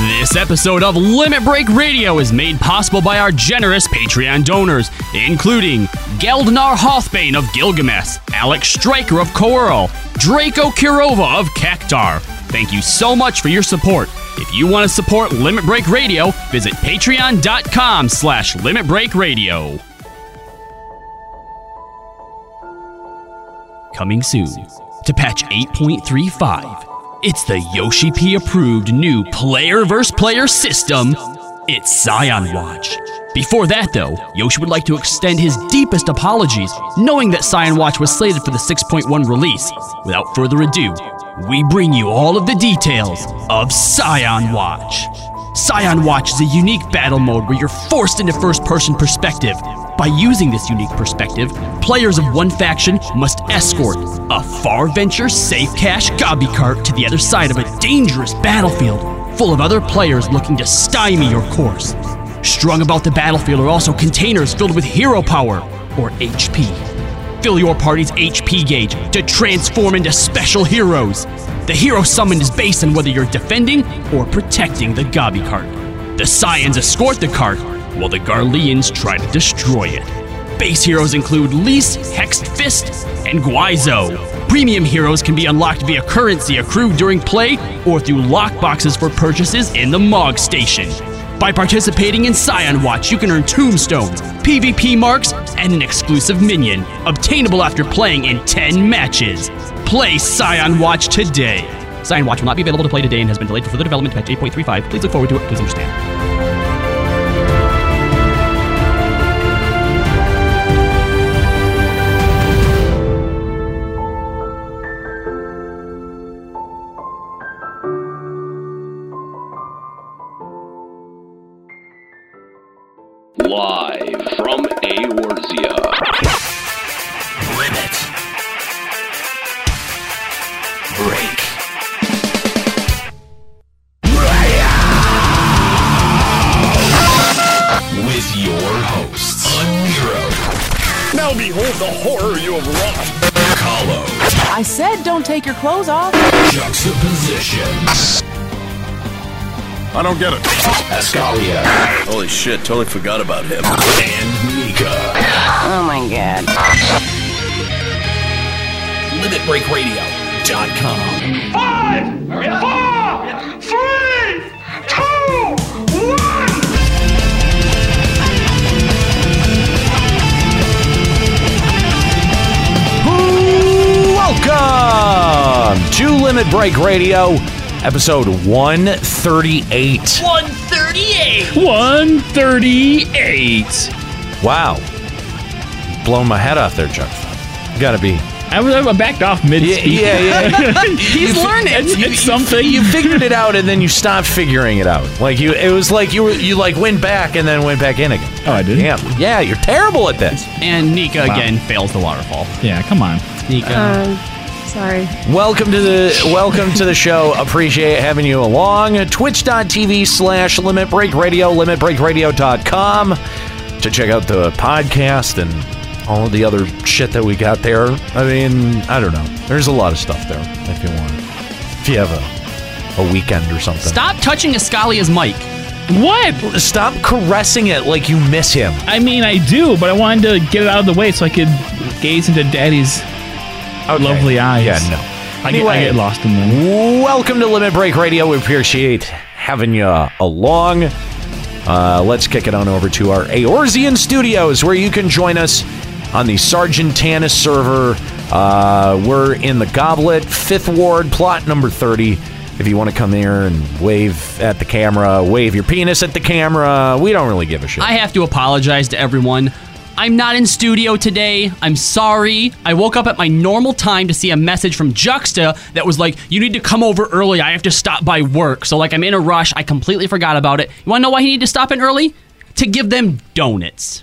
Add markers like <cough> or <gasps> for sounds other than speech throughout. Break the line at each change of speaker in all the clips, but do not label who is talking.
This episode of Limit Break Radio is made possible by our generous Patreon donors, including Geldnar Hothbane of Gilgamesh, Alex Stryker of Coral, Draco Kirova of Cactar. Thank you so much for your support. If you want to support Limit Break Radio, visit patreon.com slash Limit Break Radio. Coming soon to patch 8.35. It's the Yoshi P approved new player versus player system. It's Zion Watch. Before that, though, Yoshi would like to extend his deepest apologies, knowing that Cyan Watch was slated for the 6.1 release. Without further ado, we bring you all of the details of Scion Watch. Scion Watch is a unique battle mode where you're forced into first person perspective. By using this unique perspective, players of one faction must escort a far venture safe cash gobby cart to the other side of a dangerous battlefield full of other players looking to stymie your course. Strung about the battlefield are also containers filled with hero power, or HP. Fill your party's HP gauge to transform into special heroes. The hero summoned is based on whether you're defending or protecting the Gobby cart. The Scions escort the cart, while the Garleans try to destroy it. Base heroes include Lys, Hexed Fist, and Guizo. Premium heroes can be unlocked via currency accrued during play or through lockboxes for purchases in the Mog Station. By participating in Scion Watch, you can earn tombstones, PvP marks, and an exclusive minion, obtainable after playing in 10 matches. Play Scion Watch today. Scion Watch will not be available to play today and has been delayed for further development to patch 8.35. Please look forward to it. Please understand.
Live from Aorzia.
Limit. Break. With your hosts, Unero,
Now behold the horror you have wrought.
Hollow,
I said don't take your clothes off.
Juxtaposition,
I don't get it.
Ascalia,
Holy shit, totally forgot about him.
and Nika.
Oh my god.
LimitBreakRadio.com.
Five, four, three, two, one.
Welcome to Limit Break Radio, episode 138.
138! <laughs> 138!
Wow. Blown my head off there, Chuck. Gotta be.
I was I backed off mid <laughs> speech.
yeah.
He's learning!
It's, it's something.
you figured it out and then you stopped figuring it out. Like you it was like you were you like went back and then went back in again.
oh, I did.
Damn. Yeah, you're terrible at this.
And Nika again fails the waterfall.
Yeah, come on.
Nika.
Sorry.
Welcome to the welcome to the show. Appreciate having you along. Twitch.tv slash limit break radio, limitbreakradio.com to check out the podcast and all of the other shit that we got there. I mean, I don't know. There's a lot of stuff there if you want. If you have a, a weekend or something.
Stop touching Ascalia's mic.
What?
Stop caressing it like you miss him.
I mean, I do, but I wanted to get it out of the way so I could gaze into Daddy's lovely eyes.
Yeah, no.
I, get, I get lost in them.
Welcome to Limit Break Radio. We appreciate having you along. Uh, let's kick it on over to our Aorzean studios where you can join us on the Sergeant Tannis server. Uh, we're in the Goblet, Fifth Ward, plot number 30. If you want to come here and wave at the camera, wave your penis at the camera, we don't really give a shit.
I have to apologize to everyone. I'm not in studio today. I'm sorry. I woke up at my normal time to see a message from Juxta that was like, You need to come over early. I have to stop by work. So, like, I'm in a rush. I completely forgot about it. You want to know why he needed to stop in early? To give them donuts.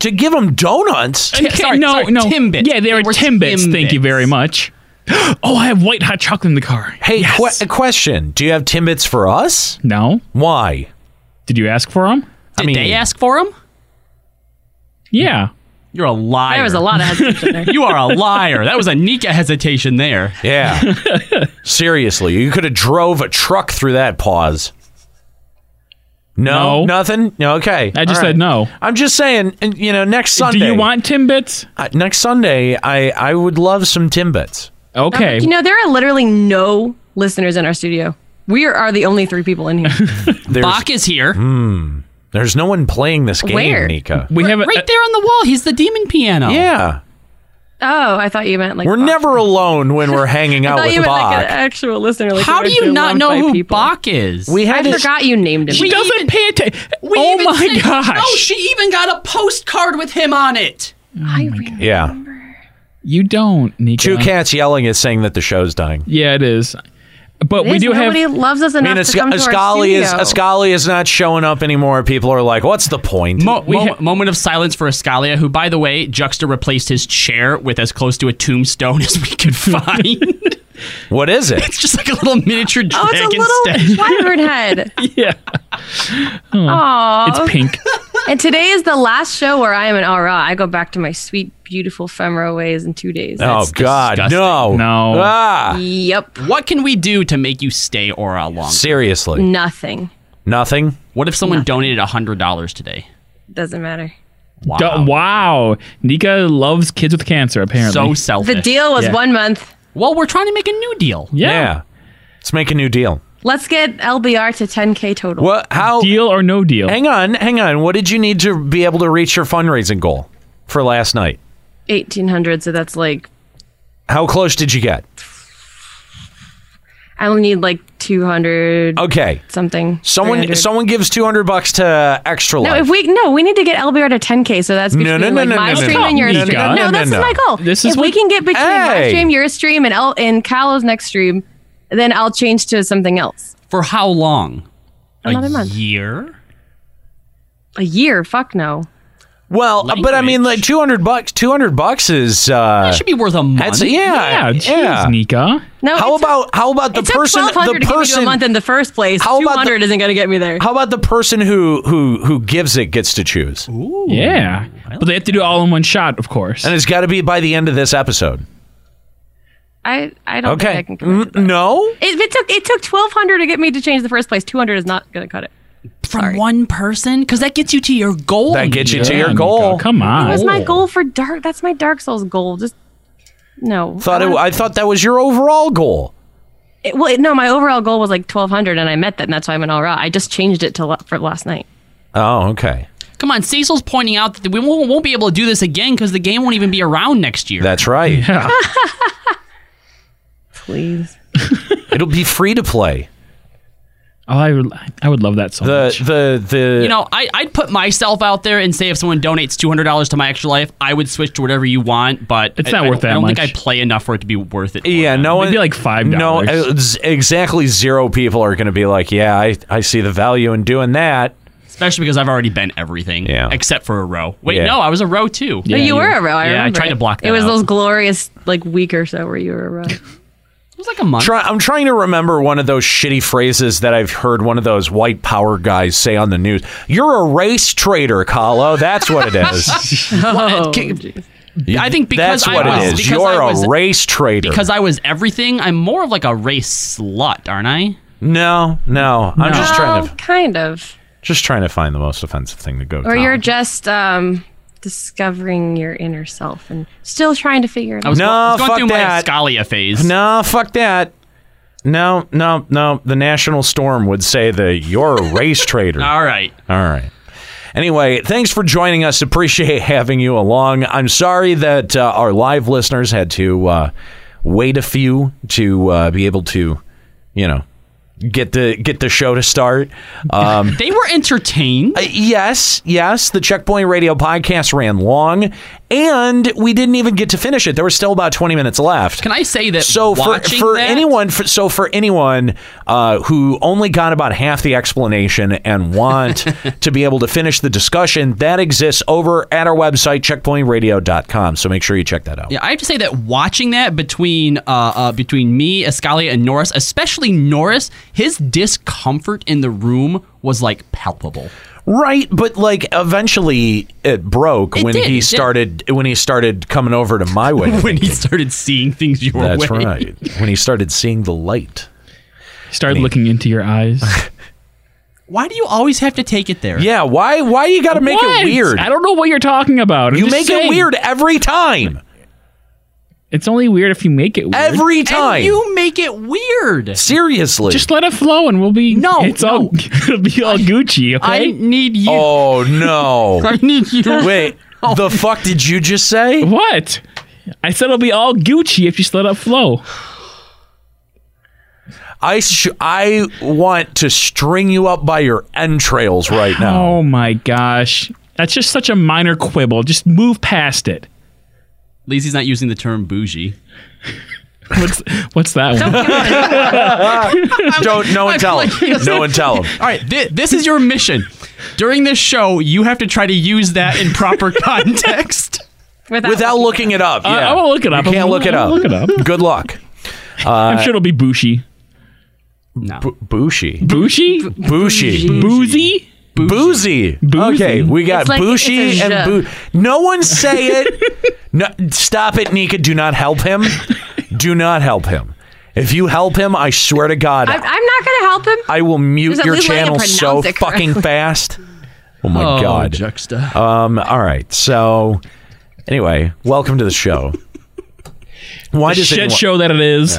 to give them donuts?
Ti- <laughs> sorry,
no,
sorry,
no.
Timbits.
Yeah, they were Timbits. Thank you very
Timbits.
much. <gasps> oh, I have white hot chocolate in the car.
Hey,
Yes.
que- a question. Do you have Timbits for us?
no.
Why?
Did you ask for them?
Did
I mean-
they ask for him?
Yeah.
You're a liar.
There was a lot of hesitation there.
<laughs> You are a liar. That was a Nika hesitation there.
<laughs>
Yeah. Seriously, you could have drove a truck through that pause. No,
No.
nothing. No, okay.
I just
All
said no.
I'm just saying, and, you know, next Sunday.
Do you want Timbits?
uh, next Sunday? I I would love some timbits.
Okay.
You know, there are literally no listeners in our studio. We are the only three people in
<laughs>
here.
There's
Bach is here.
there's no one playing this game,
Where?
Nika.
we have a,
Right there on the wall. He's the demon piano.
Yeah,
oh, I thought you meant like
we're
Bach.
never alone when we're hanging
<laughs> I
out
thought you
with
meant
Bach.
like an actual listener. Like
How
we
do you
actually
not
loved
know
by
who
people.
Bach is?
we had
I
his-
forgot you named him.
she doesn't
even-
pay attention.
We
Oh
even
my
sent-
gosh!
No, she even got a postcard with him on it.
I remember.
Yeah,
you don't, Nika.
two cats yelling is saying that the show's dying.
Yeah, it is. But we
Liz,
do have.
nobody loves us
I
enough
mean,
to come to our
Ascali
studio.
is Ascali is not showing up anymore. People are like, "What's the point?"
Mo-
We
mo-
ha-
moment of silence for Escalia, who, by the way, Juxta replaced his chair with as close to a tombstone <laughs> as we could
<laughs>
find.
what is it?
it's just like a little miniature
Oh,
dragon
it's a
statue.
little <laughs>
<laughs>
wyvern head.
<laughs> yeah,
Aww.
it's pink.
and today is the last show where I am an aura. I go back to my sweet, beautiful femora ways in two days.
Oh God,
disgusting.
no,
No.
ah,
Yep.
What can we do to make you stay Aura long?
seriously,
Nothing.
nothing.
What if someone donated donated $100 today?
Doesn't matter.
Wow.
D- wow, Nika loves kids with cancer.
so
Apparently,
selfish.
The deal was
Yeah.
one month.
Well, we're trying to make a new deal.
yeah.
Yeah. Let's make a new deal.
Let's get LBR to 10K total.
What? How?
Deal or no deal?
hang on, hang on. What did you need to be able to reach your fundraising goal for last night?
1800, so that's like,
How close did you get?
I only need like 200
Okay,
something.
someone
300.
someone gives two hundred bucks to Extra Life.
No, if we no, we need to get LBR to 10k. So that's
No,
between
no, no,
like
no,
my
no, no,
stream
no.
and your
Nika.
stream.
No,
No,
no,
this
no.
is my goal.
This is
if we
what-
can get between my
Hey.
stream, your stream, and El- and Callow's next stream, then I'll change to something else.
For how long?
Another
a
month.
year?
A year? Fuck no.
well, but I mean, like two hundred bucks. Two hundred bucks is. Uh,
That should be worth a month.
that's yeah,
yeah, jeez, Nika.
No.
How
it's-
about how about the
it took
person
1200
the
to give you a
person
month in the first place.
How about the-
200 isn't going to get me there.
how about the person who who who gives it gets to choose?
Yeah, but they have to do it all in one shot, of course.
And it's got to be by the end of this episode.
I I don't think I
Okay.
can. commit
Mm,
to that.
no?
It, it took it took 1200 to get me to change the first place. 200 is not going to cut it.
From one person? Because that gets you to your goal.
That gets you to
Yeah,
your
Nika,
goal.
Come on.
That's
Oh.
my goal for dark. That's my Dark Souls goal. Just no.
Thought it,
wanna-
I thought that was your overall goal.
It- well, it- no, my overall goal was like 1,200, and I met that, and that's why I'm an all right. I just changed it to la- for last night.
Oh, okay.
Come on, Cecil's pointing out that we won't, won't be able to do this again because the game won't even be around next year.
That's right.
Please.
It'll be free to play.
Oh, I would, I would love that so
The
much.
the the
you know, I, I'd put myself out there and say if someone donates two hundred dollars to my extra life, I would switch to whatever you want. But
It's
I-
not
I, don't-
worth that
I don't
much.
think I play enough for it to be worth it.
yeah, no one
It'd be like $5.
No, ex- exactly zero people are going to be like, "Yeah, I I see the value in doing that."
especially because I've already been everything
Yeah.
except for a row. Wait,
Yeah.
no, I was a row too.
No,
Yeah,
you
you-
were a row. I
yeah, I
remember
tried to block
It
that
was
out.
those glorious like week or so where you were a row.
It was like a month.
Try, I'm trying to remember one of those shitty phrases that I've heard one of those white power guys say on the news. You're a race traitor, Kahlo. That's what it is.
oh,
I think <laughs> because
That's
I
what
was,
it is.
because
You're
I
a
was,
race traitor.
because I was everything. I'm more of like a race slut, aren't I?
no, no, I'm just trying
well,
to
kind of.
just trying to find the most offensive thing to go.
Or
Tom.
you're just um, discovering your inner self and still trying to figure it
I
out.
was
No,
go- I was going
fuck
through
that.
my Scalia phase.
No, fuck that. No, no, no. The National Storm would say that you're a race traitor. All
All right.
right. Anyway, thanks for joining us. Appreciate having you along. I'm sorry that uh, our live listeners had to uh, wait a few to uh, be able to, you know, get the get the show to start. Um,
They were entertained.
Yes, yes. The Checkpoint Radio podcast ran long, and we didn't even get to finish it. There was still about 20 minutes left.
Can I say that?
so for
watching
for
that-
anyone, for, so for anyone uh, who only got about half the explanation
<laughs>
and want to be able to finish the discussion, that exists over at our website checkpointradio.com. So make sure you check that out.
Yeah, I have to say that watching that between uh, uh, between me, Escalia, and Norris, especially Norris, his discomfort in the room was like palpable. <laughs>
Right, but like eventually it broke
It
when
did, it
he
did.
started when he started coming over to
<laughs>
my way. of
When he
thinking.
started seeing things your
That's
way,
right. When he started seeing the light.
Start looking into your eyes.
Why do you always have to take it there?
Yeah, why why you got to <laughs> make
What?
it weird?
I don't know what you're talking about. I'm
You
just
make
saying.
it weird every time.
It's only weird if you make it weird.
Every time.
And you make it weird.
Seriously.
just let it flow and we'll be
No,
It's all
no.
<laughs> it'll be all Gucci.
I
Okay.
need you.
oh no.
<laughs>
I need you. to-
Wait. The fuck did you just say?
what? I said it'll be all Gucci if you just let it flow.
I sh- I want to string you up by your entrails right now.
Oh my gosh, that's just such a minor quibble. Just move past it.
At least he's not using the term bougie.
What's what's that one?
<laughs> Don't no one
<laughs>
tell him. No one tell him.
All right, thi- this is your mission. <laughs> During this show, you have to try to use that in proper context.
Without looking it up. Yeah.
I won't look it up.
You can't
I'm-
look it
I'll
up.
look it up.
Good luck.
I'm sure it'll be Bushy.
No.
Bushy.
Bushy?
Bushy.
Boozy?
Boozy.
Boozy.
Okay, we got
It's like-
Bushy
it's a
and
zhe.
Boo. No one say
<laughs>
it. no, stop it, Nika. Do not help him. Do not help him. If you help him, I swear to God,
I'm, I'm
I,
not gonna help him.
will mute
There's at
your
least letting him
channel so
pronounce it
fucking
correctly.
fast. Oh my God.
Juxta.
Um. All right. So, anyway, welcome to the show. Why does
Shit
anyone-
show that it is.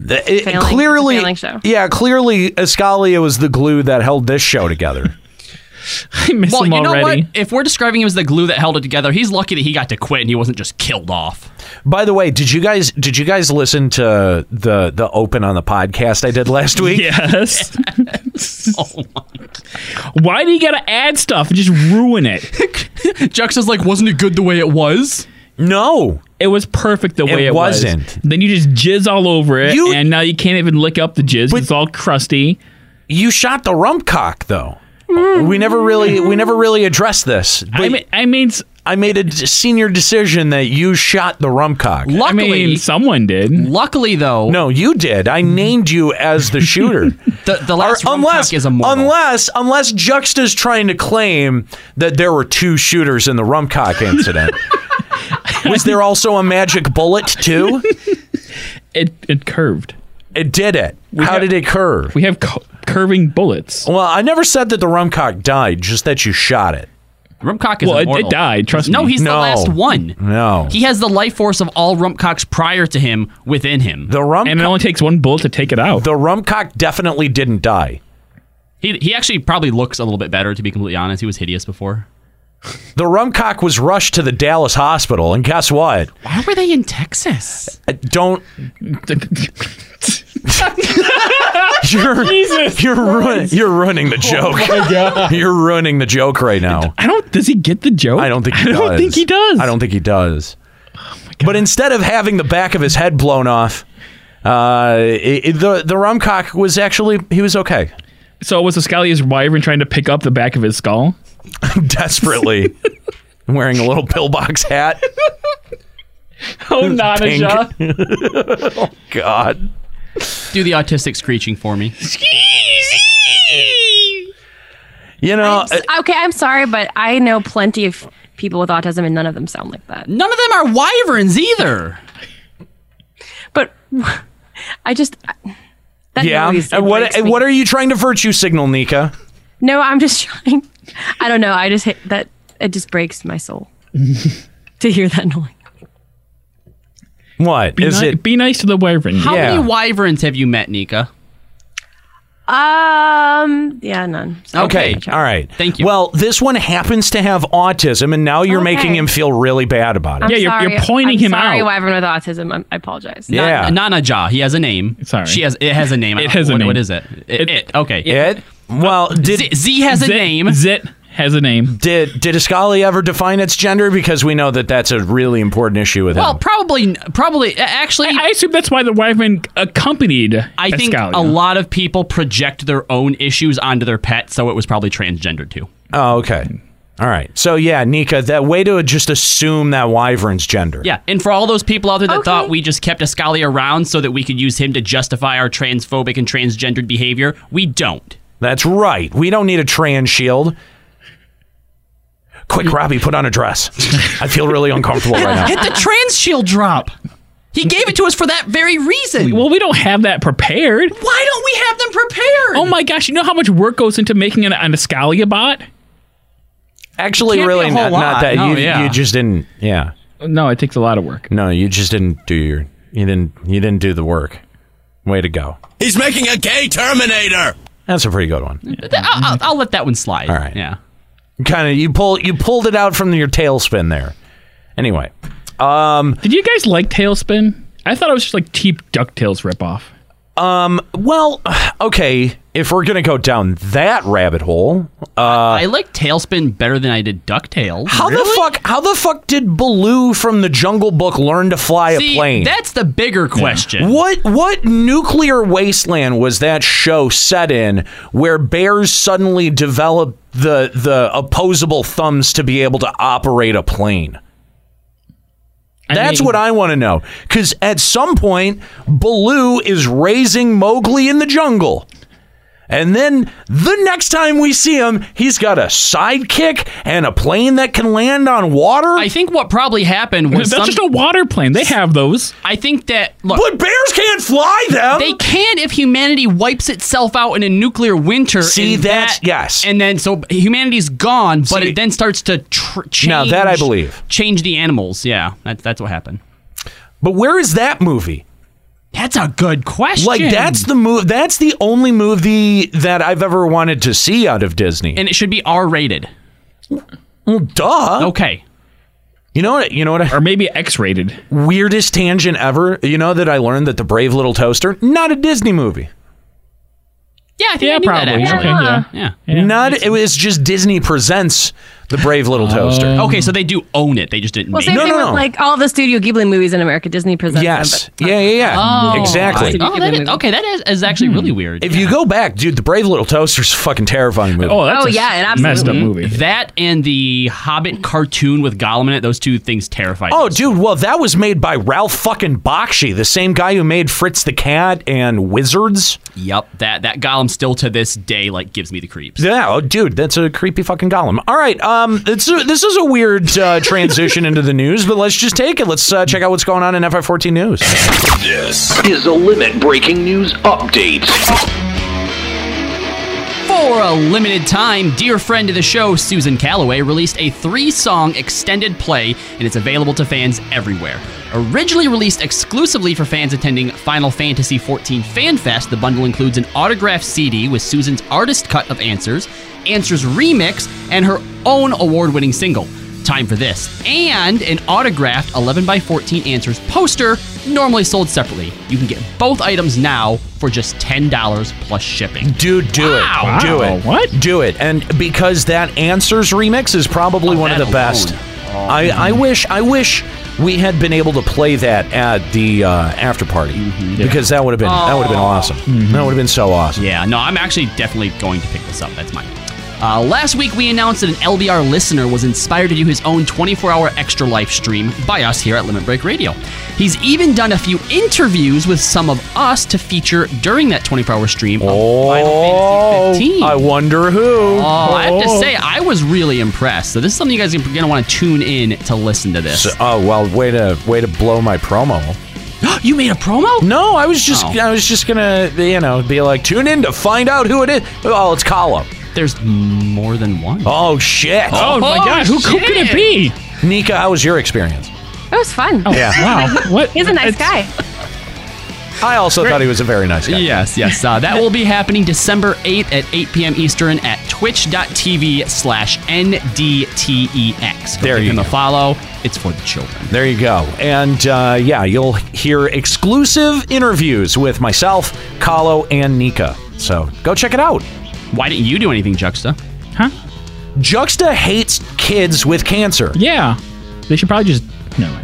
The- it-
Failing-
clearly,
it's a failing show.
yeah, clearly, Escalia was the glue that held this show together.
I <laughs> miss
Well,
him
you know
already.
what? If we're describing him as the glue that held it together, he's lucky that he got to quit and he wasn't just killed off.
By the way, did you guys did you guys listen to the the open on the podcast I did last
<laughs>
week?
Yes. <laughs> Why do you gotta add stuff and just ruin it?
Juxta's like, wasn't it good the way it was?
No.
It was perfect the way it, was.
wasn't.
Then you just jizz all over it,
You-
and now you can't even lick up the jizz. 'cause it's all crusty.
You shot the rump cock though.
Mm.
We never really we never really addressed this. But
I mean, I mean, s-
I made a d- senior decision that you shot the rump cock.
I
Luckily,
mean, someone did.
luckily though,
No, you did. I named you as
<laughs>
the shooter.
the, the
Or
last rump
unless
cock is immortal.
unless unless Juxta's trying to claim that there were two shooters in the rump
<laughs>
cock incident. Was there also a magic bullet too?
It it curved.
It did it. How
have-
did it curve?
We have cu- curving bullets.
well, I never said that the rum cock died, just that you shot it.
rump cock is
Well, it- it
immortal.
died, trust
no,
me.
he's the
No.
last one.
No.
He has the life force of all rump cocks prior to him within him.
The rum
And it only takes one bullet to take it out.
the rum cock definitely didn't die.
He, he actually probably looks a little bit better, to be completely honest. He was hideous before.
The rum cock was rushed to the Dallas hospital, and guess what?
Why were they in
<laughs>
Texas?
I don't you're you're ruin, you're ruining the
Oh
joke. <laughs> You're ruining the joke right now.
I don't. Does he get the joke?
I don't think he
<laughs> I don't
does.
think he does. Oh
I don't think he does. but instead of having the back of his head blown off, uh, it, it- the the rum cock was actually he was okay. <laughs>
So was Escalia's wyvern trying to pick up the back of his skull?
desperately <laughs> wearing a little pillbox
<laughs>
hat.
Oh, Nanaja.
God.
Do the autistic screeching for me.
You know, uh,
okay, I'm sorry, but I know plenty of people with autism, and none of them sound like that.
None of them are wyverns either.
But <laughs> I just that
yeah.
noise, it
Uh, What
breaks
uh,
me.
what are you trying to virtue signal, Nika?
No, I'm just <laughs> trying. I don't know. I just hit that. It just breaks
<laughs>
my soul to hear that noise.
What is
be, ni-
it?
be nice to the wyvern.
How
Yeah.
many wyverns have you met, Nika?
Um. Yeah. None.
Okay.
Okay.
All right.
Thank you.
Well, this one happens to have autism, and now you're making
Okay.
him feel really bad about it.
I'm
Yeah, you're-
sorry.
you're pointing
I'm
him
sorry,
out.
Wyvern with autism. I'm, I apologize.
Yeah.
Na- Nana Ja. He has a name.
Ah. Sorry.
She has. It has a name. I
<laughs> It
don't-
has a
what-
name.
What is it? It.
It-
it, Okay.
It.
Uh,
Well, did
Z, Z has a
Zit-
name.
Zit has a name.
did did Ascali ever define its gender? Because we know that that's a really important issue with
Well,
him.
probably. Probably. a- Actually,
I
I,
assume that's why the wyvern accompanied.
think
Escalia.
a lot of people project their own issues onto their pet, so it was probably transgendered too.
Oh, okay. All right. So yeah, Nika, that way to just assume that wyvern's gender.
Yeah, and for all those people out there that
Okay.
thought we just kept Ascali around so that we could use him to justify our transphobic and transgendered behavior, we don't.
That's right. We don't need a trans shield.
Mm.
Quick, Robbie, put on a dress. I feel really uncomfortable
<laughs>
right now.
the trans shield drop. He gave Uh-uh. it to us for that very reason.
Well, we don't have that prepared.
Why don't we have them prepared?
Oh my gosh! You know how much work goes into making an, an Ascalia bot?
Actually,
Can't be
really
a whole
not, not
lot.
that.
No,
you,
yeah.
you just didn't. Yeah.
No, it takes a lot of work.
No, you just didn't do your. You didn't. You didn't do the work. Way to go.
He's making a gay Terminator.
That's a pretty good one.
I'll, I'll- I'll let that one slide. All
right.
Yeah.
Kind of. You pull. You pulled it out from your tailspin there. Anyway,
Did you guys like Tailspin? I thought it was just like cheap Ducktales ripoff.
well, okay. If we're gonna go down that rabbit hole,
I like Tailspin better than I did DuckTales.
how the fuck? How the fuck did Baloo from the Jungle Book learn to fly a
See,
plane?
that's the bigger question.
What what nuclear wasteland was that show set in where bears suddenly develop the the opposable thumbs to be able to operate a plane? That's
mean-
what I want to know. Because at some point, Baloo is raising Mowgli in the jungle. And then the next time we see him, he's got a sidekick and a plane that can land on water.
I think what probably happened was
That's
some,
just a water plane. They have those.
I think that look
but bears can't fly them.
they can if humanity wipes itself out in a nuclear winter.
See,
and
that's-
that,
yes.
and then so humanity's gone, but
See-
it then starts to tr- change.
Now, that I believe.
change the animals. Yeah, that's that's what happened.
but where is that movie?
That's a good question.
Like that's the move. That's the only movie that I've ever wanted to see out of Disney.
and it should be R rated.
well, duh.
Okay,
You know what? You know what?
Or maybe X rated.
weirdest tangent ever. You know that I learned that the Brave Little Toaster not a Disney movie.
yeah, I think I
Yeah,
knew that,
probably.
actually.
Okay, yeah.
yeah.
not it was just Disney presents the Brave Little Toaster.
Okay, so they do own it. They just didn't.
Well,
make it.
same
No,
thing
no,
with
no.
like all the Studio Ghibli movies in America. Disney presents.
Oh, Yes.
Them,
Yeah. Yeah. Yeah. exactly.
Studio
Oh, that
Ghibli
is,
movie.
okay, that is, is actually really weird.
If you go back, dude, the Brave Little Toaster's a fucking terrifying movie.
Oh, that's
Oh,
a
yeah, it absolutely-
messed up movie.
that and the Hobbit cartoon with Gollum in it, those two things terrified.
Oh,
me.
dude, well, that was made by Ralph fucking Bakshi, the same guy who made Fritz the Cat and Wizards.
yep. That that Gollum still to this day like gives me the creeps.
Yeah, oh, dude, that's a creepy fucking golem. All right, um, it's a, this is a weird
<laughs>
uh, transition into the news, but let's just take it. Let's uh, check out what's going on in FI14 News.
This
Is a limit breaking news update.
For a limited time, dear friend of the show, Susan Calloway, released a three song extended play, and it's available to fans everywhere. Originally released exclusively for fans attending Final Fantasy XIV Fan Fest, the bundle includes an autographed CD with Susan's artist cut of Answers, Answers Remix, and her own award winning single. Time for this, and an autographed 11 by 14 Answers poster, normally sold separately. You can get both items now for just $10 plus shipping.
Dude, do
Wow.
it. Do
Wow,
it.
what?
Do it. And because that Answers remix is probably one of
Oh, that Mm-hmm.
the best. I, I wish I wish we had been able to play that at the uh, after party
Mm-hmm.
because that would have been that would have been awesome. That would have been so awesome.
Yeah, no, I'm actually definitely going to pick this up. That's mine. Uh, last week, we announced that an LBR listener was inspired to do his own 24 hour extra live stream by us here at Limit Break Radio. He's even done a few interviews with some of us to feature during that 24 hour stream of Final
Oh,
Fantasy 15.
I wonder who.
Oh, I have to say, I was really impressed. So, this is something you guys are going to want to tune in to listen to this.
So- oh well, way to way to blow my promo.
you made a promo?
No, I was just
Oh.
I was just gonna you know be like tune in to find out who it is. Oh, it's Column.
There's more than one.
Oh shit,
Oh, my
Oh,
god, who, who could it
shit.
be?
Nika, how was your experience?
It was fun.
Oh.
Wow, what?
He's a nice guy.
I also thought he was a very nice guy.
Yes, yes. Uh, that will be happening December 8th at 8 p.m. Eastern at twitch.tv slash NDTEX. E Go
There
give
you
him a
go.
follow. It's for the children.
There you go. And uh, yeah, you'll hear exclusive interviews with myself, Kahlo, and Nika. So go check it out.
Why didn't you do anything, Juxta?
Huh?
Juxta hates kids with cancer.
Yeah. They should probably just. No.
<laughs>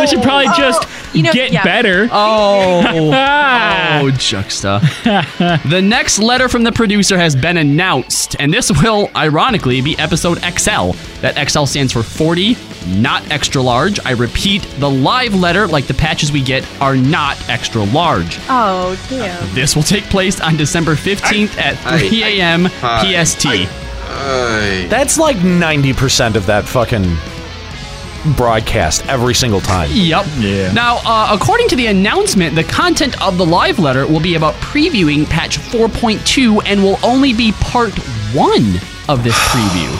they should probably just
Oh, You know,
get
yeah.
better.
Oh,
Ah. <laughs>
oh, Juxta. <laughs> the next letter from the producer has been announced, and this will, ironically, be episode XL. That XL stands for 40, not extra large. I repeat, the live letter, like the patches we get, are not extra large.
Oh damn.
This will take place on December 15th at 3 a.m. PST.
That's like 90% of that fucking broadcast every single time.
Yep.
Yeah.
Now, uh, according to the announcement, the content of the live letter will be about previewing patch 4.2 and will only be part one of <sighs> this preview.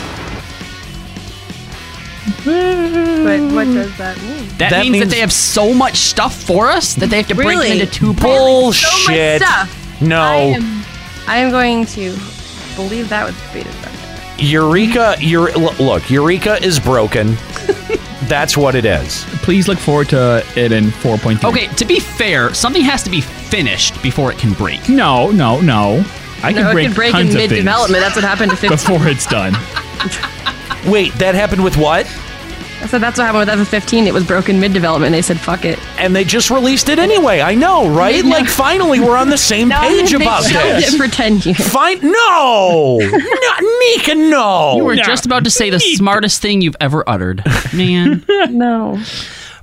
But what does that mean?
That,
That
means,
means-
that they have so much stuff for us that they have to break
Really?
it into two parts.
Bullshit.
stuff. I
No,
am, I am going to believe that with bated breath.
Eureka. Eure- l- look, Eureka is
<laughs>
broken. That's what it is.
Please look forward to it in 4.3.
Okay, to be fair, something has to be finished before it can break.
No, no, no. I can
No, it
break,
could break in
tons of things
mid-development. That's what happened
<laughs>
to 15.
before it's done.
Wait, that happened with what?
So that's what happened with F15. It was broken mid-development. They said, fuck it.
And they just released it anyway. I know, right?
No.
Like, finally, we're on the
<laughs>
same page
they
about
shelved
this.
it <laughs> for 10
<laughs>
years.
Fine. No, no, Nika, no.
You were
Nah.
just about to say the smartest thing you've ever uttered. <laughs> Man.
No.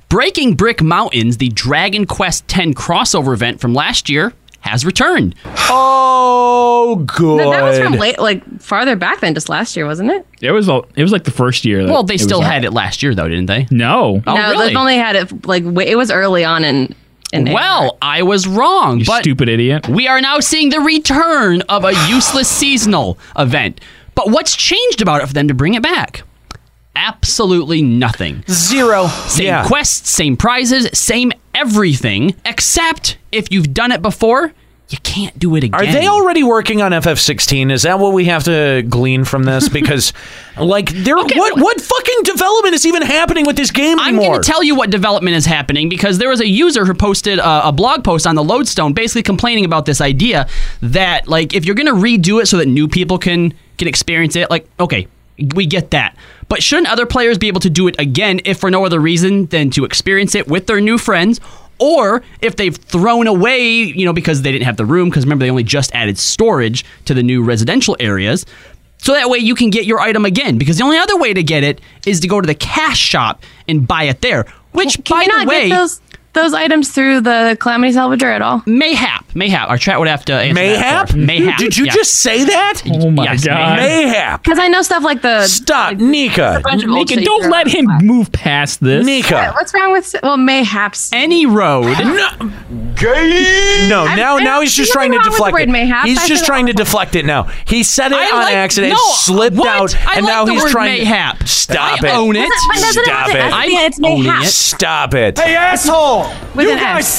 Breaking Brick Mountains, the Dragon Quest X crossover event from last year, has returned.
oh, good.
No, that was from late, like farther back than just last year, wasn't it?
It was all, it was like the first year. that
Well, they
it
still
was out.
had it last year, though, didn't they?
No.
Oh,
no,
really?
they've only had it like wa- it was early on in. in AR.
Well, I was wrong,
you
but
stupid idiot.
we are now seeing the return of a useless seasonal event. But what's changed about it for them to bring it back? Absolutely nothing.
zero.
Same
yeah.
quests, same prizes, same everything, except if you've done it before, you can't do it again.
Are they already working on FF16? Is that what we have to glean from this?
<laughs>
Because, like, there, what what fucking development is even happening with this game
I'm
anymore?
going to tell you what development is happening because there was a user who posted a, a blog post on the Lodestone, basically complaining about this idea that like if you're going to redo it so that new people can can experience it, like okay, we get that, but shouldn't other players be able to do it again if for no other reason than to experience it with their new friends? Or if they've thrown away, you know, because they didn't have the room, because remember, they only just added storage to the new residential areas. So that way you can get your item again because the only other way to get it is to go to the cash shop and buy it there. Which,
Can
by
you not
the way,
get those those items through the Calamity Salvager at all?
mayhap, mayhap. Our chat would have to answer that
Mayhap?
for us. Mayhap.
Did you
yeah.
just say that?
Oh my
Yes,
god.
Mayhap.
Because I know stuff like the.
Stop, Nika.
Vegetables
Nika,
that you
don't
throw
let
out.
him move past this.
Nika.
What's wrong with well, mayhaps?
any road.
No, now
I
now
don't
he's
see
just trying
nothing
to
wrong with the
deflect
word
it.
mayhap. I
He's
said
just
it
trying to
all the
deflect it now. He said it
I
on
like-
accident,
no, uh,
slipped
what?
out,
I
and
like
now
the
he's
word
trying
mayhap.
to stop
I
it.
own it.
But doesn't it
Stop
have
it.
an S? Yeah, it's
I'm owning
mayhap.
it.
Stop it.
With an S.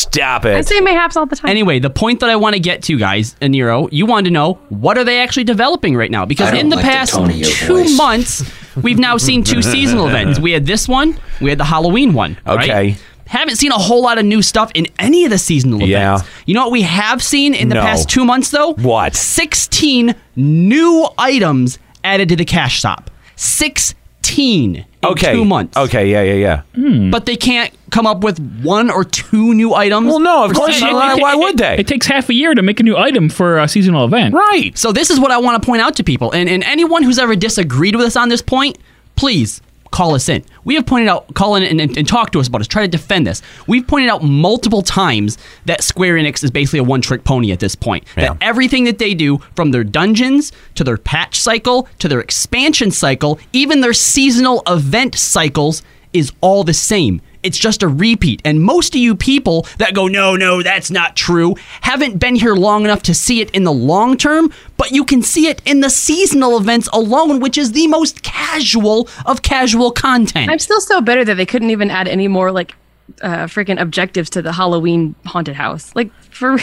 Stop
I
it.
say mayhaps all the time.
Anyway, the point that I want to get to, guys, and Nero, you wanted to know what are they actually developing right now? Because in the past two
<laughs>
months, we've now seen two seasonal events. We had this one, we had the Halloween one. right?
Okay.
Haven't seen a whole lot of new stuff in any of the seasonal
Yeah.
events. You know what we have seen in the
No.
past two months, though?
What?
16 new items added to the cash shop. 16 in
Okay.
two months.
Okay, yeah, yeah, yeah.
But they can't come up with one or two new items.
Well, no, of
for
course
seasonal
not. Why- why would they?
It takes half a year to make a new item for a seasonal event.
Right.
So this is what I want to point out to people, and, and anyone who's ever disagreed with us on this point, please call us in. We have pointed out, call in and, and, and talk to us about us. Try to defend this. We've pointed out multiple times that Square Enix is basically a one-trick pony at this point. That everything that they do, from their dungeons to their patch cycle to their expansion cycle, even their seasonal event cycles, is all the same. It's just a repeat. And most of you people that go, no, no, that's not true, haven't been here long enough to see it in the long term, but you can see it in the seasonal events alone, which is the most casual of casual content.
I'm still so bitter that they couldn't even add any more like uh freaking objectives to the Halloween haunted house. Like for re-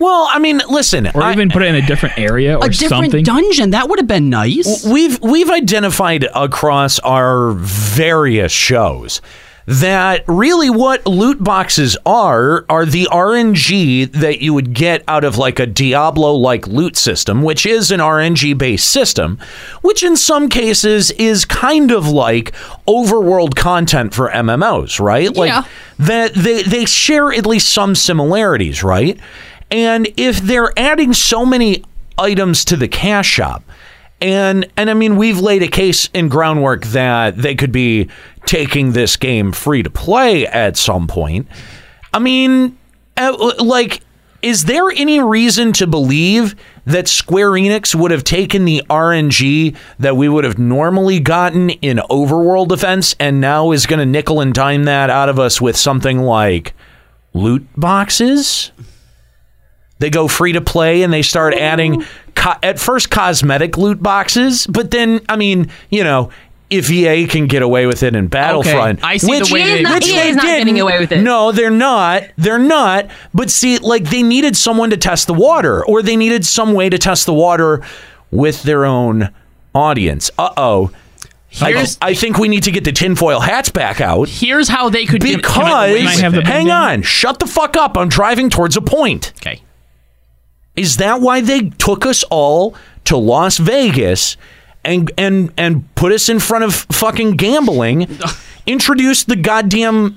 Well, I mean, listen.
Or
I-
even put it in a different area or
a different
something.
dungeon. That would have been nice.
we've we've identified across our various shows that really what loot boxes are are the RNG that you would get out of like a Diablo like loot system, which is an RNG based system, which in some cases is kind of like overworld content for MMOs, right? Like
Yeah.
that they, they share at least some similarities, right? And if they're adding so many items to the cash shop, and and I mean we've laid a case in groundwork that they could be taking this game free to play at some point. I mean, uh, like Is there any reason to believe that Square Enix would have taken the RNG that we would have normally gotten in Overworld Defense and now is going to nickel and dime that out of us with something like loot boxes? They go free to play and they start adding co- at first cosmetic loot boxes, but then I mean, you know, if EA can get away with it in Battlefront,
I see the
which,
way E EA is
not-
which
EA
they
is not getting
didn't.
away with it.
No, they're not. They're not. But see, like they needed someone to test the water, or they needed some way to test the water with their own audience. Uh oh. I,
Here's-
I think we need to get the tinfoil hats back out
Here's how they could get- come away
because
Can I have
with
the-
it.
hang on, shut the fuck up. I'm driving towards a point.
okay.
Is that why they took us all to Las Vegas and and and put us in front of fucking gambling?
<laughs>
introduced the goddamn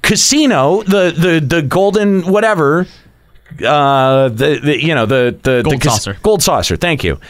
casino, the the the golden whatever, uh, the, the you know the the the
Gold
cas-
saucer.
gold saucer. Thank you.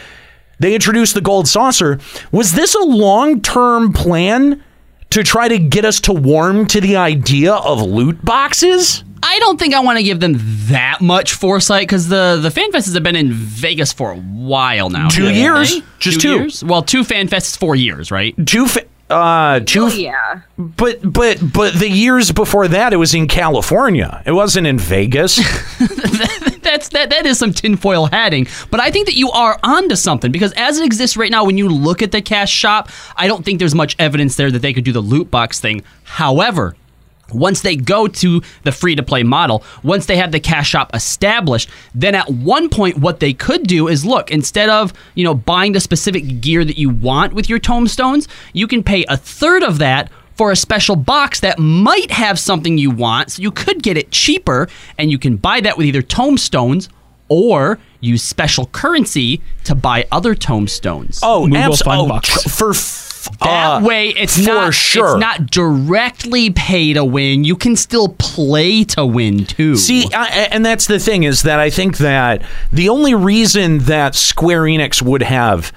They introduced the gold saucer. Was this a long term plan? To try to get us to warm to the idea of loot boxes?
I don't think I want to give them that much foresight because the the fan fests have been in Vegas for a while now.
Two
haven't
years.
they?
Just
two.
two.
Years? Well, two fan fests, four years, right?
Two, fa- uh, two,
yeah.
But but but the years before that, it was in California. It wasn't in Vegas.
<laughs> That's that that is some tinfoil hatting. But I think that you are onto something because as it exists right now, when you look at the cash shop, I don't think there's much evidence there that they could do the loot box thing. However, once they go to the free to play model, once they have the cash shop established, then at one point what they could do is look, instead of, you know, buying the specific gear that you want with your tombstones, you can pay a third of that for a special box that might have something you want, so you could get it cheaper and you can buy that with either tombstones or use special currency to buy other tombstones.
Oh,
Move
abs-
a fun
oh,
box.
tr- for f-
That
uh,
way, it's
for
not
sure.
it's not directly pay to win. You can still play to win too.
See, I, I- and that's the thing is that I think that the only reason that Square Enix would have,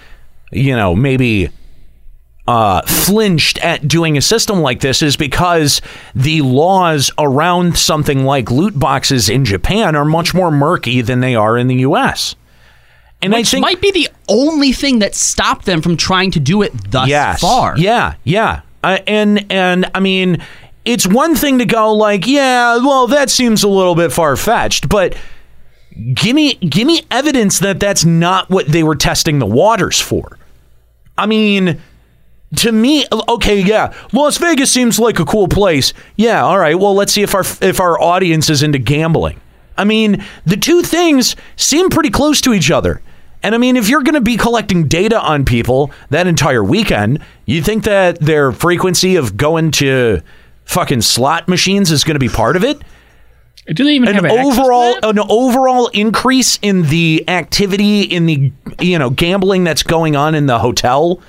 you know, maybe uh, flinched at doing a system like this is because the laws around something like loot boxes in Japan are much more murky than they are in the U.S. And I
which
think
might be the only thing that stopped them from trying to do it thus
yes.
far.
Yeah, yeah. Uh, and and I mean, it's one thing to go like, yeah, well, that seems a little bit far fetched, but give me give me evidence that that's not what they were testing the waters for. I mean. To me, okay, yeah, Las Vegas seems like a cool place. Yeah, all right. Well, let's see if our if our audience is into gambling. I mean, the two things seem pretty close to each other. And I mean, if you're going to be collecting data on people that entire weekend, you think that their frequency of going to fucking slot machines is going to be part of it?
Do they even have
an
an
overall an overall increase in the activity in the you know gambling that's going on in the hotel.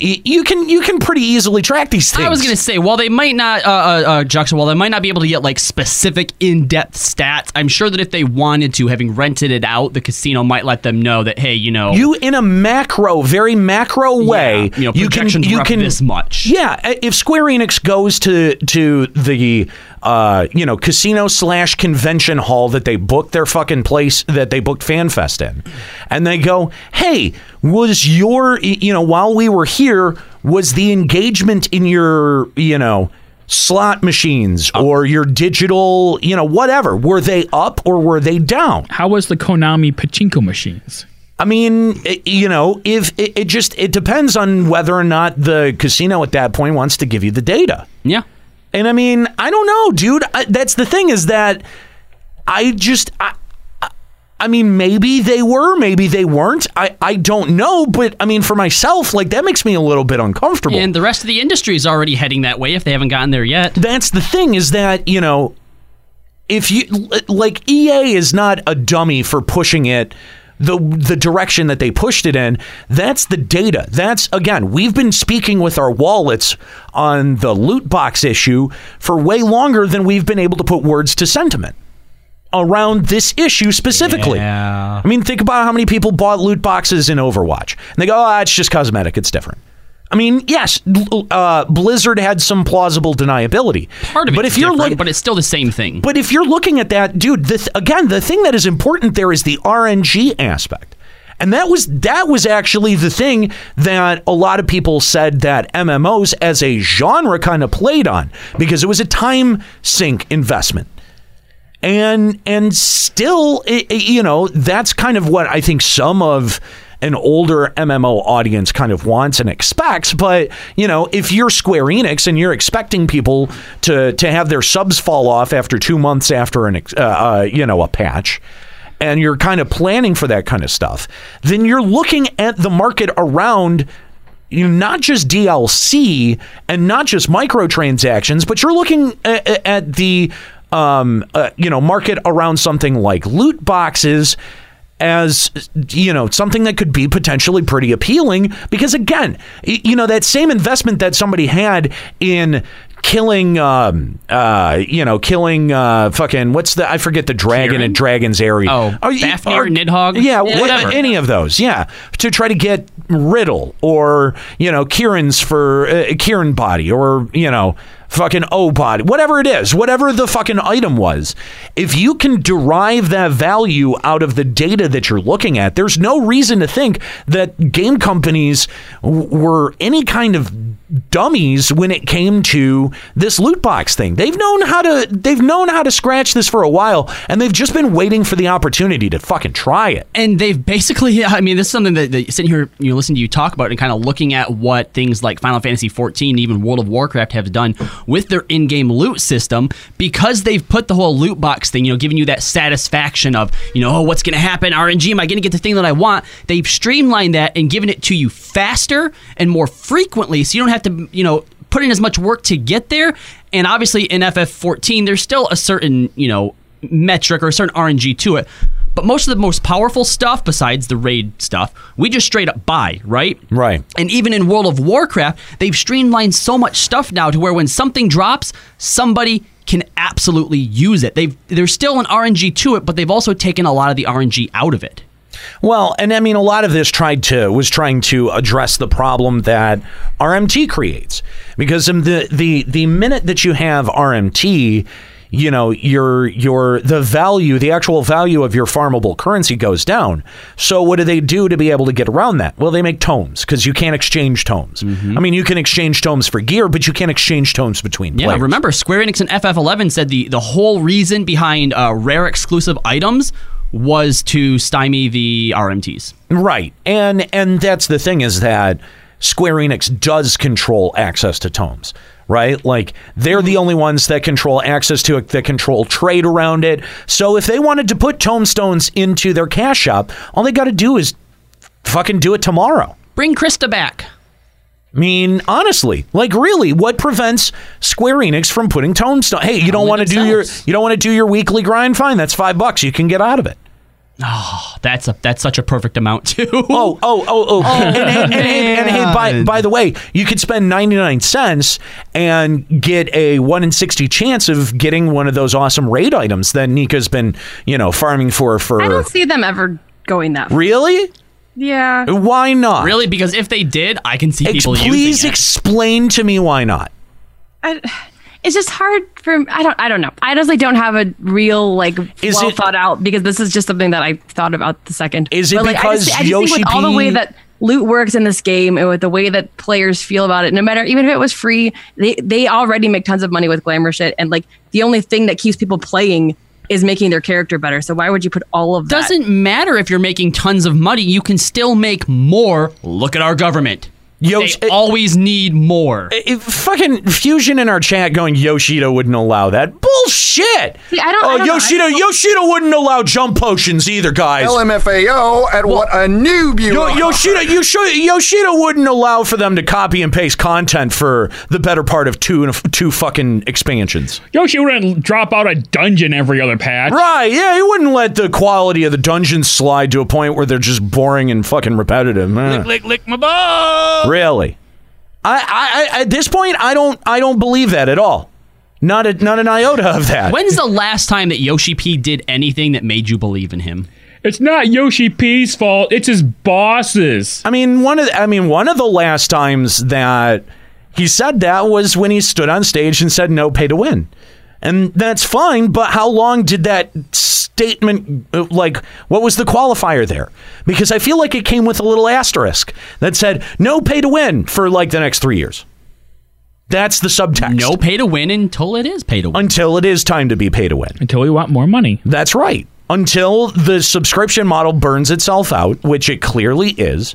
Y- You can you can pretty easily track these things.
I was gonna say, while they might not, uh, uh, uh, Jackson, while they might not be able to get like specific in-depth stats, I'm sure that if they wanted to, having rented it out, the casino might let them know that, hey, you know,
you in a macro, very macro way.
you know, projections were up this much.
Yeah, i- if Square Enix goes to to the uh, you know casino slash convention hall that they booked their fucking place that they booked FanFest in, and they go, hey, was your y- you know while we were here was the engagement in your you know slot machines or your digital you know whatever were they up or were they down
How was the Konami pachinko machines?
I mean, i you know, if it, it just it depends on whether or not the casino at that point wants to give you the data.
yeah.
And I mean, I don't know, dude. I, that's the thing is that I just I, I- I mean, maybe they were, maybe they weren't. I I don't know, but I mean, for myself, like that makes me a little bit uncomfortable.
And the rest of the industry is already heading that way if they haven't gotten there yet.
that's the thing is that you know if you l- like EA is not a dummy for pushing it the the direction that they pushed it in that's the data that's again we've been speaking with our wallets on the loot box issue for way longer than we've been able to put words to sentiment around this issue specifically
Yeah.
I mean, think about how many people bought loot boxes in Overwatch. And they go, oh, it's just cosmetic. It's different. I mean, yes, bl- uh, Blizzard had some plausible deniability.
Part of it
but if you're
different,
like,
but it's still the same thing.
but if you're looking at that, dude, the th- again, the thing that is important there is the RNG aspect. And that was that was actually the thing that a lot of people said that MMOs as a genre kind of played on because it was a time sink investment. And and still i- i- you know, that's kind of what I think some of an older MMO audience kind of wants and expects, but you know, if you're Square Enix and you're expecting people to to have their subs fall off after 2 months after an ex- uh, uh, you know, a patch, and you're kind of planning for that kind of stuff, then you're looking at the market around you know, not just DLC and not just microtransactions, but you're looking at, at the um, uh, you know market around something like loot boxes as you know something that could be potentially pretty appealing because again y- you know that same investment that somebody had in killing um uh you know killing uh fucking what's the i forget the dragon and dragons area
Oh,
Are you-
Fafnir,
are-
Nidhogg?
yeah,
Yeah,
wha-
whatever.
any of those yeah to try to get riddle or you know kieran's for uh, kieran body or you know fucking o body whatever it is whatever the fucking item was if you can derive that value out of the data that you're looking at there's no reason to think that game companies w- were any kind of dummies when it came to this loot box thing. They've known how to they've known how to scratch this for a while and they've just been waiting for the opportunity to fucking try it.
and they've basically <laughs> i mean this is something that, that sitting here you know, listening to you talk about and kind of looking at what things like final fantasy 14 even world of warcraft have done with their in-game loot system because they've put the whole loot box thing you know giving you that satisfaction of you know oh what's gonna happen rng am i gonna get the thing that i want they've streamlined that and given it to you faster and more frequently so you don't have to you know put in as much work to get there and obviously in ff14 there's still a certain you know metric or a certain RNG to it. But most of the most powerful stuff, besides the raid stuff, we just straight up buy, right?
Right.
And even in World of Warcraft, they've streamlined so much stuff now to where when something drops, somebody can absolutely use it. They've there's still an RNG to it, but they've also taken a lot of the RNG out of it.
Well, and I mean, a lot of this tried to was trying to address the problem that RMT creates because in the the the minute that you have RMT, you know your your the value, the actual value of your farmable currency goes down. So what do they do to be able to get around that? Well, they make tomes because you can't exchange tomes. I mean, you can exchange tomes for gear, but you can't exchange tomes between
Yeah,
players.
remember Square Enix and FF11 said the the whole reason behind uh, rare exclusive items was to stymie the RMTs.
Right. And and that's the thing is that Square Enix does control access to tomes, right? Like they're the only ones that control access to it, that control trade around it. So if they wanted to put tombstones into their cash shop, all they got to do is fucking do it tomorrow.
Bring Krista back.
I mean, honestly, like really, what prevents Square Enix from putting tombstone? Hey, you don't
Only
want to do your
themselves.
you don't want to do your weekly grind? Fine, that's 5 bucks. You can get out of it.
Ah, That's a that's such a perfect amount too.
Oh, oh, oh,
<laughs>
oh. and, hey, and, hey, and hey, by, by the way, you could spend 99 cents and get a 1 in 60 chance of getting one of those awesome raid items that Nika's been, you know, farming for
I
for.
don't see them ever going that far.
Really?
Yeah.
Why not?
really? Because if they did, I can see
Ex-
people
please
using it.
explain to me why not.
I, it's just hard for I don't I don't know. I honestly don't have a real like
Is
well
it-
thought out because this is just something that I thought about the second.
Is it
But, like, I
because
just, I just think with all
Yoshi
the way
P-
that loot works in this game and with the way that players feel about it, no matter even if it was free, they they already make tons of money with glamour shit, and like the only thing that keeps people playing is making their character better. So why would you put all of that?
doesn't matter if you're making tons of money. You can still make more. Look at our government.
Yo-
they
it-
always need more.
If fucking fusion in our chat going Yoshida wouldn't allow that bullshit.
See, I don't-
Oh,
I don't know. I
Yoshida,
don't-
Yoshida wouldn't allow jump potions either, guys.
LMFAO at what a noob you
Yo,
are.
Yoshida, Yoshida, Yoshida wouldn't allow for them to copy and paste content for the better part of two and a, two fucking expansions.
Yoshi wouldn't drop out a dungeon every other patch.
Right? Yeah, he wouldn't let the quality of the dungeons slide to a point where they're just boring and fucking repetitive. Eh.
Lick, lick my balls.
Really? I, I, I, at this point, I don't, I don't believe that at all. Not a, not an iota of that.
When's the last time that Yoshi P did anything that made you believe in him?
It's not Yoshi P's fault. It's his boss's.
I mean, one of the, I mean, one of the last times that he said that was when he stood on stage and said no pay to win. And that's fine, but how long did that statement uh, like what was the qualifier there? Because I feel like it came with a little asterisk that said no pay to win for like the next 3 years. That's the subtext.
No pay to win until it is pay to win.
Until it is time to be pay to win.
Until we want more money.
That's right. Until the subscription model burns itself out, which it clearly is,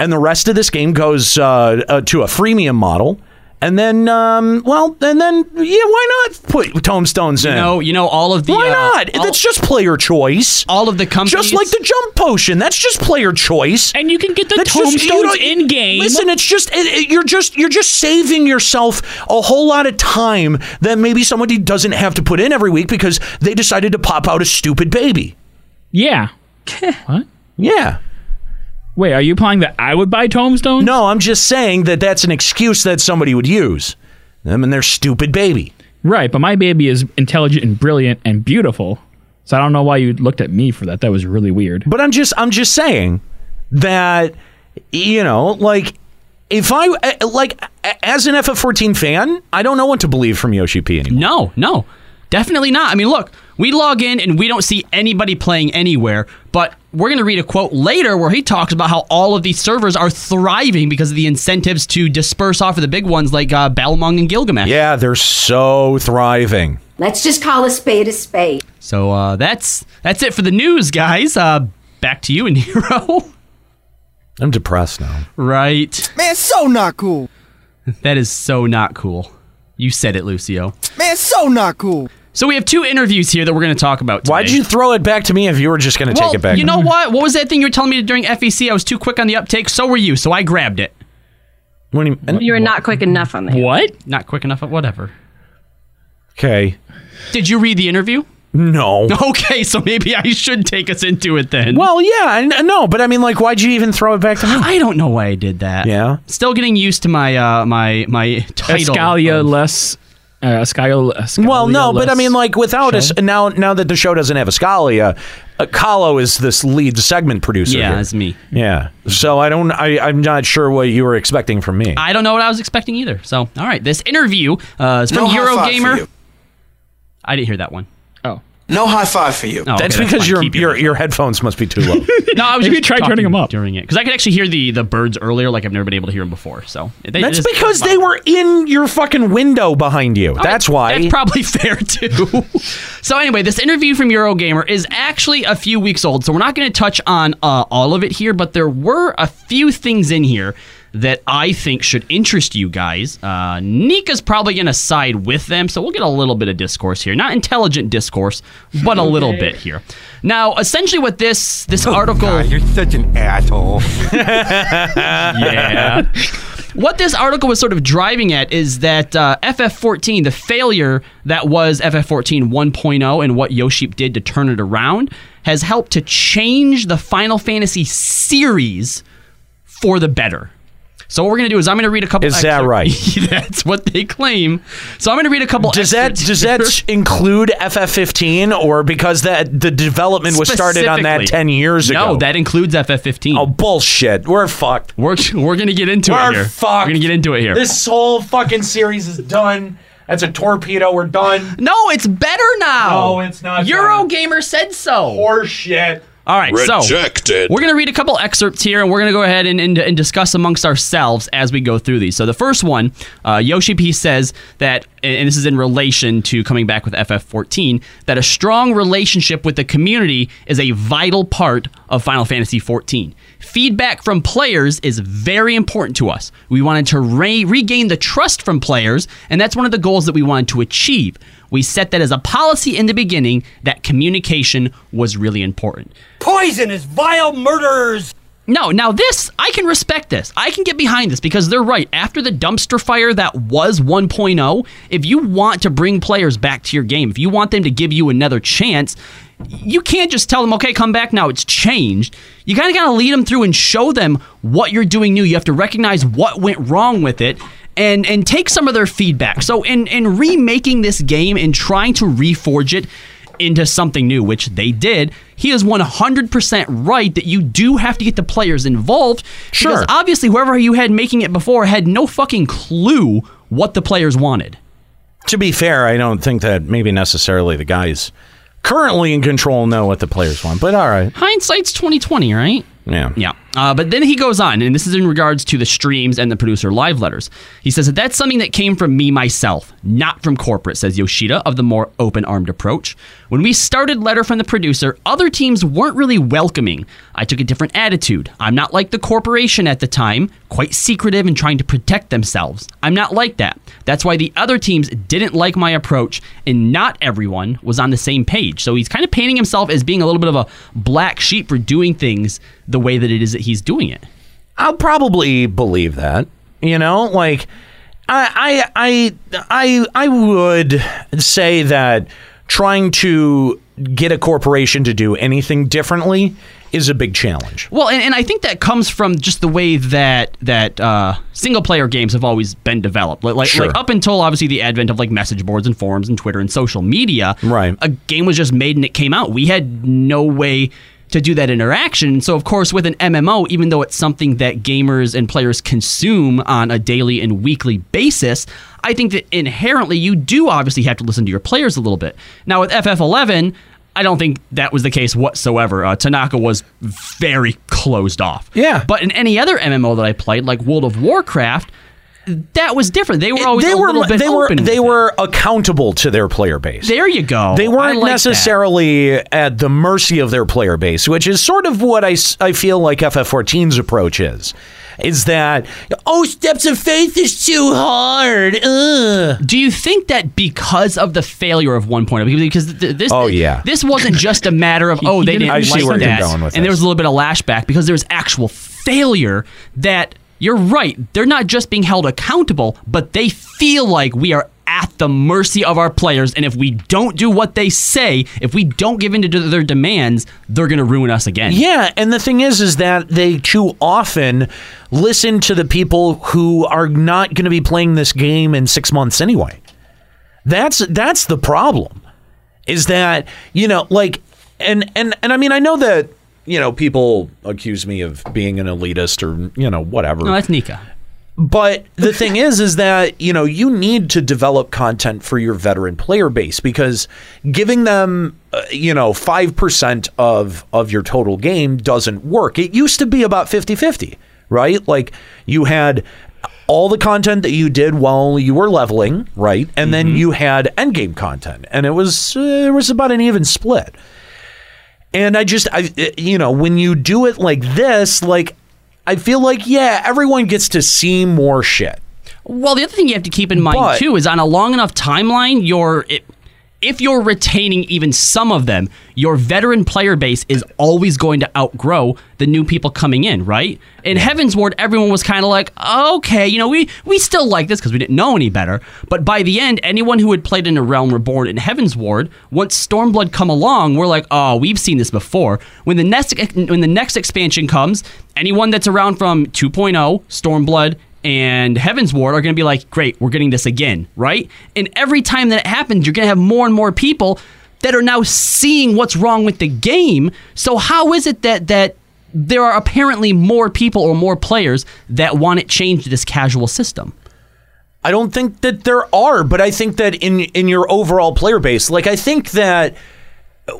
and the rest of this game goes uh, uh, to a freemium model, and then, um, well, and then, yeah, why not put tombstones in?
You know, you know all of the.
why
uh,
not?
all-
that's just player choice.
all of the companies.
Just like the jump potion, that's just player choice.
And you can get the
That's just- you
tombstones
don't-
in game.
Listen, it's just it, it- you're just you're just saving yourself a whole lot of time that maybe somebody doesn't have to put in every week because they decided to pop out a stupid baby.
Yeah.
Yeah.
Wait, are you implying that I would buy tombstones?
No, I'm just saying that that's an excuse that somebody would use. Them and their stupid baby.
Right, but my baby is intelligent and brilliant and beautiful. So I don't know why you looked at me for that. That was really weird.
But I'm just I'm just saying that you know, like if I eh, like a- as an FF14 fan, I don't know what to believe from Yoshi P anymore.
No, no, definitely not. I mean, look, we log in and we don't see anybody playing anywhere, but we're going to read a quote later where he talks about how all of these servers are thriving because of the incentives to disperse off of the big ones like uh, Balmung and Gilgamesh.
Yeah, they're so thriving.
Let's just call a spade a spade.
So uh, that's that's it for the news, guys. Uh, back to you, and <laughs> Nero.
I'm depressed now.
right.
Man, so not cool.
That is so not cool. You said it, Lucio.
Man, so not cool.
So we have two interviews here that we're going to talk about. Today.
Why'd you throw it back to me if you were just going to
well,
take it back?
You know what? What was that thing you were telling me during FEC? I was too quick on the uptake. So were you. So I grabbed it.
What do you-
You were not quick enough on that.
What?
Not quick enough. Whatever.
okay.
Did you read the interview? <laughs>
<laughs> No.
Okay, so maybe I should take us into it then.
Well, yeah, I kn- no, but I mean, like, why'd you even throw it back to me?
I don't know why I did that.
Yeah.
Still getting used to my uh my my title.
Escalia
of-
less. Uh, Escalia, Escalia
Well, no, but I
less-
mean, like, without us now, now that the show doesn't have a Scalia, uh, Kahlo is this lead segment producer.
yeah,
here.
it's me.
Yeah. So I don't. I, I'm not sure what you were expecting from me.
I don't know what I was expecting either. So, all right, this interview uh, is from
No high five for
Eurogamer.
you.
I didn't hear that one.
Oh.
No high five for you.
Oh, okay,
That's because
fine.
your
Keep
your, your headphones must be too
<laughs>
low.
No, I was
Maybe
just
try
talking
turning 'em up.
during it because I could actually hear the the birds earlier. Like I've never been able to hear them before. So they,
That's
it is-
because
fine.
they were in your fucking window behind you.
Okay,
That's why.
That's probably <laughs> fair too. so anyway, this interview from Eurogamer is actually a few weeks old, so we're not going to touch on uh, all of it here. But there were a few things in here that I think should interest you guys. Uh, Nika's probably going to side with them, so we'll get a little bit of discourse here. Not intelligent discourse, but a little bit here. Now, essentially, what this this
Oh,
article
such an asshole.
yeah. <laughs> What this article was sort of driving at is that uh, FF14, the failure that was FF14 1.0 and what Yoship did to turn it around, has helped to change the Final Fantasy series for the better. So what we're gonna do is I'm gonna read a couple.
Is
<laughs>
that
excer-
right?
That's what they claim. So I'm gonna read a couple.
Does
<laughs>
that
excerpts
does
here.
that include FF15 or because that the development was started on that
Specifically.
10 years ago?
No, that includes FF15.
oh bullshit. We're fucked.
We're we're gonna get into
We're
it here.
fucked.
We're gonna get into it here.
This whole fucking series is done. That's a torpedo. We're done.
no, it's better now.
No, it's not
Eurogamer said so.
Horseshit.
All right,
Rejected.
so we're going to read a couple excerpts here, and we're going to go ahead and, and, and discuss amongst ourselves as we go through these. So the first one, uh, Yoshi P says that, and and this is in relation to coming back with FF14, that a strong relationship with the community is a vital part of Final Fantasy 14. Feedback from players is very important to us. We wanted to re- regain the trust from players, and that's one of the goals that we wanted to achieve. We set that as a policy in the beginning that communication was really important.
Poisonous, vile murderers.
No, now this, I can respect this. I can get behind this because they're right. After the dumpster fire that was 1.0, if you want to bring players back to your game, if you want them to give you another chance, you can't just tell them, okay, come back now, it's changed. You kind of got to lead them through and show them what you're doing new. You have to recognize what went wrong with it and and take some of their feedback. So in in remaking this game and trying to reforge it, into something new, which they did, he is 100% right that you do have to get the players involved. Sure. Because obviously, whoever you had making it before had no fucking clue what the players wanted.
To be fair, I don't think that maybe necessarily the guys currently in control know what the players want, but all right.
Hindsight's 2020, right?
Yeah.
Yeah. Uh, but then he goes on, and this is in regards to the streams and the producer live letters. He says that that's something that came from me myself, not from corporate, says Yoshida of the more open armed approach. When we started Letter from the Producer, other teams weren't really welcoming. I took a different attitude. I'm not like the corporation at the time, quite secretive and trying to protect themselves. I'm not like that. That's why the other teams didn't like my approach, and not everyone was on the same page. So he's kind of painting himself as being a little bit of a black sheep for doing things the way that it is that he's doing it.
I'll probably believe that. You know, like I I I I I would say that trying to get a corporation to do anything differently is a big challenge.
Well, and, and I think that comes from just the way that that uh, single player games have always been developed. Like, like,
Sure.
like up until obviously the advent of like message boards and forums and Twitter and social media,
Right.
A game was just made and it came out. We had no way to do that interaction. So of course, with an MMO, even though it's something that gamers and players consume on a daily and weekly basis, I think that inherently you do obviously have to listen to your players a little bit. Now with FF11. I don't think that was the case whatsoever. Uh, Tanaka was very closed off. Yeah. But in any other MMO that I played, like World of Warcraft, that was different. They were always
They
a
were
little bit
they were
open.
they were accountable to their player base.
there you go.
They
I
weren't
like that.
necessarily at the mercy of their player base, which is sort of what I, s- I feel like FF14's approach is. Is that, oh, Steps of Faith is too hard. Ugh.
Do you think that because of the failure of 1.0, because- because th- this
Oh, yeah.
this wasn't just a matter
<laughs>
of oh
he
they
didn't
didn't
I
like
see where you're
that,
going with
and there
this.
was a little bit of lashback because there was actual failure that you're right they're not just being held accountable but they feel like we are at the mercy of our players and if we don't do what they say if we don't give in to their demands they're going to ruin us again
Yeah, and the thing is, is that they too often listen to the people who are not going to be playing this game in six months anyway. That's that's the problem. Is that you know like and and and I mean I know that you know people accuse me of being an elitist or you know whatever.
no that's nika
But the thing is, is that you know you need to develop content for your veteran player base because giving them, uh, you know, five percent of of your total game doesn't work. It used to be about 50-50, right? Like you had all the content that you did while you were leveling, right, and then you had end game content, and it was uh, it was about an even split. And I just, I, it- you know, when you do it like this, like, I feel like, yeah, everyone gets to see more shit.
Well, the other thing you have to keep in mind
But-
too is on a long enough timeline, your if you're retaining even some of them, your veteran player base is always going to outgrow the new people coming in, right? In Heaven's Ward, everyone was kind of like, okay, you know, we we still like this because we didn't know any better. But by the end, anyone who had played in a Realm Reborn in Heaven's Ward, once Stormblood come along, we're like, oh, we've seen this before. When the next when the next expansion comes, anyone that's around from 2.0, Stormblood, and Heaven's Ward are going to be like, great, we're getting this again, right? And every time that it happens, you're going to have more and more people that are now seeing what's wrong with the game. So how is it that that there are apparently more people or more players that want it changed to this casual system?
I don't think that there are, but I think that in in your overall player base, like I think that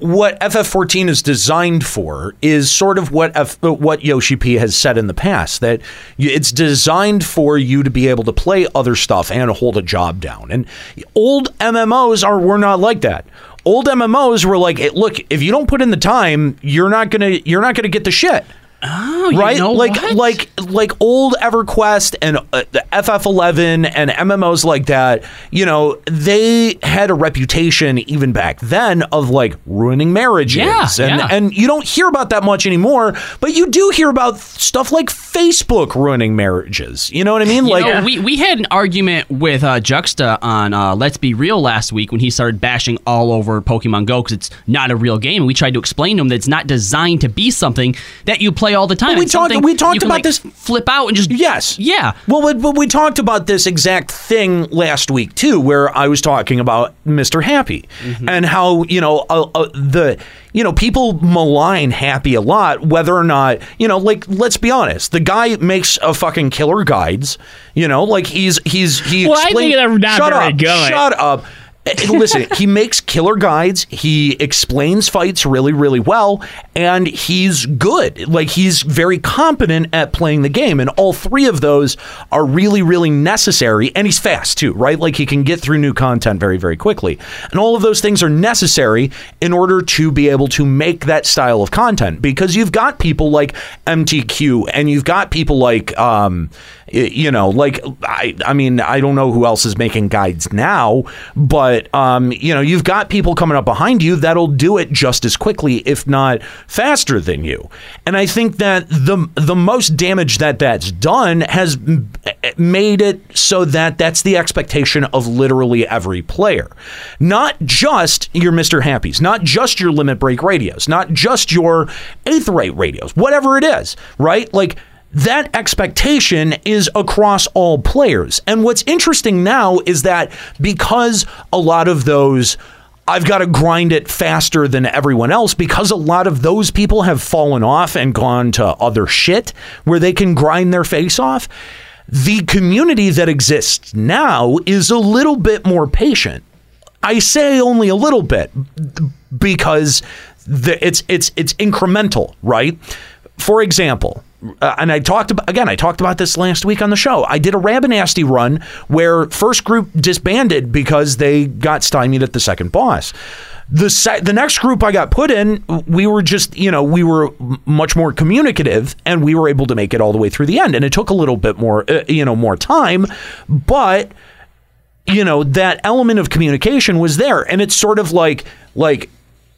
what FF14 is designed for is sort of what F, what Yoshi P has said in the past that you- it's designed for you to be able to play other stuff and hold a job down. And old MMOs are were not like that. Old MMOs were like, hey, look, if you don't put in the time, you're not gonna you're not gonna get the shit
Oh,
right?
You know
like
what?
like like old EverQuest and uh, the FF11 and MMOs like that. You know, they had a reputation even back then of like ruining marriages,
Yeah,
and
yeah.
and you don't hear about that much anymore. But you do hear about stuff like Facebook ruining marriages. You know what I mean? like.
You know, we, we had an argument with uh, Juxta on uh, Let's Be Real last week when he started bashing all over Pokemon Go because it's not a real game. And we tried to explain to him that it's not designed to be something that you play play all the time.
we
It's
talked-
something
we talked
you can,
about
like,
this-
Flip out and just
yes,
yeah.
Well, we, but we talked about this exact thing last week too, where I was talking about Mr. Happy and how you know uh, uh, the you know people malign Happy a lot, whether or not you know, like let's be honest, the guy makes a fucking killer guides. You know, like he's he's he.
Well, I
explained-
think they're not
shut
very
up,
good.
Shut up. Eh, Listen, he makes killer guides. He explains fights really, really well, and he's good. Like he's very competent at playing the game, and all three of those are really, really necessary. And he's fast too, right? Like he can get through new content very, very quickly, and all of those things are necessary in order to be able to make that style of content. Because you've got people like MTQ, and you've got people like, um, y- you know, like I, I mean, I don't know who else is making guides now, but um, you know, you've got people coming up behind you that'll do it just as quickly, if not faster than you. And I think that the the most damage that that's done has m- made it so that that's the expectation of literally every player, not just your Mister Happy's, not just your Limit Break radios, not just your eighth rate radios, whatever it is, right? Like that expectation is across all players. And what's interesting now is that because a lot of those I've got to grind it faster than everyone else because a lot of those people have fallen off and gone to other shit where they can grind their face off. The community that exists now is a little bit more patient. I say only a little bit because the, it's it's it's incremental, right? For example, uh, and I talked about again, I talked about this last week on the show. I did a Rabinasty run where first group disbanded because they got stymied at the second boss. The se- the next group I got put in, we were just you know we were m- much more communicative and we were able to make it all the way through the end. And it took a little bit more uh, you know more time, but you know that element of communication was there and it's sort of like like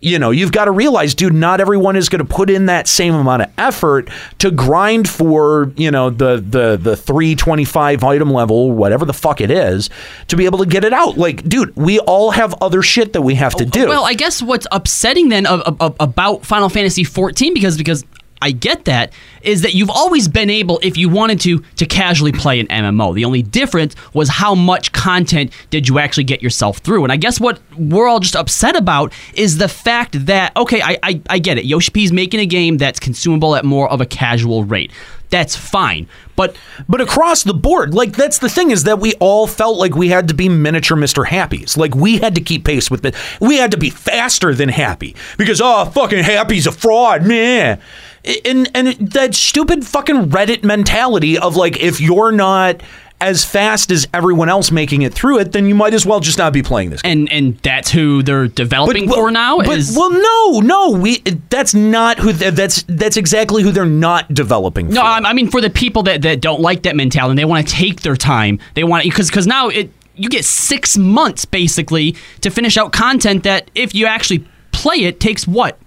you know you've got to realize dude not everyone is going to put in that same amount of effort to grind for you know the the the 325 item level whatever the fuck it is to be able to get it out like dude we all have other shit that we have to do
Well, I guess what's upsetting then of, of- of- about Final Fantasy 14 because because I get that is that you've always been able if you wanted to to casually play an MMO. The only difference was how much content did you actually get yourself through. And I guess what we're all just upset about is the fact that okay, I I, I get it. Yoshi P's making a game that's consumable at more of a casual rate. That's fine. But
but across the board, like that's the thing is that we all felt like we had to be miniature Mr. Happy's. Like we had to keep pace with it. We had to be faster than Happy because oh fucking Happy's a fraud, man. And and that stupid fucking Reddit mentality of like if you're not as fast as everyone else making it through it, then you might as well just not be playing this.
And and that's who they're developing for now
But
is
well, no, no, we that's not who that's that's exactly who they're not developing.
No, I, I mean for the people that, that don't like that mentality, and they want to take their time. They want because because now it you get six months basically to finish out content that if you actually play it takes what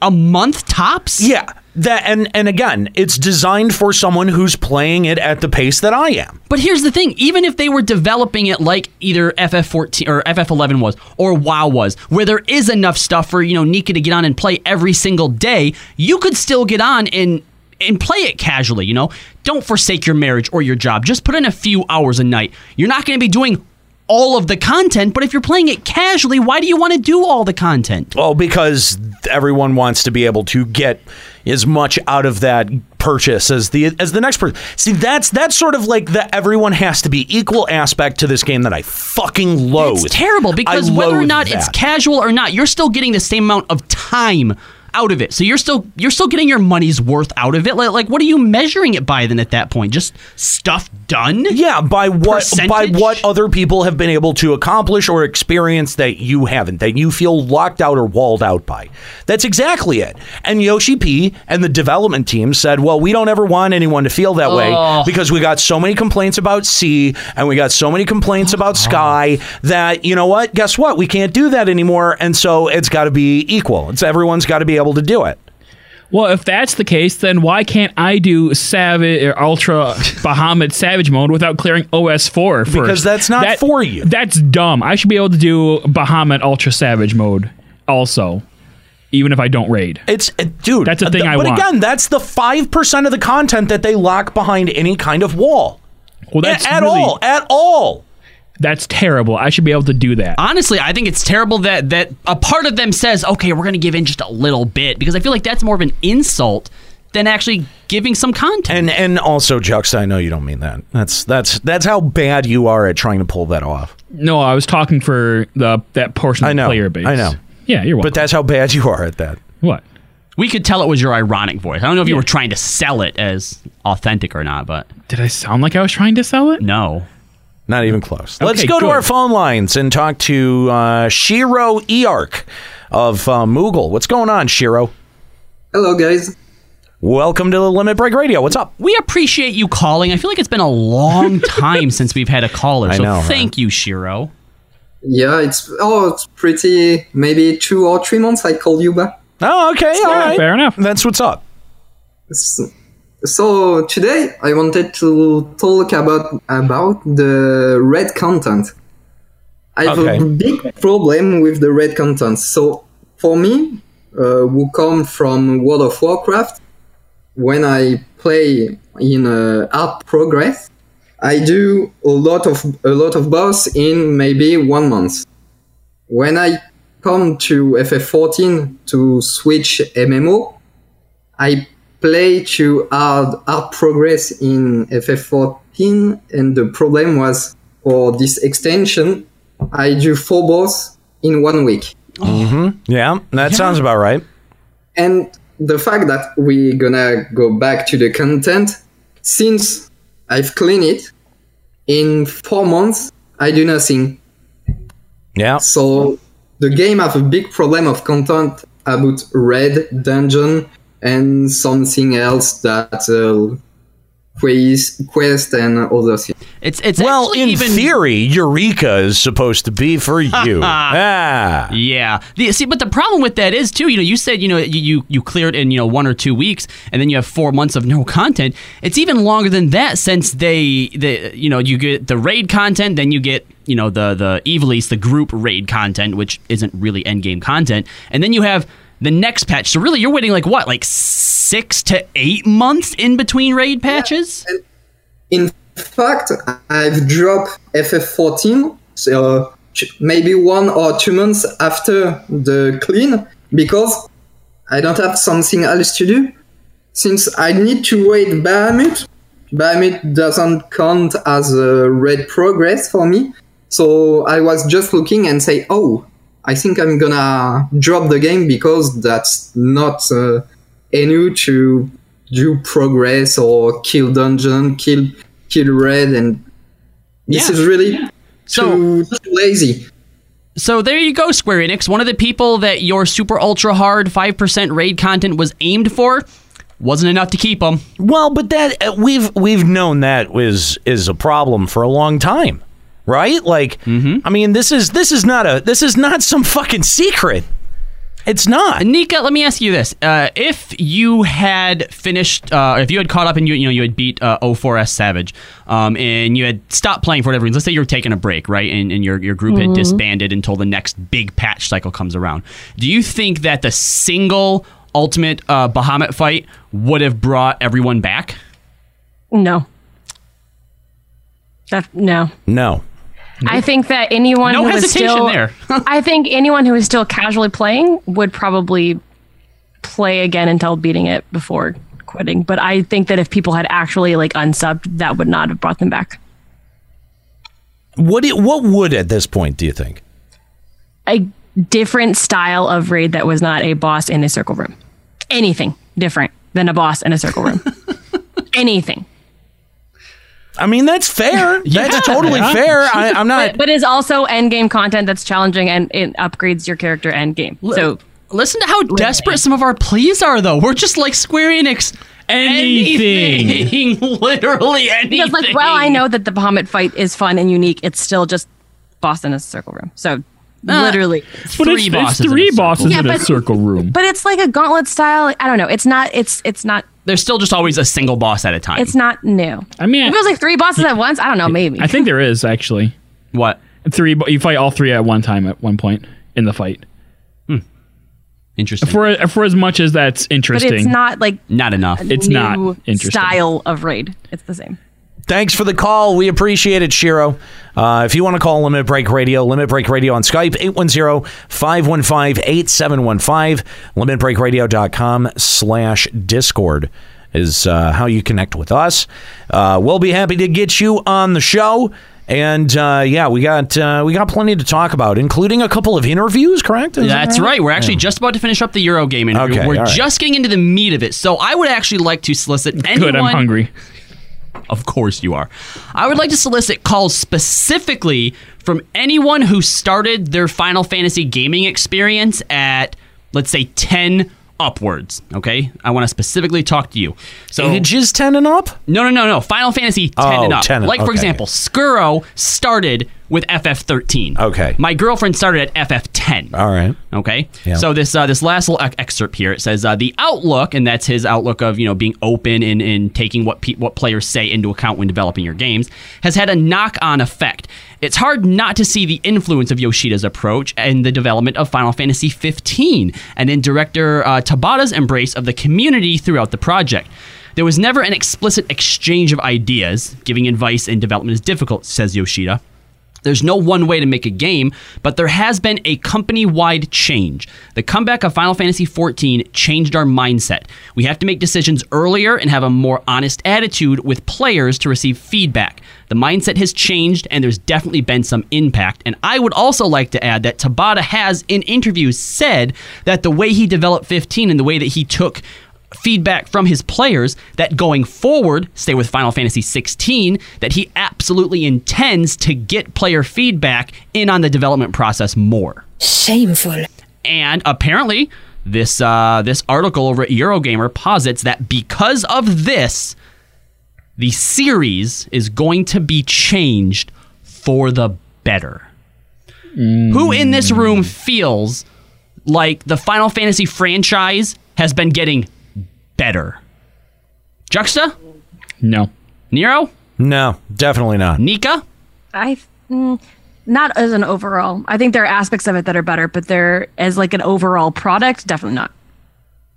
a month tops.
Yeah, that and and again, it's designed for someone who's playing it at the pace that I am.
But here's the thing: even if they were developing it like either FF14 or FF11 was, or WoW was, where there is enough stuff for you know Nika to get on and play every single day, you could still get on and and play it casually. You know, don't forsake your marriage or your job. Just put in a few hours a night. You're not going to be doing all of the content, but if you're playing it casually, why do you want to do all the content?
Well, Oh, because everyone wants to be able to get as much out of that purchase as the as the next person. See, that's that's sort of like the everyone has to be equal aspect to this game that I fucking loathe.
It's terrible because
I
whether or
loathe
not it's
that.
casual or not, you're still getting the same amount of time out of it. So you're still you're still getting your money's worth out of it. Like, like what are you measuring it by then at that point? Just stuff done?
Yeah, by what by what other people have been able to accomplish or experience that you haven't, that you feel locked out or walled out by. That's exactly it. And Yoshi P and the development team said, "Well, we don't ever want anyone to feel that way
Oh.
because we got so many complaints about C and we got so many
Oh,
complaints about Sky that you know what? Guess what? We can't do that anymore, and so it's got to be equal. It's everyone's got to be able to do it."
Well, if that's the case, then why can't I do Savage
<laughs>
or Ultra Bahamut Savage mode without clearing OS four first?
Because that's not for
you. That's dumb. I should be able to do Bahamut Ultra Savage mode also. even if I don't raid.
It's uh, dude.
That's a thing I
but
want.
again, that's the five percent of the content that they lock behind any kind of wall.
Well, that's
at
really-
all, at all.
That's terrible. I should be able to do that.
Honestly, I think it's terrible that that a part of them says, "Okay, we're going to give in just a little bit," because I feel like that's more of an insult than actually giving some content.
And and also, Juxta, I know you don't mean that. That's that's that's how bad you are at trying to pull that off.
No, I was talking for the that portion of
I know.
the player base.
I know.
Yeah, you're welcome.
But that's how bad you are at that.
What?
We could tell it was your ironic voice. I don't know if you were trying to sell it as authentic or not, but
did I sound like I was trying to sell it?
No,
not even close.
Okay,
Let's go to
good.
our phone lines and talk to uh, Shiro Eark of uh, Moogle. What's going on, Shiro?
Hello, guys.
Welcome to the Limit Break Radio. What's up?
We appreciate you calling. I feel like it's been a
<laughs>
long time since we've had a caller.
I
So
know, right?
thank you, Shiro.
Yeah, it's oh, it's pretty. Maybe two or three months. I called you back.
Oh, okay, all right.
fair enough.
That's what's up.
So, so today I wanted to talk about about the red content. I have
Okay.
a big problem with the red content. So for me, uh, who come from World of Warcraft, when I play in uh, hard progress, I do a lot of a lot of boss in maybe one month. When I come to FF14 to switch MMO, I play to hard, hard progress in FF14, and the problem was for this extension, I do four boss in one week.
Mm-hmm. Yeah, that sounds about right.
And the fact that we're gonna go back to the content, since I've cleaned it, in four months, I do nothing.
Yeah.
So the game have a big problem of content about red dungeon and something else that uh, quest, quest and other things.
It's it's
well, in theory, Eureka is supposed to be for <laughs> you. ah.
Yeah. The, see, but the problem with that is too. You know, you said you know you, you you cleared in you know one or two weeks, and then you have four months of no content. It's even longer than that since they the you know you get the raid content, then you get you know the the Evilise, the group raid content, which isn't really end game content, and then you have the next patch. So really, you're waiting like what, like six to eight months in between raid patches.
In fact, I've dropped FF14, so ch- maybe one or two months after the clean, because I don't have something else to do. Since I need to wait Bahamut, Bahamut doesn't count as a red progress for me. So I was just looking and say, oh, I think I'm gonna drop the game because that's not uh, new to do progress or kill dungeon, kill kill red, and this is really too, too lazy.
So there you go, Square Enix. One of the people that your super ultra hard 5% raid content was aimed for wasn't enough to keep them.
Well, but that uh, we've we've known that is is a problem for a long time, right? Like, I mean, this is this is not a this is not some fucking secret. It's not.
Nika, let me ask you this. Uh, if you had finished, uh, if you had caught up and you, you know, you had beat uh, 04S Savage um, and you had stopped playing for whatever reason, let's say you were taking a break, right? And, and your, your group
Mhm.
had disbanded until the next big patch cycle comes around. Do you think that the single ultimate uh, Bahamut fight would have brought everyone back?
No. That no.
No.
I think that anyone
No
who is
hesitation
still,
<laughs>
there.
I think anyone who is still casually playing would probably play again until beating it before quitting. But I think that if people had actually like unsubbed, that would not have brought them back.
What it, what would at this point do you think?
A different style of raid that was not a boss in a circle room. Anything different than a boss in a circle
<laughs>
room. Anything.
I mean, that's fair. that's totally fair. I, I'm not.
But, but it's also end game content that's challenging and it upgrades your character end game. So
listen to how desperate some of our pleas are, though. We're just like Square Enix.
Anything.
<laughs> Literally anything.
Because like, well, I know that the Bahamut fight is fun and unique. It's still just boss in a circle room. So
Uh,
literally,
But it's, it's three bosses
Yeah,
in a
but-
circle room.
But it's like a gauntlet style. I don't know. It's not. It's it's not.
There's still just always a single boss at a time.
It's not new.
I mean,
if it was like three bosses at once, I don't know. Maybe.
I think there is actually.
What?
Three. You fight all three at one time at one point in the fight.
Interesting.
For for as much as that's
But
interesting,
it's not like
not enough.
a
It's not
new
interesting.
style of raid. It's the same.
Thanks for the call. We appreciate it, Shiro. Uh, if you want to call Limit Break Radio, Limit Break Radio on Skype, 810-515-8715. LimitBreakRadio.com slash Discord is uh, how you connect with us. Uh, we'll be happy to get you on the show. And uh, yeah, we got uh, we got plenty to talk about, including a couple of interviews. Correct? Is that
That's right. We're actually just about to finish up the Euro game interview.
Okay,
We're
all right.
just getting into the meat of it. So I would actually like to solicit anyone.
good. I'm hungry.
Of course you are. I would like to solicit calls specifically from anyone who started their Final Fantasy gaming experience at, let's say, 10 upwards. Okay? I want to specifically talk to you. So
Ages 10 and up?
No, no, no, no. Final Fantasy 10 and
Oh,
up.
10 and-
like, for
okay.
example, Skuro started with FF13.
Okay.
My girlfriend started at FF10.
All right.
Okay.
Yeah.
So this uh, this last little ex- excerpt here it says uh, the outlook, and that's his outlook of you know being open and, and taking what pe- what players say into account when developing your games has had a knock on effect. It's hard not to see the influence of Yoshida's approach and the development of Final Fantasy 15, and in director uh, Tabata's embrace of the community throughout the project. There was never an explicit exchange of ideas. Giving advice in development is difficult, says Yoshida. There's no one way to make a game, but there has been a company wide change. The comeback of Final Fantasy XIV changed our mindset. We have to make decisions earlier and have a more honest attitude with players to receive feedback. The mindset has changed, and there's definitely been some impact. And I would also like to add that Tabata has, in interviews, said that the way he developed 15 and the way that he took feedback from his players that going forward, stay with Final Fantasy 16, that he absolutely intends to get player feedback in on the development process more.
Shameful.
And apparently, this uh, this article over at Eurogamer posits that because of this, the series is going to be changed for the better. Who in this room feels like the Final Fantasy franchise has been getting better? Juxta?
No.
Nero?
No, definitely not.
Nika?
I mm, not as an overall. I think there are aspects of it that are better, but there as like an overall product, definitely not.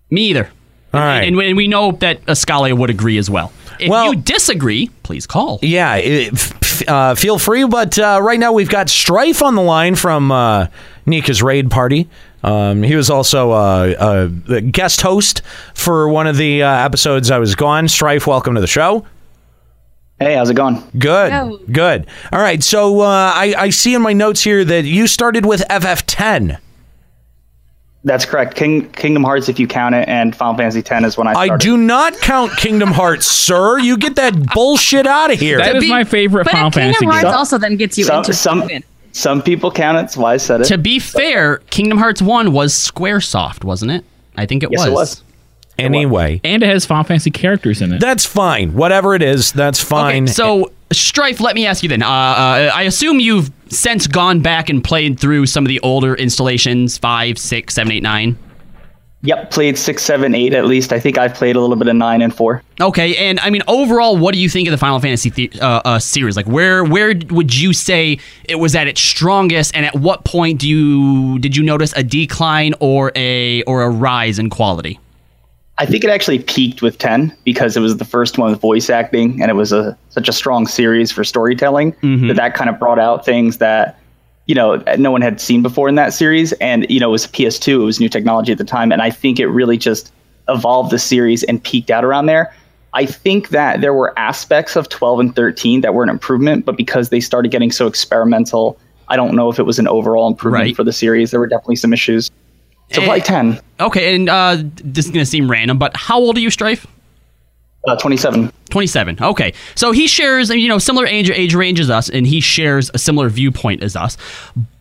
Me either. All right. And, and we know that Ascalia would agree as well. If you disagree, please call.
Yeah, it, f- uh, feel free. But uh, right now we've got Strife on the line from uh, Nika's raid party. Um, he was also uh, a, a guest host for one of the uh, episodes I was gone. Strife, welcome to the show.
Hey, how's it going?
Good,
Hello.
good. All right, so uh, I, I see in my notes here that you started with FF10.
That's correct. King, Kingdom Hearts, if you count it, and Final Fantasy X is when I started.
I do not count Kingdom Hearts, sir. You get that bullshit out of here.
That is my favorite
But if Kingdom Hearts also then gets you
Some-
into
some- Some people count it. That's why I said it.
To be fair, Kingdom Hearts 1 was Squaresoft, wasn't it? I think it
Yes,
was.
it was.
Anyway.
And it has Final Fantasy characters in it.
That's fine. Whatever it is, that's
Oh,
fine.
Okay, so Strife, let me ask you then. Uh, uh, I assume you've since gone back and played through some of the older installations, five, six, seven, eight, nine.
Yep, played six, seven, eight at least. I think I've played a little bit of nine and four.
Okay, and I mean overall, what do you think of the Final Fantasy the- uh, uh, series? Like, where where would you say it was at its strongest, and at what point do you did you notice a decline or a or a rise in quality?
I think it actually peaked with ten because it was the first one with voice acting, and it was a such a strong series for storytelling that that kind of brought out things that you know no one had seen before in that series. And you know, it was PS2, it was new technology at the time, and I think it really just evolved the series and peaked out around there. I think that there were aspects of 12 and 13 that were an improvement, but because they started getting so experimental, I don't know if it was an overall improvement for the series. There were definitely some issues. So, like 10,
Okay, and uh, this is gonna seem random, but how old are you, Strife?
uh, 27.
27. Okay. So he shares, you know, similar age age range as us, and he shares a similar viewpoint as us.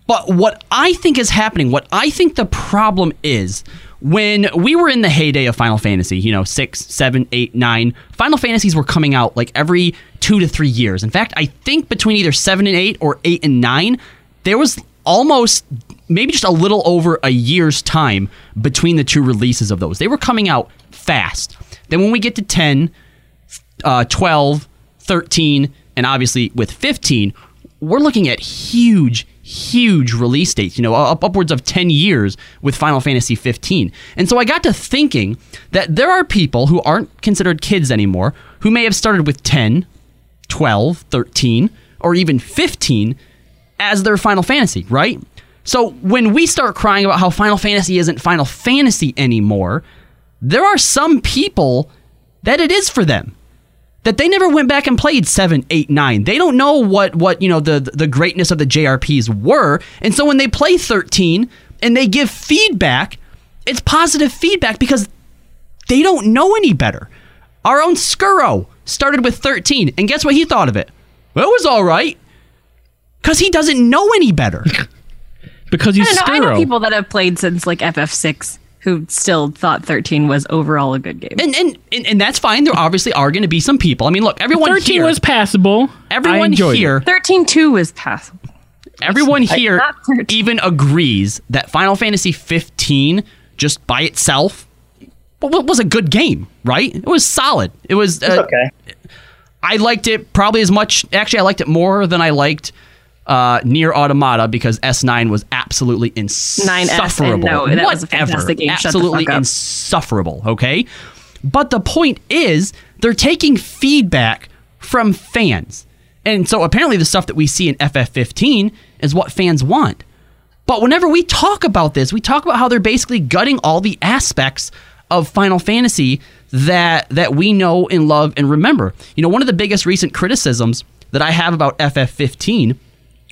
But what I think is happening, what I think the problem is, when we were in the heyday of Final Fantasy, you know, six, seven, eight, nine, Final Fantasies were coming out like every two to three years. In fact, I think between either seven and eight or eight and nine, there was almost maybe just a little over a year's time between the two releases of those. They were coming out fast. Then when we get to 10, uh, 12, 13, and obviously with 15, we're looking at huge, huge release dates, you know, up, upwards of 10 years with Final Fantasy 15. And so I got to thinking that there are people who aren't considered kids anymore who may have started with 10, 12, 13, or even 15 as their Final Fantasy, right? So when we start crying about how Final Fantasy isn't Final Fantasy anymore, there are some people that it is for them that they never went back and played 7 8 9 they don't know what what you know the the greatness of the jrps were and so when they play 13 and they give feedback it's positive feedback because they don't know any better our own scurro started with 13 and guess what he thought of it well, it was all right because he doesn't know any
<laughs>
better
because
I don't know. I know people that have played since like FF6 who still thought 13 was overall a good game.
And and and, and that's fine. There obviously are going to be some people. I mean, look, everyone
13
here
was passable. I
Everyone
enjoyed
here,
13 2 was passable.
everyone
I-
here
not
even agrees that Final Fantasy 15 just by itself wa- wa- was a good game, right? It was solid. It was uh, okay. I liked it probably as much. Actually, I liked it more than I liked uh, Near Automata because S9 was absolutely insufferable.
9S and no, that was a
Whatever.
fantastic game. Shut the
Absolutely
fuck up.
insufferable. Okay, but the point is they're taking feedback from fans, and so apparently the stuff that we see in FF15 is what fans want. But whenever we talk about this, we talk about how they're basically gutting all the aspects of Final Fantasy that that we know and love and remember. You know, one of the biggest recent criticisms that I have about FF15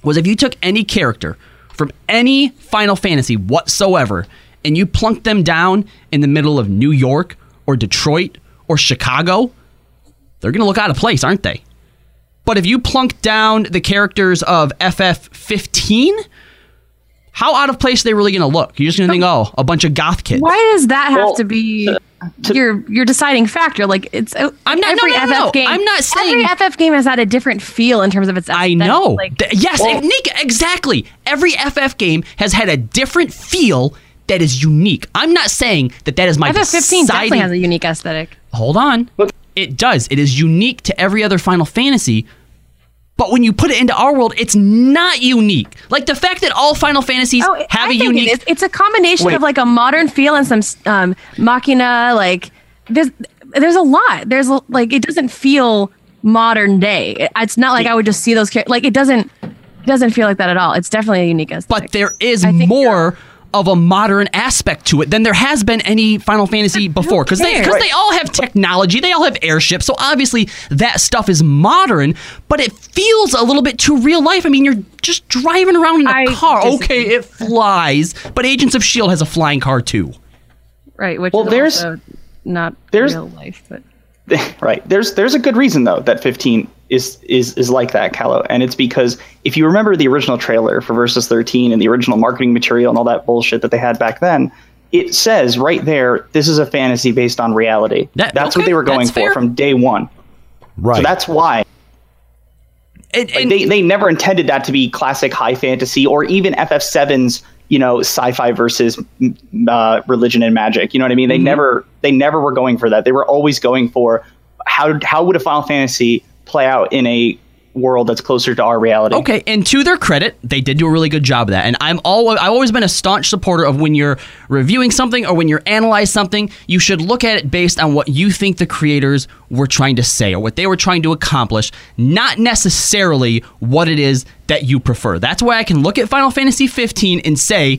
was if you took any character from any Final Fantasy whatsoever and you plunked them down in the middle of New York or Detroit or Chicago, they're going to look out of place, aren't they? But if you plunk down the characters of FF15, how out of place are they really going to look? You're just going to think, oh, a bunch of goth kids.
Why does that have to be your your deciding factor? Like it's I'm
not- no,
every
no, no,
FF
no.
game.
I'm not saying-
every FF game has had a different feel in terms of its. I
No. Th- yes, Nick, exactly. Every FF game has had a different feel that is unique. I'm not saying that that is my
FF15 definitely
deciding-
has a unique aesthetic.
Hold on. It does. It is unique to every other Final Fantasy. But when you put it into our world, it's not unique. Like the fact that all Final Fantasies have a
Oh, think it
unique.
is. It's a combination
Wait.
of like a modern feel and some um, machina. Like there's there's a lot. There's a- like it doesn't feel modern day. It- It's not like I would just see those characters. Like it doesn't it doesn't feel like that at all. It's definitely a unique aesthetic.
But there is more of a modern aspect to it than there has been any Final Fantasy before because they because
cares?
they all have technology, they all have airships, so obviously that stuff is modern, but it feels a little bit too real life. I mean, you're just driving around in a car. Okay, it flies, but Agents of Shield E has a flying car too.
right, which
Well,
is
there's-
also not
there's-
real life, but
right. There's there's a good reason though that 15 is is is like that, Callow, and it's because if you remember the original trailer for Versus 13 and the original marketing material and all that bullshit that they had back then, it says right there this is a fantasy based on reality. that's what they were going
that's
for
fair.
from day one.
Right.
So that's why.
Like,
they they never intended that to be classic high fantasy or even FF7's you know sci-fi versus m- uh, religion and magic. You know what I mean? They
Mm-hmm.
never they never were going for that. They were always going for how how would a Final Fantasy play out in a world that's closer to our reality?
Okay, and to their credit, they did do a really good job of that. And I'm all I've always been a staunch supporter of when you're reviewing something or when you're analyze something, you should look at it based on what you think the creators were trying to say or what they were trying to accomplish, not necessarily what it is that you prefer. That's why I can look at Final Fantasy 15 and say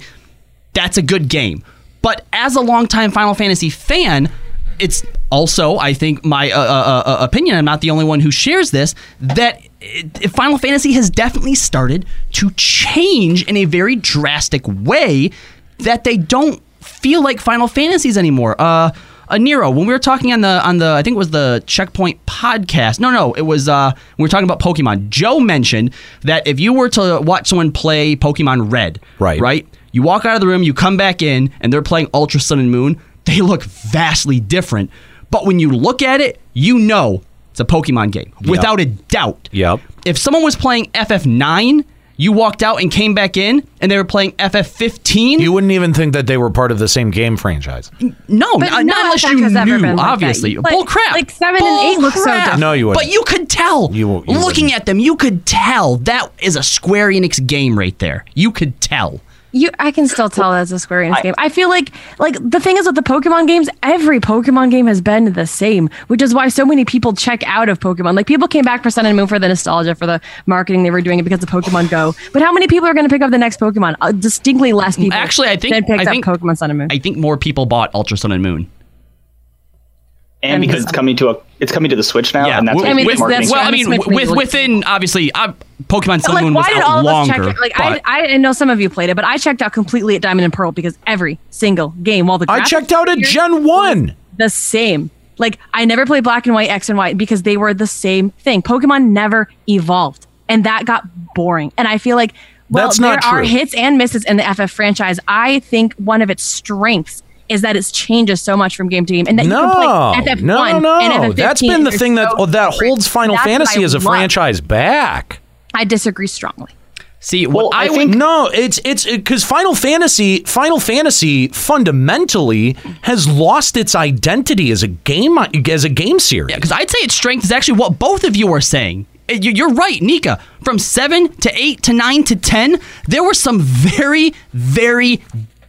that's a good game. But as a longtime Final Fantasy fan, it's also, I think, my uh, uh, uh, opinion. I'm not the only one who shares this. That it, Final Fantasy has definitely started to change in a very drastic way. That they don't feel like Final Fantasies anymore. Uh, uh, Nero, when we were talking on the on the, I think it was the Checkpoint podcast. No, no, it was uh, we were talking about Pokemon. Joe mentioned that if you were to watch someone play Pokemon Red, right, right, you walk out of the room, you come back in, and they're playing Ultra Sun and Moon. They look vastly different, but when you look at it, you know it's a Pokemon game without a doubt.
Yep.
If someone was playing FF9, You walked out and came back in, and they were playing FF15.
You wouldn't even think that they were part of the same game franchise.
No,
But
not,
not
not unless
that
you
has ever
knew.
been like that.
obviously,
Like-
bull crap.
like seven and eight look so different.
No, you wouldn't.
But you could tell.
You- you
looking at them, you could tell that is a Square Enix game right there. You could tell.
You, I can still tell that's a Square Enix game. I feel like, like the thing is with the Pokemon games, every Pokemon game has been the same, which is why so many people check out of Pokemon. Like people came back for Sun and Moon for the nostalgia, for the marketing they were doing it because of Pokemon Go. But how many people are going to pick up the next Pokemon? Uh, distinctly less people.
Actually, I think
than picked
I
up
think
Pokemon Sun and Moon.
I think more people bought Ultra Sun and Moon.
and because it's coming to a it's coming to the Switch now, and that's
With-
what
with-
marketing is.
well, I mean, with, within obviously, uh, Pokemon Sun
But,
and Moon
like,
was
why did
out
all of us
longer.
check out? Like,
but-
I, I I know some of you played it, but I checked out completely at Diamond and Pearl because every single game, while the
I
graphics
checked out at Gen 1.
the same. Like I never played Black and White, X and Y because they were the same thing. Pokemon never evolved, and that got boring. And I feel like well,
That's
there
not
are
true.
hits and misses in the FF franchise. I think one of its strengths is that it changes so much from game to game, and that you can
No,
play FF1
no,
and
no.
FF15.
That's been the
They're
thing that
so
oh, that
different.
holds Final
That's what
Fantasy
I
as a
love.
franchise back.
I disagree strongly.
See, well,
I, think no, it's it's because Final Fantasy, Final Fantasy, fundamentally has lost its identity as a game as a game series.
because I'd say its strength is actually what both of you are saying. Uh, you- You're right, Nika. From seven to eight to nine to ten, there were some very, very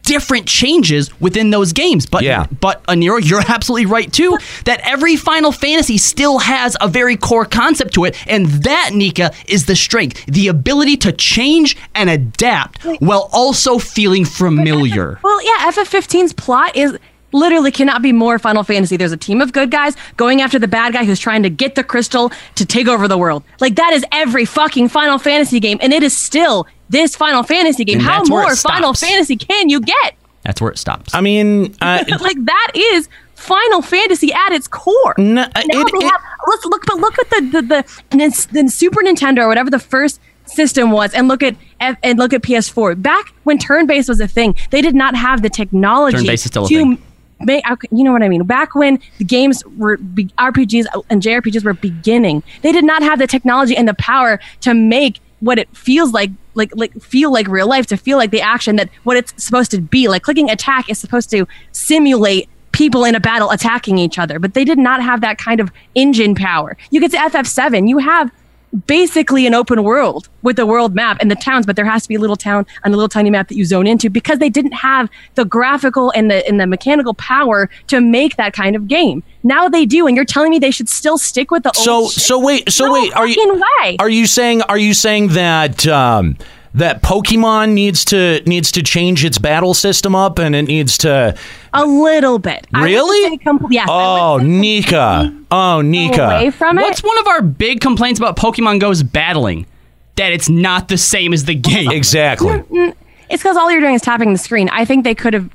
different changes within those games. But but Aniro, you're absolutely right too. That every Final Fantasy still has a very core concept to it, and that Nika is the strength, the ability to change and adapt while also feeling familiar.
Well, yeah, FF15's plot is literally cannot be more Final Fantasy. There's a team of good guys going after the bad guy who's trying to get the crystal to take over the world. Like that is every fucking Final Fantasy game, and it is still this Final Fantasy game.
And
How
that's where it
more Final
stops.
Fantasy can
<laughs>
you get?
That's where it stops.
I mean,
<laughs>
uh,
like that is Final Fantasy at its core.
No,
now they have, let's look, but look at the the, the Nin- the Super Nintendo or whatever the first system was, and look at F- and look at PS4. Back when turn-based was a thing, they did not have the technology
Turn-based is still a
to
thing.
make. okay, You know what I mean? Back when the games were be, RPGs and JRPGs were beginning, they did not have the technology and the power to make what it feels like like like feel like real life to feel like the action that what it's supposed to be like clicking attack is supposed to simulate people in a battle attacking each other but they did not have that kind of engine power you get to ff7 you have basically an open world with a world map and the towns but there has to be a little town and a little tiny map that you zone into because they didn't have the graphical and the and the mechanical power to make that kind of game now they do and you're telling me they should still stick with the
so
old shit?
so wait so
No
wait are you
fucking way.
are you saying are you saying that um, that Pokemon needs to needs to change its battle system up and it needs to
a little bit I wouldn't
Really?
say compl- yes I
oh Nika oh Nika
What's one of our big complaints about Pokemon Go's battling? That it's not the same as the game.
Exactly.
Mm, it's because all you're doing is tapping the screen. I think they could have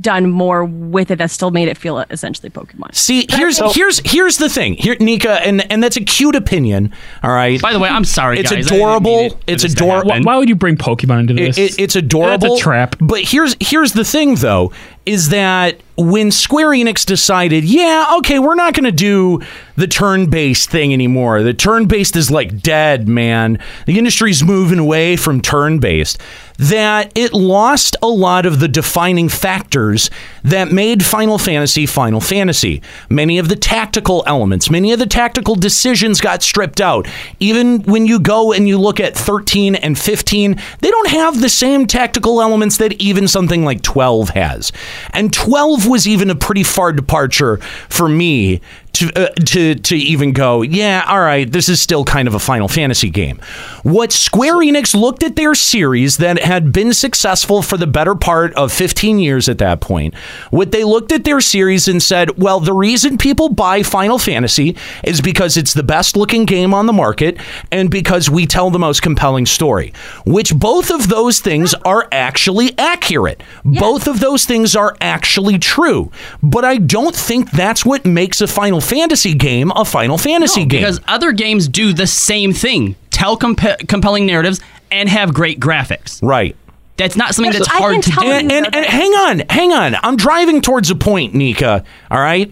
done more with it that still made it feel essentially Pokemon.
See, here's here's here's the thing. Here, Nika, and and that's a cute opinion. All right. By
the way, I'm sorry.
It's
guys. I didn't
adorable. it's adorable. Why,
would you bring Pokemon into this?
It, it's adorable.
That's a trap.
But here's here's the thing, though, is that when Square Enix decided, yeah, okay, we're not going to do the turn-based thing anymore. The turn-based is like dead, man. The industry's moving away from turn-based. That it lost a lot of the defining factors that made Final Fantasy Final Fantasy. Many of the tactical elements, many of the tactical decisions got stripped out. Even when you go and you look at 13 and 15, they don't have the same tactical elements that even something like 12 has. And 12 was even a pretty far departure for me to uh, to to even go, yeah, all right, this is still kind of a Final Fantasy game. What Square Enix looked at their series that had been successful for the better part of 15 years at that point. What they looked at their series and said, well, the reason people buy Final Fantasy is because it's the best looking game on the market and because we tell the most compelling story, which both of those things are actually accurate. Both of those things are actually true. But I don't think that's what makes a Final Fantasy game a Final Fantasy game.
Because other games do the same thing: tell comp- compelling narratives and have great graphics.
Right.
That's not something that's hard to do.
And, and, and hang on, hang on. I'm driving towards a point, Nika. All right.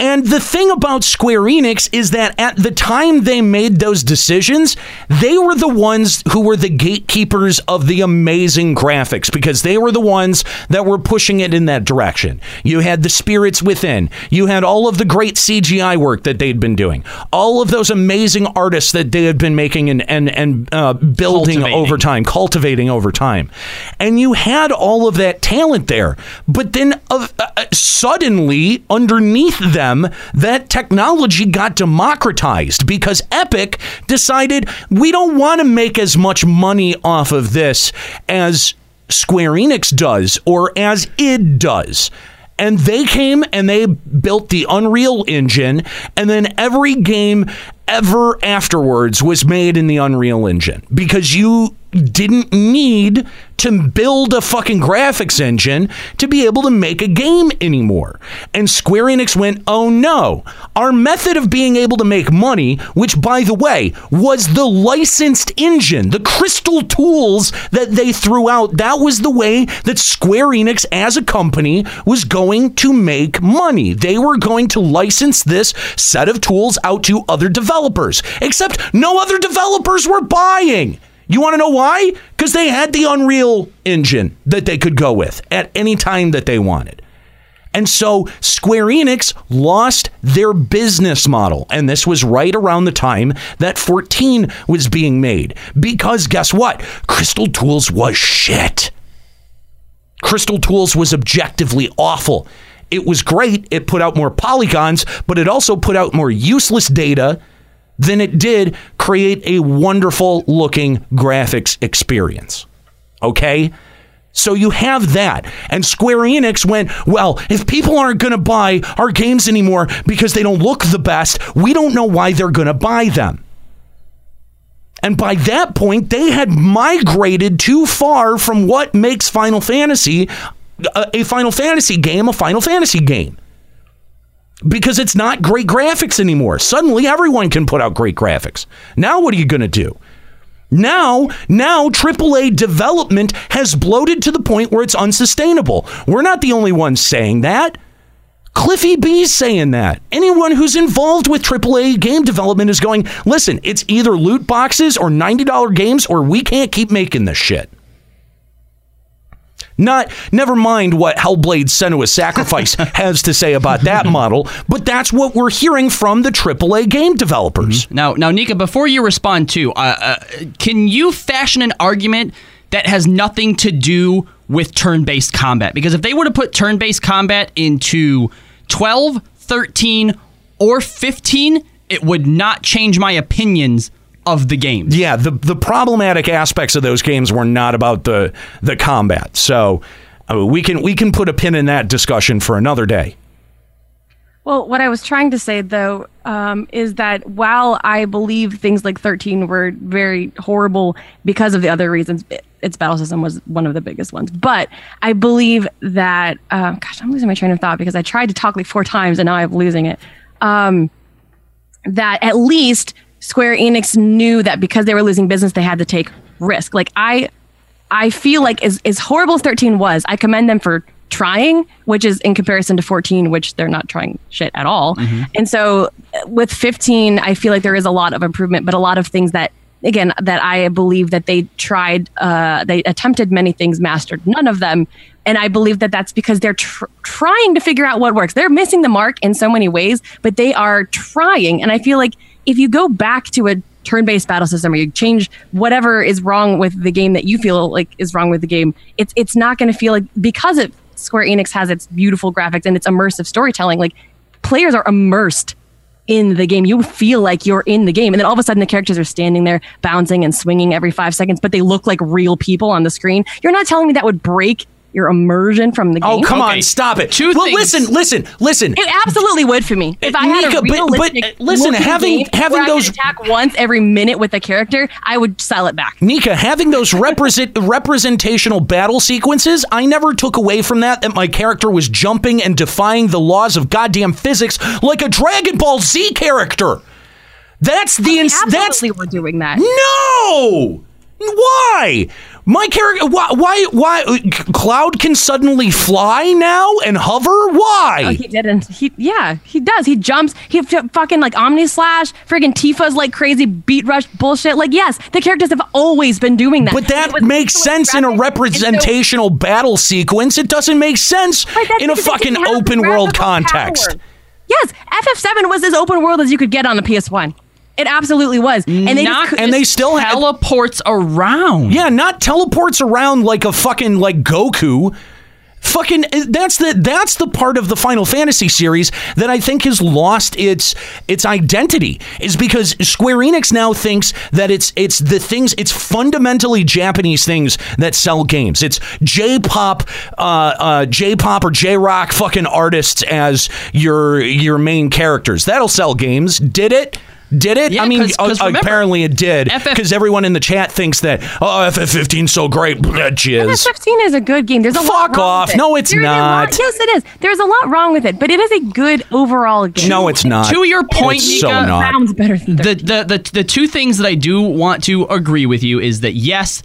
And the thing about Square Enix is that at the time they made those decisions, they were the ones who were the gatekeepers of the amazing graphics because they were the ones that were pushing it in that direction. You had the spirits within, you had all of the great CGI work that they'd been doing, all of those amazing artists that they had been making and, and, and uh, building over time, cultivating over time. And you had all of that talent there. But then of, uh, uh, suddenly, underneath them, that technology got democratized because Epic decided we don't want to make as much money off of this as Square Enix does or as id does. And they came and they built the Unreal Engine, and then every game ever afterwards was made in the Unreal Engine because you didn't need to build a fucking graphics engine to be able to make a game anymore. And Square Enix went, oh no, our method of being able to make money, which by the way was the licensed engine, the crystal tools that they threw out, that was the way that Square Enix as a company was going to make money. They were going to license this set of tools out to other developers, except no other developers were buying. You want to know why? Because they had the Unreal engine that they could go with at any time that they wanted. And so Square Enix lost their business model. And this was right around the time that 14 was being made. Because guess what? Crystal Tools was shit. Crystal Tools was objectively awful. It was great. It put out more polygons, but it also put out more useless data than it did create a wonderful looking graphics experience. Okay? So you have that. And Square Enix went, well, if people aren't going to buy our games anymore because they don't look the best, we don't know why they're going to buy them. And by that point, they had migrated too far from what makes Final Fantasy uh, a, a Final Fantasy game, a Final Fantasy game. Because it's not great graphics anymore. Suddenly, everyone can put out great graphics. Now, what are you going to do? Now, now AAA development has bloated to the point where it's unsustainable. We're not the only ones saying that. Cliffy B's saying that. Anyone who's involved with AAA game development is going, listen, it's either loot boxes or $90 games, or we can't keep making this shit. Not, never mind what Hellblade Senua's Sacrifice has to say about that model, but that's what we're hearing from the AAA game developers.
Now, now, Nika, before you respond to, uh, uh, can you fashion an argument that has nothing to do with turn-based combat? Because if they were to put turn-based combat into 12, 13, or 15, it would not change my opinions of the game.
Yeah, the the problematic aspects of those games were not about the the combat. So uh, we can we can put a pin in that discussion for another day.
Well, what I was trying to say though um, is that while I believe things like 13 were very horrible because of the other reasons, it, its battle system was one of the biggest ones. But I believe that, uh, gosh, I'm losing my train of thought because I tried to talk like four times and now I'm losing it. Um, that at least Square Enix knew that because they were losing business, they had to take risk. Like I, I feel like as, as horrible as 13 was, I commend them for trying, which is in comparison to 14, which they're not trying shit at all. And so uh, with 15, I feel like there is a lot of improvement, but a lot of things that, again, that I believe that they tried, uh, they attempted many things, mastered none of them. And I believe that that's because they're tr- trying to figure out what works. They're missing the mark in so many ways, but they are trying. And I feel like if you go back to a turn-based battle system or you change whatever is wrong with the game that you feel like is wrong with the game, it's it's not going to feel like because it Square Enix has its beautiful graphics and its immersive storytelling, like players are immersed in the game. You feel like you're in the game. And then all of a sudden the characters are standing there bouncing and swinging every 5 seconds, but they look like real people on the screen. You're not telling me that would break your immersion from the game?
Oh, come on, stop it. well, listen, listen, listen.
It absolutely would for me. If I had
Nika,
a
but- but,
realistic
uh, listen,
look at the
having-
game
having
where I could
those-
attack once every minute with a character, I would sell it back.
Nika, having those represent representational battle sequences, I never took away from that that my character was jumping and defying the laws of goddamn physics like a Dragon Ball Z character. That's the ins- that's
Absolutely, we're doing that.
no. Why? My character. Why? Why? Why? Cloud can suddenly fly now and hover. Why?
Oh, he didn't. He yeah, he does. He jumps. He f- fucking like Omni Slash, friggin' Tifa's like crazy beat rush bullshit. Like yes, the characters have always been doing that.
But that makes sense in a representational battle sequence. It doesn't make sense in a fucking open world context.
Yes, FF7 was as open world as you could get on a PS1. It absolutely was. And they just, cou-
and they still
teleports around.
Yeah, not teleports around like a fucking like Goku. Fucking eh, that's the that's the part of the Final Fantasy series that I think has lost its its identity is because Square Enix now thinks that it's it's the things it's fundamentally Japanese things that sell games. It's J-pop uh, uh, J-pop or J-rock fucking artists as your your main characters. That'll sell games. Did it? Did it? I mean,
'cause- 'cause
uh,
remember-
apparently it did because everyone in the chat thinks that oh FF15 so great <laughs> Blah, jizz.
FF15 is a good game. There's a lot
Fuck
wrong
off.
With it.
No, it's
There is a lot-
not.
yes, it is. There's a lot wrong with it, but it is a good overall game.
No, it's not.
To your point,
It's so
Nika,
not.
Sounds better than
the, the the the two things that I do want to agree with you is that yes,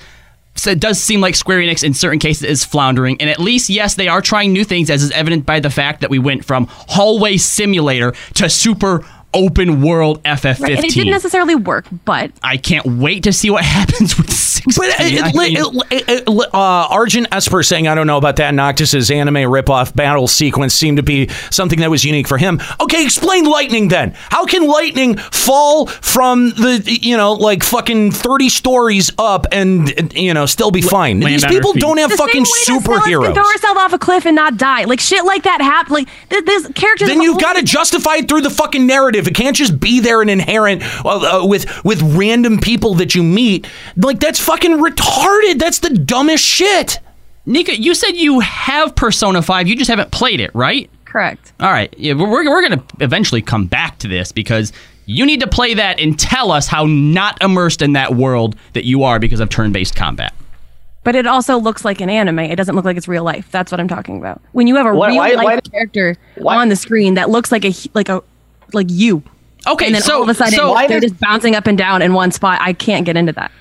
so it does seem like Square Enix in certain cases is floundering, and at least yes, they are trying new things, as is evident by the fact that we went from hallway simulator to super open world FF15.
Right, And it didn't necessarily work, but
I can't wait to see what <laughs> happens with six.
But it, it, it- it- it- uh, Argent Esper saying, I don't know about that. Noctis's anime ripoff battle sequence seemed to be something that was unique for him. Okay, explain lightning then. How can lightning fall from the, you know, like fucking 30 stories up and, you know, still be fine?
land
These
on her
people
feet.
don't have
The same
fucking
way that Stella
superheroes.
Can throw herself off a cliff and not die. Like shit, like that happened. Like th- this character.
Then you've got to justify it through the fucking narrative. It can't just be there and inherent uh, uh, with with random people that you meet. Like that's fucking retarded. That's the dumbest shit.
Nika, you said you have Persona 5, you just haven't played it, right?
Correct.
All right. Yeah, we're, we're going to eventually come back to this because you need to play that and tell us how not immersed in that world that you are because of turn based combat.
But it also looks like an anime. It doesn't look like it's real life. That's what I'm talking about. When you have a
Why-
real
why-
life
why-
character on the screen that looks like a h- like a like you.
Okay,
and then
so-
all of a sudden
so-
they're just bouncing up and down in one spot. I can't get into that.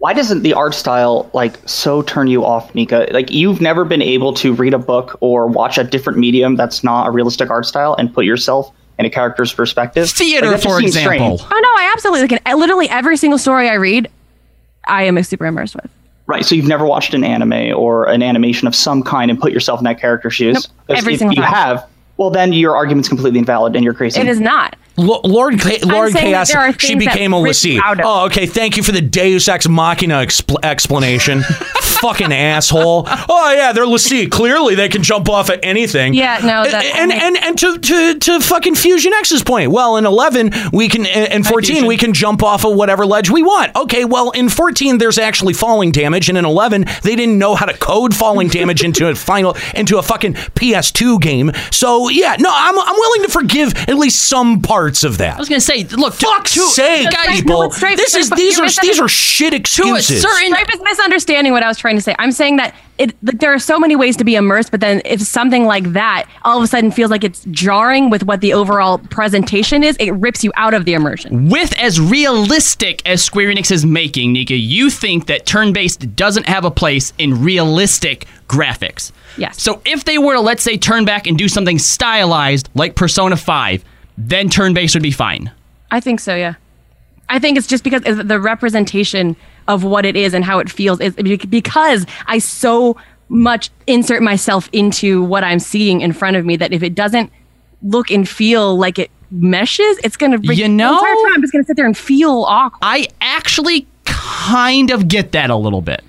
why doesn't the art style like so turn you off nika like you've never been able to read a book or watch a different medium that's not a realistic art style and put yourself in a character's perspective
Theater,
Like, that just
for
seems
example.
strange.
Oh no, I absolutely can. I- Literally every single story I read, I am super immersed with.
right so you've never watched an anime or an animation of some kind and put yourself in that character's shoes
Nope.
'Cause
Every
if
single
you
time.
have well then your argument's completely invalid and you're crazy
It is not.
Lo- Lord Ca-
I'm
Lord
saying that
Chaos,
there are
she
things that
became a
freak
Lassie.
you out.
Oh, okay. Thank you for the Deus Ex Machina expl-
<laughs>
explanation. Fucking asshole. Oh yeah, they're Lassie. Clearly, they can jump off at anything.
Yeah, no, that-
A- and and and to to to fucking Fusion X's point. Well, in eleven we can and and fourteen we can jump off of whatever ledge we want. Okay. Well, in fourteen there's actually falling damage, and in eleven they didn't know how to code falling damage into a final into a fucking PS2 game. So yeah, no, I'm I'm willing to forgive at least some parts of that
I was going to say, look,
fuck's
to, to-
sake,
guys,
people.
straight-
this is
but
these
you're
are these
misunderstanding.
are shit
to a
excuses.
certain
Stripe is misunderstanding what I was trying to say. I'm saying that it like, there are so many ways to be immersed, but then if something like that all of a sudden feels like it's jarring with what the overall presentation is, it rips you out of the immersion.
with as realistic as Square Enix is making, Nika, you think that turn based doesn't have a place in realistic graphics.
Yes.
So if they were to, let's say, turn back and do something stylized like Persona 5, then turn based would be fine.
I think so, yeah. I think it's just because of the representation of what it is and how it feels is because I so much insert myself into what I'm seeing in front of me that if it doesn't look and feel like it meshes, it's gonna
You know-
the entire time I'm just gonna sit there and feel awkward.
I actually kind of get that a little bit.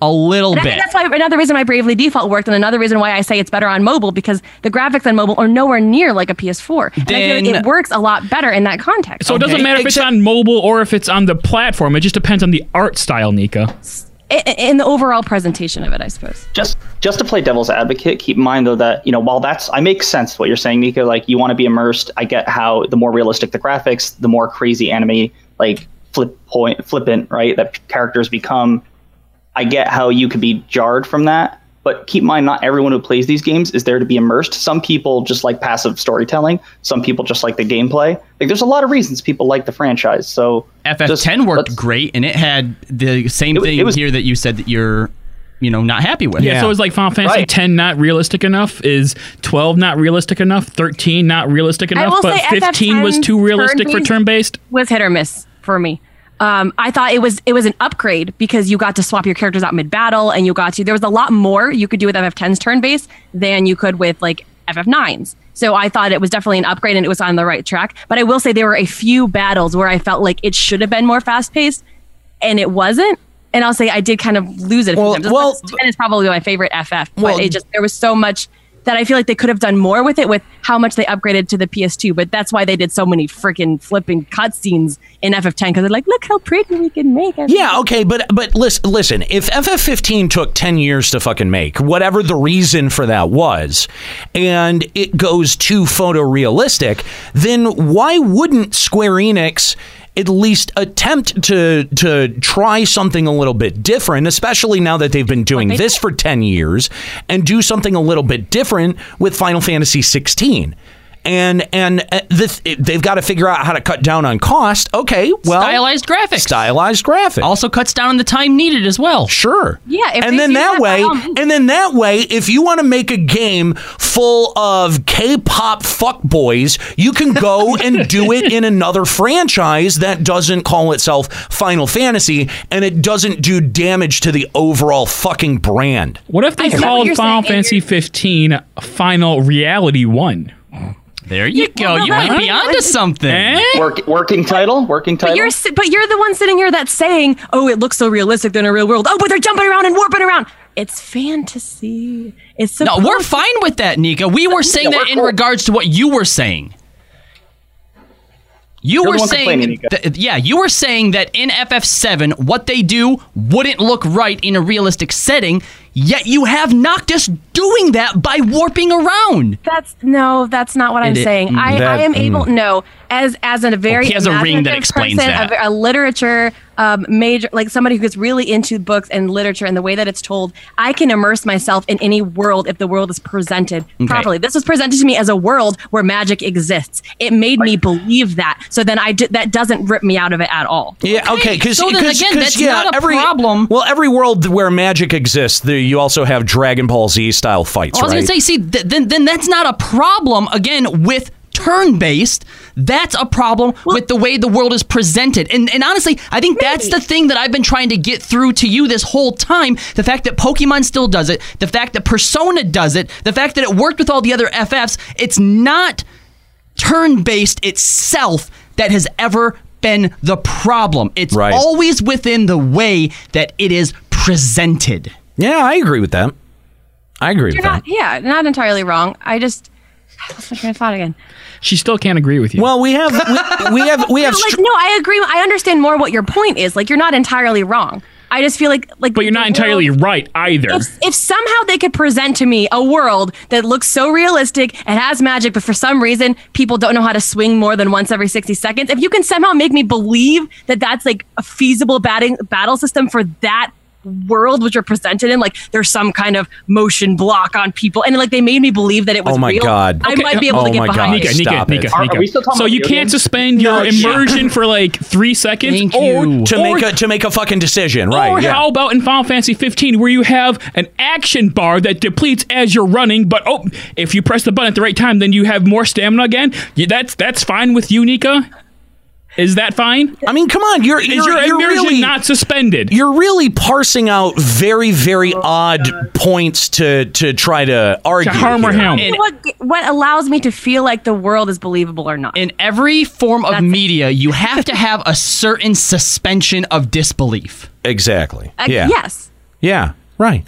A little
And I
bit.
think that's why another reason why Bravely Default worked, and another reason why I say it's better on mobile because the graphics on mobile are nowhere near like a PS4. And I feel
Then-
like it works a lot better in that context.
So it doesn't matter if it's on mobile or if it's on the platform. It just depends on the art style, Nika.
I- I- in the overall presentation of it, I suppose.
just just to play devil's advocate keep in mind though that you know while that's i make sense what you're saying nika like you want to be immersed i get how the more realistic the graphics the more crazy anime like flip point flippant right that p- characters become i get how you could be jarred from that But keep in mind, not everyone who plays these games is there to be immersed. Some people just like passive storytelling. Some people just like the gameplay. Like there's a lot of reasons people like the franchise. So
FF10 worked great, and it had the same thing here that you said that you're, you know, not happy with.
Yeah. so it's like Final Fantasy ten not realistic enough. Is twelve not realistic enough? Thirteen not realistic
I
enough.
will
But
say
fifteen
FF10
was too realistic
turned
for
me-
turn based.
was hit or miss for me. Um, I thought it was it was an upgrade because you got to swap your characters out mid battle, and you got to there was a lot more you could do with FF10's turn base than you could with like FF9's. So I thought it was definitely an upgrade, and it was on the right track. But I will say there were a few battles where I felt like it should have been more fast paced, and it wasn't. And I'll say I did kind of lose it. a few times. Well, ten is probably my favorite FF, but
Well-
it just there was so much that I feel like they could have done more with it with how much they upgraded to the PS2. But that's why they did so many freaking flipping cutscenes in FF10 because they're like, look how pretty we can make it.
Yeah, oh, okay, but but listen, listen. If FF15 took 10 years to fucking make, whatever the reason for that was, and it goes too photorealistic, then why wouldn't Square Enix at least attempt to to try something a little bit different, especially now that they've been doing this for 10 years and do something a little bit different with Final Fantasy 16? And and uh, this, they've got to figure out how to cut down on cost. Okay, well,
stylized graphics.
Stylized graphics
also cuts down on the time needed as well.
Sure.
Yeah, if
and
they
then
do
that,
that, by
way,
all means.
and then that way, if you want to make a game full of K-pop fuckboys, you can
<laughs>
go and do it in another franchise that doesn't call itself Final Fantasy, and it doesn't do damage to the overall fucking brand.
What if they
I see what
called
you're
Final
saying,
Fantasy fifteen Final Reality One?
There you go. You might be onto something.
Eh?
Work, working title, working
But
title.
you're si- but you're the one sitting here that's saying, oh, it looks so realistic in a real world. Oh, but they're jumping around and warping around. It's fantasy. It's
No,
supposed
we're fine with that, Nika. We were saying
Yeah,
that
we're
in
cool.
regards to what you were saying. You
You're
were
the one complaining,
saying,
Nika.
that, yeah, you were saying that in FF7, what they do wouldn't look right in a realistic setting. Yet you have Noctis doing that by warping around.
That's no, that's not what I'm
It i-
saying.
mm,
I,
that-
I am able
mm.
no as as a very
he has a ring that
imaginative
explains
person,
that.
A, ve- a literature um, major, like somebody who is really into books and literature and the way that it's told. I can immerse myself in any world if the world is presented
Okay.
properly. This was presented to me as a world where magic exists. It made me believe that. So then I did that doesn't rip me out of it at all.
Yeah, okay, because
so then again, that's
yeah,
not a
every, problem. Well, every world where magic exists, there you also have Dragon Ball Z style fights,
I was
right?
gonna say, see, th- then then that's not a problem. Again, with turn based, that's a problem with the way the world is presented. And and honestly, I think that's the thing that I've been trying to get through to you this whole time. The fact that Pokemon still does it, the fact that Persona does it, the fact that it worked with all the other FFs. It's not turn based itself that has ever been the problem. It's
Right.
always within the way that it is presented.
yeah, I agree with that. I agree with
You're
that.
not, yeah, not entirely wrong. I just <sighs> lost my train of thought again.
She still can't agree with you.
Well, we have we, we have we have.
No, like no, I agree. I understand more what your point is. Like you're not entirely wrong. I just feel like like
but you're not entirely right either.
If, if somehow they could present to me a world that looks so realistic and has magic, but for some reason people don't know how to swing more than once every 60 seconds, if you can somehow make me believe that that's like a feasible batting battle system for that world which are presented in, like there's some kind of motion block on people, and like they made me believe that it was
Oh my
real,
God.
I
Okay,
might be able
oh
to get
my
behind.
God,
it.
Nika,
Stop
Nika,
it.
Nika,
Are-
Nika.
are we still talking
so
about
you
video
can't
games?
suspend
No,
your
yeah.
immersion for like three seconds,
Thank
or
you. to
or
make a to make a fucking decision,
Or
right?
how about in Final Fantasy 15 where you have an action bar that depletes as you're running, but oh, if you press the button at the right time, then you have more stamina again. You, that's that's fine with you, Nika. Is that fine?
I mean, come on, you're
is
you're-
your
you're
immersion
really-
not suspended?
You're really parsing out very
Oh,
very odd points to to try to argue. here.
What, what allows me to feel like the world is believable or not?
In every form of media, you have to have a certain suspension of disbelief.
Exactly.
Uh, Yes.
Yeah. Right.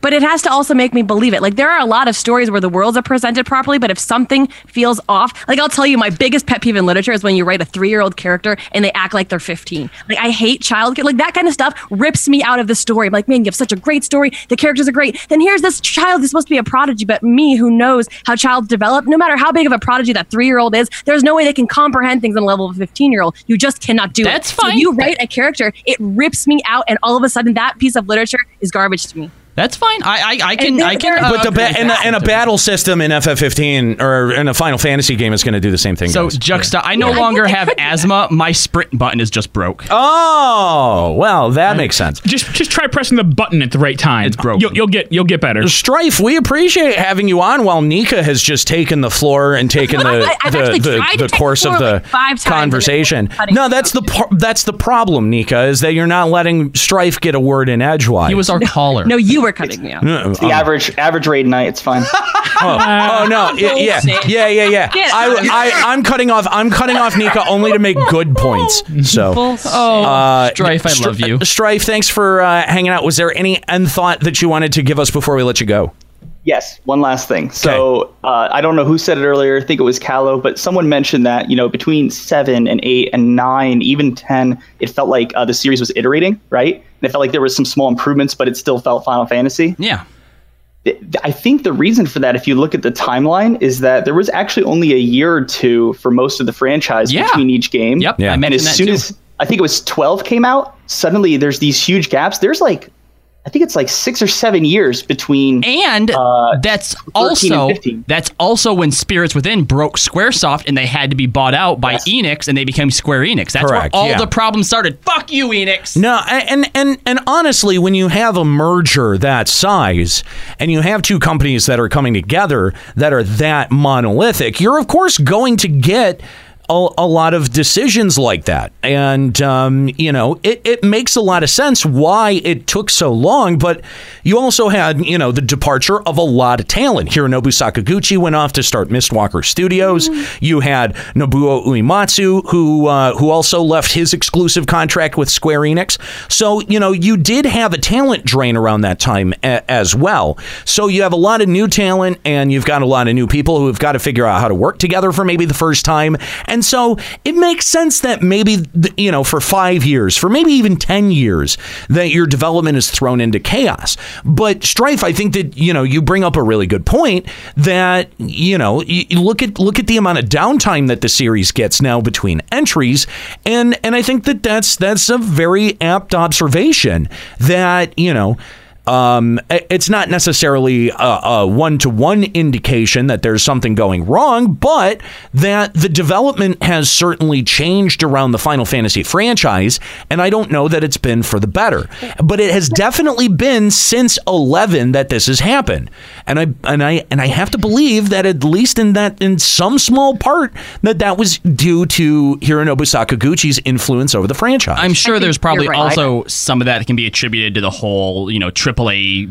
But it has to also make me believe it. Like there are a lot of stories where the worlds are presented properly, but if something feels off, like I'll tell you, my biggest pet peeve in literature is when you write a three-year-old character and they act like they're 15. Like I hate child, like that kind of stuff rips me out of the story. I'm like, man, you have such a great story. The characters are great. Then here's this child who's supposed to be a prodigy, but me who knows how child develop. No matter how big of a prodigy that three-year-old is, there's no way they can comprehend things on the level of a 15-year-old. You just cannot do it.
That's
So
fine.
you write a character, it rips me out, and all of a sudden that piece of literature is garbage to me.
That's fine. I I, I can I can. uh,
but the
agree
ba-
with
and,
that.
a, and a battle system in FF15 or in a Final Fantasy game is going to do the same thing.
So
guys.
juxta, I no longer have asthma. My sprint button is just broke.
Oh well, that makes sense.
Just just try pressing the button at the right time. It's broken. You'll, you'll get you'll get better.
Strife, we appreciate having you on while Nika has just taken the floor and taken the
I've
the,
actually
the,
tried to
the
take the
course of
floor
the
like five times and it
conversation. No, that's the par- that's the problem, Nika, is that you're not letting Strife get a word in edgewise.
He was our caller.
No, you were cutting me off.
No,
It's the
um,
average average raid night. It's fine.
<laughs> Oh, oh, no! Yeah, yeah, yeah, yeah. yeah.
Get
I,
out of here.
I, I'm cutting off. I'm cutting off Nika only to make good points. So, Uh,
Bullshit. Strife, I love you.
Strife, thanks for uh, hanging out. Was there any end thought that you wanted to give us before we let you go?
Yes, one last thing. So uh, I don't know who said it earlier. I think it was Callow, but someone mentioned that you know between seven and eight and nine, even ten, it felt like uh, the series was iterating, right? And it felt like there was some small improvements, but it still felt Final Fantasy.
Yeah.
Th- th- I think the reason for that, if you look at the timeline, is that there was actually only a year or two for most of the franchise
Yeah.
between each game. Yep.
Yeah. I
And
mentioned
as
that
soon
too.
as I think it was twelve came out, suddenly there's these huge gaps. There's like I think it's like six or seven years between uh,
and that's also that's also when Spirits Within broke SquareSoft and they had to be bought out by Enix and they became Square Enix. That's
Correct,
where all
yeah.
the problems started. Fuck you, Enix.
No, a- and and and honestly, when you have a merger that size, and you have two companies that are coming together that are that monolithic, you're of course going to get. A, a lot of decisions like that. And, um, you know, it, it makes a lot of sense why it took so long, but you also had, you know, the departure of a lot of talent. Hironobu Sakaguchi went off to start Mistwalker Studios. You had Nobuo Uematsu, who uh, who also left his exclusive contract with Square Enix. So you know you did have a talent drain around that time a- as well. So you have a lot of new talent, and you've got a lot of new people who have got to figure out how to work together for maybe the first time. And so it makes sense that maybe th- you know for five years, for maybe even ten years, that your development is thrown into chaos. But strife, I think that you know you bring up a really good point that you know you you look at look at the amount of downtime that the series gets now between entries, and and I think that that's that's a very apt observation that you know. Um, i- it's not necessarily a- a one to one indication that there's something going wrong, but that the development has certainly changed around the Final Fantasy franchise, and I don't know that it's been for the better. But it has definitely been since 11 that this has happened, and I and I and I have to believe that at least in that in some small part that that was due to Hironobu Sakaguchi's influence over the franchise.
I'm sure there's probably
you're right.
also some of that can be attributed to the whole, you know, AAA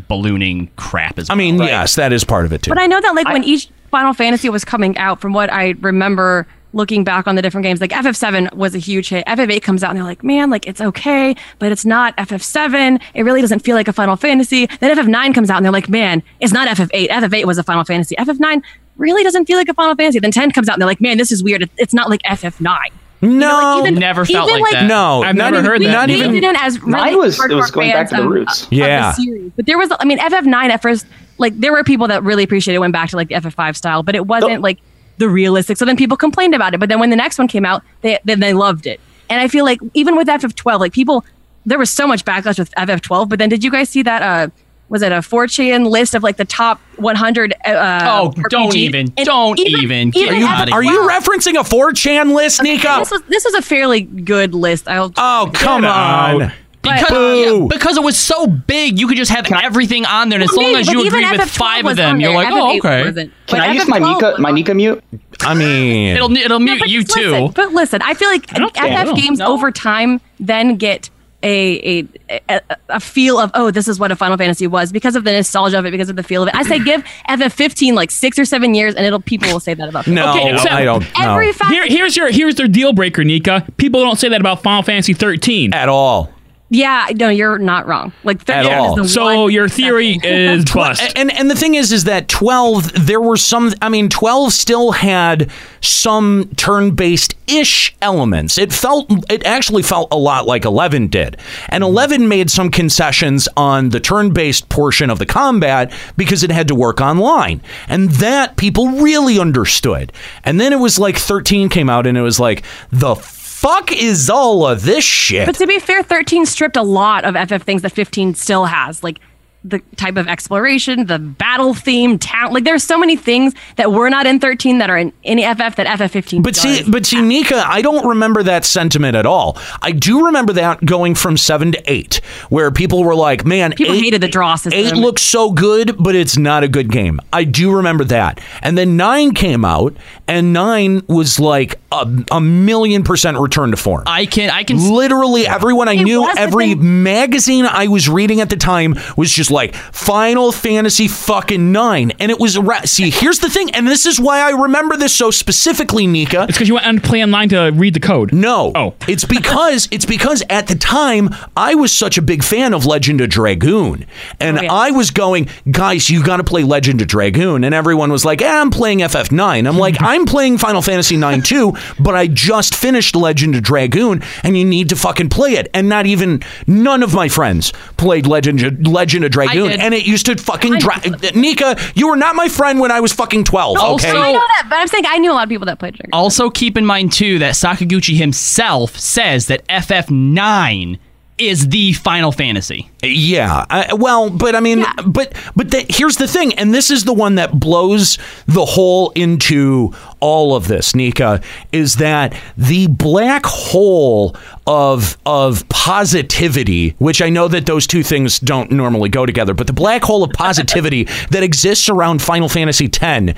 ballooning crap as well.
I mean, yes, that is part of it too.
But I know that like when each Final Fantasy was coming out, from what I remember looking back on the different games, like FF7 was a huge hit. FF8 comes out and they're like, man, like it's okay, but it's not FF7. It really doesn't feel like a Final Fantasy. Then FF9 comes out and they're like, man, it's not FF8. FF8 was a Final Fantasy. FF9 really doesn't feel like a Final Fantasy. Then 10 comes out and they're like, man, this is weird. It- It's not like FF9.
No,
never felt
even,
like, that.
No,
I've never heard
we,
that.
We didn't as really
Mine was- it was
hardcore
going back
fans
to the
of-
roots.
of the
Yeah.
series. But there was, I mean, FF9 at first, like there were people that really appreciated it went back to like the FF5 style, but it wasn't like the realistic. So then people complained about it. But then when the next one came out, they then they loved it. And I feel like even with FF12, like people, there was so much backlash with FF12. But then did you guys see that? Uh, was it a 4chan list of like the top 100? Uh,
Oh, don't
RPGs?
even.
And
Don't even. Get
even
out
as a-
of
Are you referencing a 4chan list, Nika?
This was this was a fairly good list. I'll.
Oh come on.
Because, yeah, because it was so big, you could just have everything on there, and as
Well,
long
maybe,
as
but
you
even
agree with
FF12
five of
was
them,
on
you're
there.
like, oh,
FF8
okay.
wasn't.
Can
But
I use my
FF12
Nika my Nika mute?
I mean,
It'll it'll mute you
Listen,
too.
but listen, I feel like
don't think
FF
so.
games over time then get a, a a a feel of oh this is what a Final Fantasy was because of the nostalgia of it because of the feel of it.
<clears throat>
I say give FF fifteen like six or seven years and it'll people will say that about
Okay,
FF15.
except-
Every fa-
Here, here's your here's their deal breaker, Nika. People don't say that about Final Fantasy 13
at all.
yeah, no, you're not wrong. Like thirteen is the
So your theory
<laughs>
<laughs>
<laughs>
is
Twe-
bust.
And and the thing is, is that twelve there were some. I mean, twelve still had some turn-based ish elements. It felt it actually felt a lot like eleven did, and eleven made some concessions on the turn-based portion of the combat because it had to work online, and that people really understood. And then it was like thirteen came out, and it was like the fuck is all of this shit.
But to be fair, 13 stripped a lot of FF things that 15 still has. Like the type of exploration, the battle theme, talent. Like there's so many things that were not in 13 that are in any FF that FF 15.
But see, but see, Nika, I don't remember that sentiment at all. I do remember that going from seven to eight, where people were like, "Man,
People
eight,
hated the draw system.
Eight looks so good, but it's not a good game." I do remember that. And then nine came out, and nine was like a, a million percent return to form.
I can I can
literally everyone I knew, every magazine I was reading at the time was just like Final Fantasy fucking nine, and it was ra- see. Here's the thing, and this is why I remember this so specifically, Nika. It's
because you went on play online to read the code.
No, oh, it's because it's because at the time I was such a big fan of Legend of Dragoon, and I was going, guys, you got to play Legend of Dragoon, and everyone was like, eh, I'm playing FF nine. I'm like, I'm playing Final Fantasy nine too, but I just finished Legend of Dragoon, and you need to fucking play it. And not even none of my friends played Legend of, Legend of Dragoon,
did.
and it used to fucking dra- Nika, you were not my friend when I was fucking twelve. okay,
I know that, but I'm saying I knew a lot of people that played Dragon.
Also, keep in mind too that Sakaguchi himself says that FF nine is the Final Fantasy.
Yeah. I, well, but I mean, but but the, here's the thing, and this is the one that blows the hole into all of this, Nika, is that the black hole of of positivity, which I know that those two things don't normally go together, but the black hole of positivity that exists around Final Fantasy X,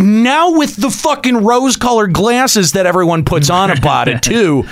now with the fucking rose-colored glasses that everyone puts on about it too,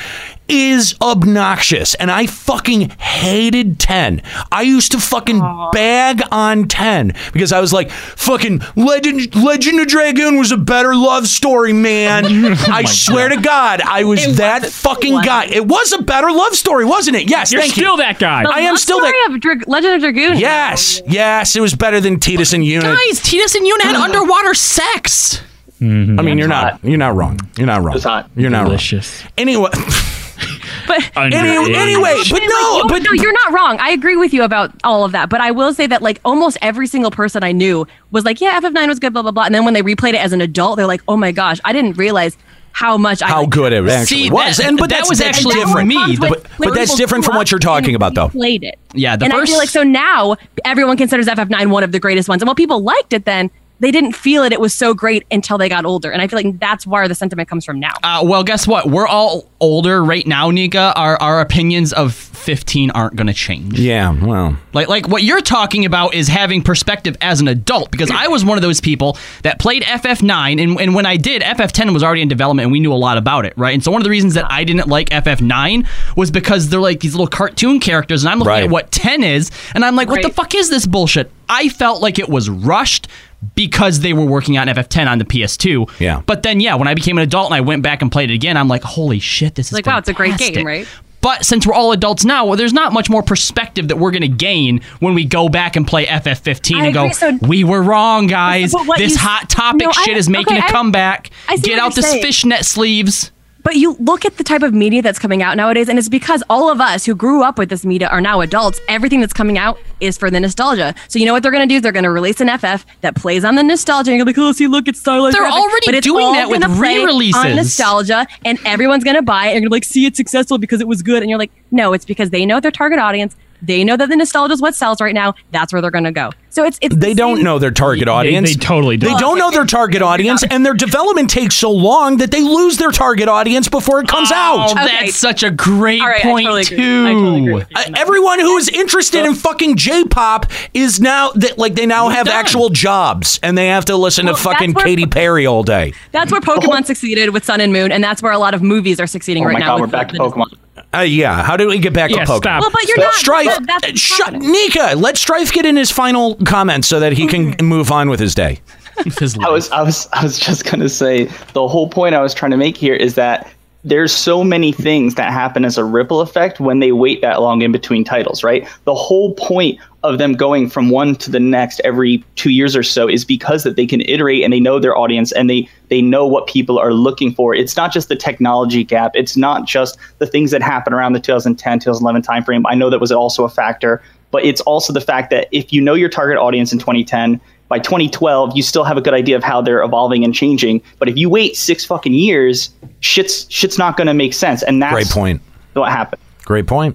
is obnoxious and I fucking hated 10. I used to fucking bag on 10 because I was like, fucking Legend Legend of Dragoon was a better love story, <laughs> man. I swear to Oh God, I was that fucking guy. It was a better love story, wasn't it? Yes,
You're
thank
still
you.
that guy.
The
I am
love
still
story
that
of Dra- Legend of Dragoon.
Yes, yes, it was better than Titus and Unit.
Guys, Titus and Yuna had underwater sex.
I mean, you're not you're not wrong. You're not wrong. You're not wrong. Anyway, <laughs>
But
Anyway- anyway, but no,
you-
but-
no, you're not wrong. I agree with you about all of that, but I will say that like almost every single person I knew was like, "Yeah, FF9 was good, blah blah blah," and then when they replayed it as an adult, they're like, "Oh my gosh, I didn't realize how much I
how
like,
good it actually
See,
was,
that-
and but
that
that's,
was
that's
actually
different.
different. That was
but, but
when
that's
people
different from
grew
what you're talking about, though.
played it."
Yeah, the
and I
first-
feel like so now everyone considers FF9 one of the greatest ones, and while people liked it then. They didn't feel it. It was so great until they got older. And I feel like that's where the sentiment comes from now.
Uh, well, guess what? We're all older right now, Nika. Our our opinions of fifteen aren't going to change.
Yeah, well,
like like what you're talking about is having perspective as an adult. Because I was one of those people that played FF9, and, and when I did, FF10 was already in development, and we knew a lot about it, right? And so one of the reasons that I didn't like FF9 was because they're like these little cartoon characters, and I'm looking at what 10 is, and I'm like, what the fuck is this bullshit? I felt like it was rushed because they were working on FF10 on the PS2.
Yeah.
But then, yeah, when I became an adult and I went back and played it again, I'm like, holy shit, this is
Like, wow, it's a great
fantastic.
game, right?
But since we're all adults now, well, there's not much more perspective that we're going to gain when we go back and play FF15
I
and go,
agree, so-
we were wrong, guys.
But what
This
you-
hot topic
No, I-
shit is making
okay,
a
I-
comeback.
I see
Get
what
out the
you're saying.
fishnet sleeves.
But you look at the type of media that's coming out nowadays, and it's because all of us who grew up with this media are now adults. Everything that's coming out is for the nostalgia. So you know what they're going to do? They're going to release an FF that plays on the nostalgia. And you're going to be like, oh, see, look, it's stylized.
They're
graphic."
already
but it's
doing
all
that with
gonna play
re-releases.
on nostalgia, and everyone's going to buy it. And you're going to be like, see, it's successful because it was good. And you're like, no, it's because they know their target audience. They know that the nostalgia is what sells right now. That's where they're going to go. So it's it's
They don't know their target audience.
they totally
They
don't.
don't know their target audience, and their development takes so long that they lose their target audience before it comes out.
Oh, that's such a great
All right, I
point,
totally agree.
too.
I totally Uh, everyone who is interested in fucking J-pop is now that like they now have actual jobs and they have to listen
Well,
to
that's
fucking
where-
Katy Perry all day.
That's where Pokemon succeeded with Sun and Moon, and that's where a lot of movies are succeeding
Oh
right now. with the
Pokemon. Uh, yeah, how do we get back to
Yeah,
Pokemon?
stop. Well, Oh, but you're not-
Strife,
but
Uh,
that's what's
shut, Nika. Let Strife get in his final comments so that he can
Mm-hmm.
move on with <laughs> his day.
I was I was I was just gonna say the whole point I was trying to make here is that there's so many things that happen as a ripple effect when they wait that long in between titles, right? The whole point of them going from one to the next every two years or so is because that they can iterate and they know their audience and they they know what people are looking for. It's not just the technology gap. It's not just the things that happen around the 2010 2011 timeframe. I know that was also a factor, but it's also the fact that if you know your target audience in 2010 by 2012 you still have a good idea of how they're evolving and changing but if you wait six fucking years shit's shit's not going to make sense and that's
Great point.
what happened
Great point.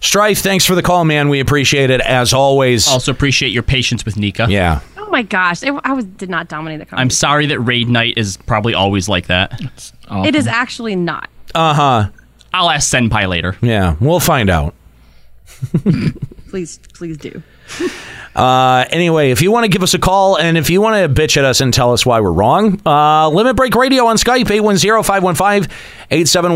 Strife, thanks for the call, man. We appreciate it as always.
Also appreciate your patience with Nika.
Yeah.
Oh my gosh, it, I was did not dominate the
I'm
conversation.
sorry that raid night is probably always like that.
It is actually not.
Uh huh.
I'll ask Senpai later.
Yeah, we'll find out.
Please, please do.
Uh, anyway, if you want to give us a call and if you want to bitch at us and tell us why we're wrong, uh, Limit Break Radio on Skype, 810-515-8715,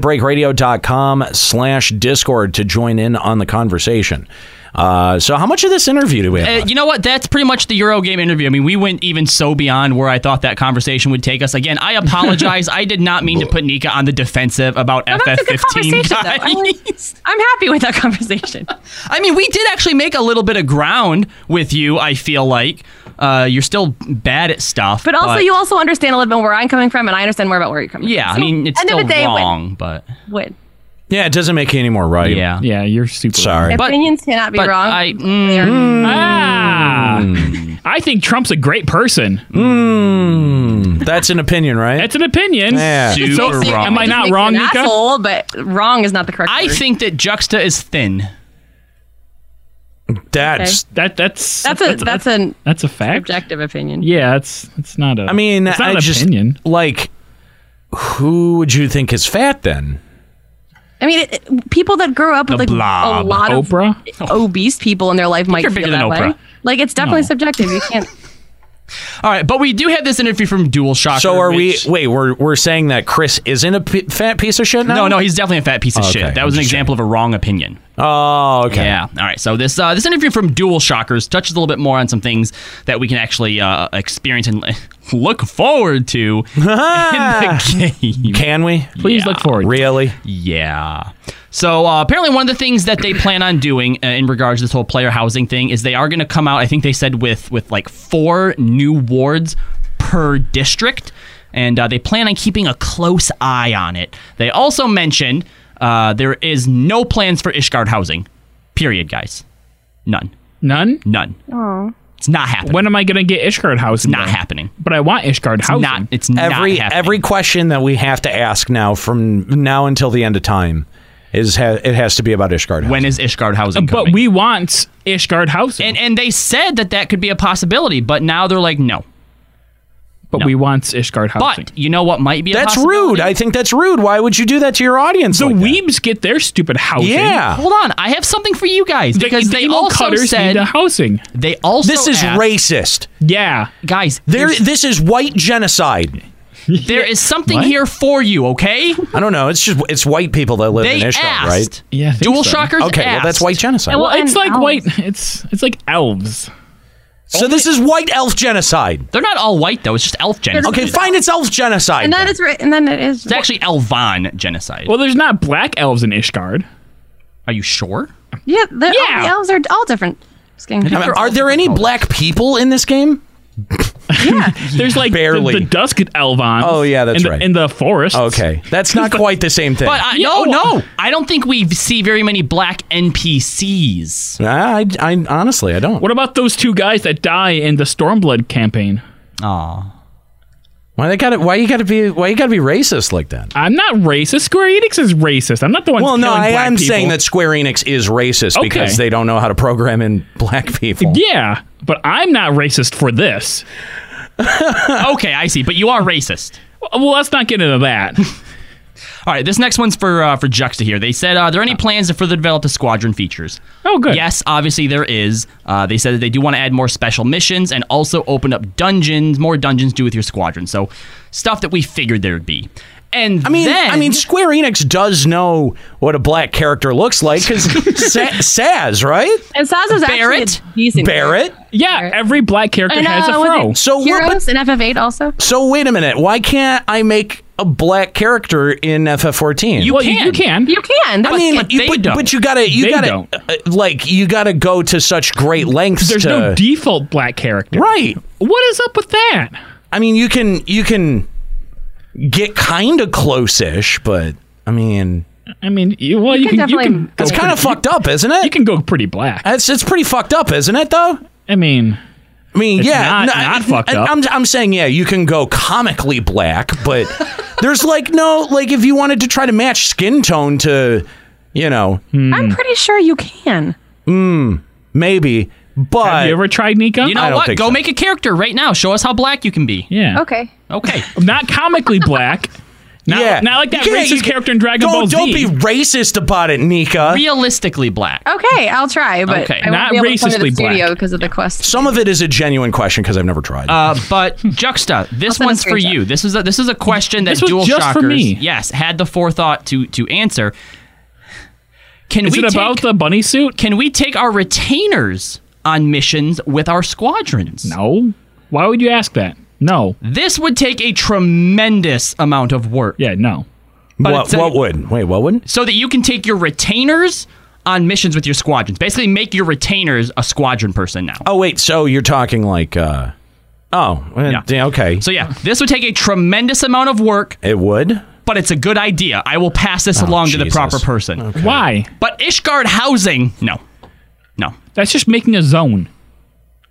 limitbreakradio.com slash Discord to join in on the conversation. Uh, so how much of this interview do we have?
Uh, you know what? That's pretty much the Eurogame interview. I mean, we went even so beyond where I thought that conversation would take us. Again, I apologize. I did not mean to put Nika on the defensive about
No, Oh, that's a good
FF15.
conversation, though.
guys.
I'm, I'm happy with that conversation.
<laughs> I mean, we did actually make a little bit of ground with you. I feel like uh, you're still bad at stuff,
But also, you also understand a little bit where I'm coming from, and I understand more about where you're coming
yeah. I
from. So,
mean, it's
end
still
of the day,
wrong, but
Win. win.
Yeah, it doesn't make you any more right.
Yeah.
Yeah, you're super
Sorry.
Opinions cannot be
but
wrong.
I- mm,
They are.
Ah, I think Trump's a great person.
Mm, that's an opinion, right?
That's an opinion.
Yeah.
So,
Super wrong.
Am I
It
not
Makes you
wrong,
an
Nika?
asshole, but wrong is not the correct.
I
word.
think that Juxta is thin.
That's
That that's
that's a that's an
that's a fact.
objective opinion.
Yeah, it's it's not a.
I mean,
it's not
I
an
just,
opinion.
Like, who would you think is fat then?
I mean, it, it- people that grow up with like a lot of
Oprah.
obese people in their life might
you're
feel
bigger
that
than
way.
Oprah.
Like it's definitely subjective. You can't.
All right, but we do have this interview from Dual Shocker.
So are
which-
we? Wait, we're we're saying that Chris isn't a p- fat piece of shit now?
No, no, he's definitely a fat piece of
Okay,
shit. That
I'm
was an
just
example of a wrong opinion.
Oh, okay. <laughs>
Yeah. <laughs> All right. So this uh, this interview from Dual Shockers touches a little bit more on some things that we can actually uh, experience and <laughs> look forward to in the game.
Can we?
Please
Yeah.
look forward.
Really?
Yeah. So uh, apparently, one of the things that they plan on doing uh, in regards to this whole player housing thing is they are going to come out. I think they said with with like four new wards per district, and uh, they plan on keeping a close eye on it. They also mentioned uh, there is no plans for Ishgard housing. Period, guys. None.
None.
None.
Oh,
It's not happening.
When am I gonna get Ishgard housing?
not
though?
happening.
But I want Ishgard housing.
Not. It's not
Every
happening.
every question that we have to ask now, from now until the end of time, is ha- it has to be about Ishgard.
when is Ishgard housing?
but
coming?
we want Ishgard housing.
and and they said that that could be a possibility, but now they're like, no.
but we want Ishgard housing.
But you know what might be a
that's
possibility?
rude. I think that's rude. Why would you do that to your audience?
the
like that?
weebs get their stupid housing.
Yeah.
Hold on, I have something for you guys
The-
because
the
they
emo
also
cutters
said
need a housing.
they also
This is
asked-
racist.
Yeah.
guys.
There,
there's-
this is white genocide.
there is something
What?
here for you, okay?
I don't know. It's just it's white people that live
They
in Ishgard,
asked.
right?
Yeah, I think
Dual
so.
shockers.
Okay, well that's
asked.
white genocide.
<laughs>
And
Well, it's
and
like
elves.
white. It's it's like elves.
so this is white elf genocide.
They're not all white though. It's just elf genocide.
Okay, fine. It's elf genocide.
And then it's right. And then it is.
It's actually Elvan genocide.
Well, there's not black elves in Ishgard.
Are you sure?
yeah. The,
Yeah.
All the elves are all different. Skin
I mean,
color.
are there any black people in this game?
There's like the-
Barely.
the, dusk elvons.
Oh, yeah, that's
in the,
right.
In the forest.
Okay, that's not quite the same thing.
But I,
Yeah,
Uh, no,
oh,
no, I don't think we see very many black
<laughs>
NPCs.
I, I honestly, I don't.
What about those two guys that die in the Stormblood campaign?
Aw.
Why they got to Why you got to be? Why you got to be racist like that?
I'm not racist. Square Enix is racist. I'm not the one.
Well, no,
killing
I
black
am
people.
saying that Square Enix is racist
Okay.
because they don't know how to program in black people.
Yeah, but I'm not racist for this.
okay, I see. But you are racist.
Well, let's not get into
<laughs>
that.
All right, this next one's for uh, for Juxta here. They said, uh, "Are there any plans to further develop the squadron features?"
Oh, good.
Yes, obviously there is. Uh, they said that they do want to add more special missions and also open up dungeons, more dungeons to do with your squadron. So stuff that we figured there would be. And
I mean,
then,
I mean, Square Enix does know what a black character looks like
<laughs>
because Sa- Saz, right?
And Saz was actually
Barrett?
a decent.
Barrett.
Yeah, every black character
And,
has a
uh, was
fro.
it
So what-
Heroes in FF8 also.
So wait a minute. Why can't I make a black character in FF14?
well, you- you can.
You can. That
I
was
mean,
good.
you-
they
but,
don't.
but you gotta, you
They
gotta,
don't.
uh, like, you gotta go to such great lengths.
There's
to,
no default black character.
right.
What is up with that?
I mean, you can, you can get kind of close-ish, but I mean,
I mean, you, well, you,
can
can, you
definitely-
can.
it's kind of fucked up, isn't it?
You can go pretty black.
it's, it's pretty fucked up, isn't it? Though.
I mean,
I mean,
It's
yeah,
not- not fucked
I,
up.
I'm, I'm saying, yeah, you can go comically
<laughs>
black, but there's like no, like if you wanted to try to match skin tone to You know,
I'm pretty sure you can.
mm, maybe. But have you ever
tried Nika?
You know what? Go make a character right now. Show us how black you can be.
Yeah.
Okay.
Okay.
Not comically
<laughs>
black. Not,
yeah,
not like that
Yeah,
racist
you-
character in Dragon
don't,
Ball Z.
Don't be racist about it, Nika.
Realistically black.
Okay, I'll try, but
Okay.
I won't
Not
be able to come to
racistly
the
black.
studio because of the quest.
<laughs> Some of it is a genuine question because I've never tried.
Uh,
<laughs>
but Juxta, this
send a
one's for
screenshot.
you. This is a this is a question that
This was
Dual
just for
Shockers,
me.
yes, had the forethought to to answer. Can
Is
we
it
take,
about the bunny suit?
Can we take our retainers on missions with our squadrons?
No. Why would you ask that? No.
This would take a tremendous amount of work.
Yeah, no.
what, what would? Wait, what would?
So that you can take your retainers on missions with your squadrons. Basically, make your retainers a squadron person now.
Oh, wait. So you're talking like, uh, oh, eh, yeah, okay.
So yeah, this would take a tremendous amount of work,
It would.
but it's a good idea. I will pass this
Oh,
along to the proper person.
Why?
But Ishgard housing, no, no,
That's just making a zone.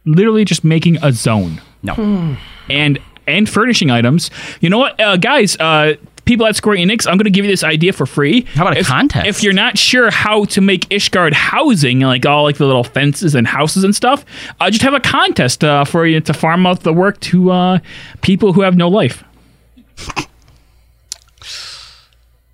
Literally just making a zone.
no.
and and furnishing items. You know what, uh, guys? Uh, people at Square Enix, I'm going to give you this idea for free. How
about a
if,
contest?
If you're not sure how to make Ishgard housing, like all like the little fences and houses and stuff, uh, just have a contest uh, for you to farm out the work to uh, people who have no life.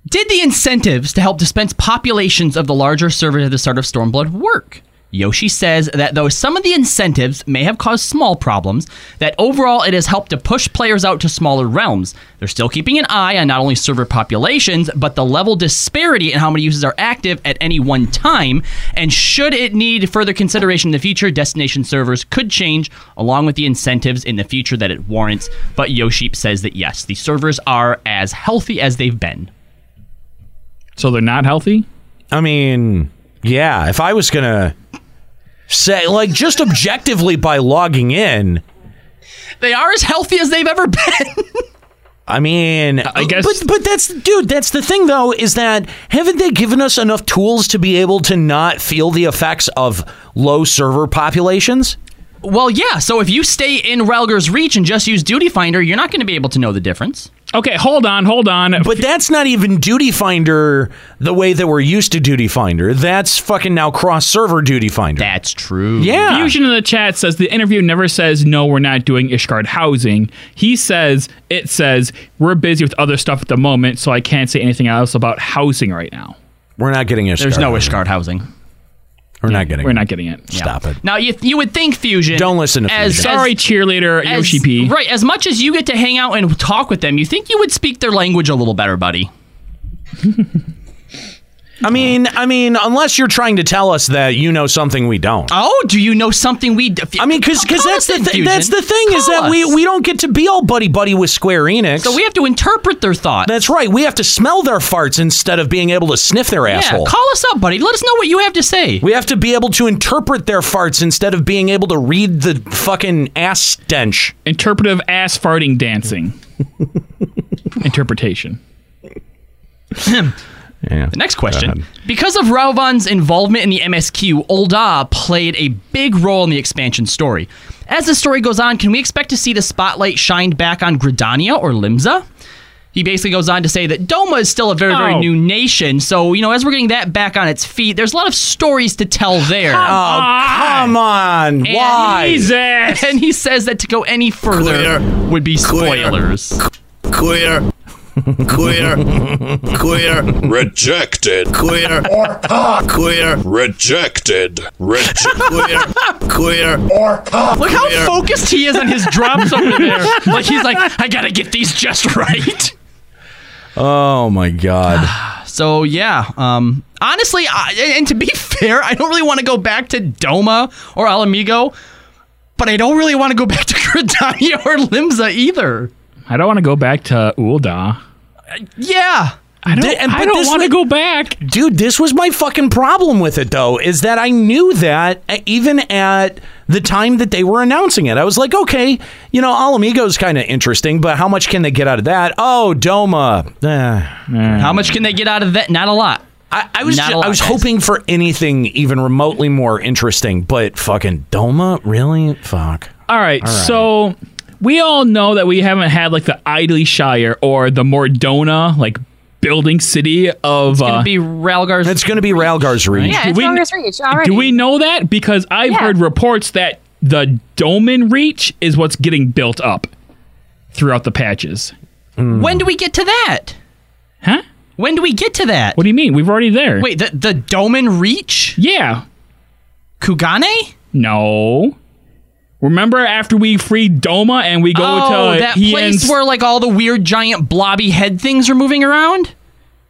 Did the incentives to help dispense populations of the larger servers at the start of Stormblood work? Yoshi says that though some of the incentives may have caused small problems, that overall it has helped to push players out to smaller realms. They're still keeping an eye on not only server populations, but the level disparity in how many users are active at any one time. And should it need further consideration in the future, destination servers could change along with the incentives in the future that it warrants. But Yoshi says that yes, the servers are as healthy as they've been.
So they're not healthy.
I mean, yeah. If I was gonna say, like, just objectively by logging in,
They are as healthy as they've ever been. <laughs>
I mean,
I guess-
But but that's dude. That's the thing though is that haven't they given us enough tools to be able to not feel the effects of low server populations?
well, yeah. So if you stay in Relger's reach and just use Duty Finder, you're not going to be able to know the difference.
Okay, hold on, hold on.
But that's not even Duty Finder the way that we're used to Duty Finder. That's fucking now cross server Duty Finder.
That's true.
Yeah.
Fusion in the chat says the interview never says no, we're not doing Ishgard housing. He says it says we're busy with other stuff at the moment, so I can't say anything else about housing right now.
We're not getting Ishgard.
There's no Ishgard housing.
We're not getting.
We're not getting it.
Stop it.
Now you you would think Fusion.
Don't listen to
as,
Fusion.
as-
Sorry, cheerleader
as-
Yoshi P.
Right. As much as you get to hang out and talk with them, you think you would speak their language a little better, buddy.
I mean, I mean, unless you're trying to tell us that you know something we don't.
Oh, do you know something we?
I mean, because because that's the th- that's the thing is that we we don't get to be all buddy buddy with Square Enix.
So we have to interpret their thoughts.
that's right. We have to smell their farts instead of being able to sniff their asshole.
Yeah, call us up, buddy. Let us know what you have to say.
we have to be able to interpret their farts instead of being able to read the fucking ass stench.
Interpretive ass farting
<laughs>
dancing. Interpretation.
Yeah.
The next question. Because of Rauvan's involvement in the MSQ, Olda played a big role in the expansion story. As the story goes on, can we expect to see the spotlight shined back on Gridania or Limza? He basically goes on to say that Doma is still a very, very
Oh.
new nation. So, you know, as we're getting that back on its feet, there's a lot of stories to tell there.
Come on,
And-
why?
Jesus.
and he says that to go any further would be spoilers.
Queer. Queer. Queer.
Rejected.
Queer.
Queer. Rejected. Rejected.
Queer.
Look how focused he is on his drops over there. Like, he's like, I gotta get these just right.
Oh
<sighs>
my god.
So yeah, um, honestly, I, and- and to be <laughs> fair, I don't really want to go back to Doma or Alamigo, but I don't really want to go back to <laughs> Gridania or Limza either.
I don't want to go back to Ulda.
Yeah,
I don't,
Th- and-
I
but
don't
this
want to
would-
go back.
Dude, this was my fucking problem with it though, is that I knew that uh, even at the time that they were announcing it. I was like, okay, you know, Alamigo's kind of interesting, but how much can they get out of that? Oh, Doma. Eh.
how much can they get out of that? Not a lot.
I, I was
Not
ju-
a lot,
I was
guys.
hoping for anything even remotely more interesting, but fucking Doma, really? Fuck.
All right, so we all know that we haven't had like the Idly Shire or the Mordona like building city of. uh, It's
gonna be Ralgar's.
It's gonna be Ralgar's Reach.
Yeah, it's Congress Reach already.
Do we know that? Because I've heard reports that the Doman Reach is what's getting built up throughout the patches.
When do we get to that?
Huh?
When do we get to that?
What do you mean? We've already there.
Wait, the the Doman Reach?
Yeah.
Kugane?
No. Remember after we freed Doma and we go
oh,
to uh,
that
Hien's-
place where like all the weird giant blobby head things are moving around?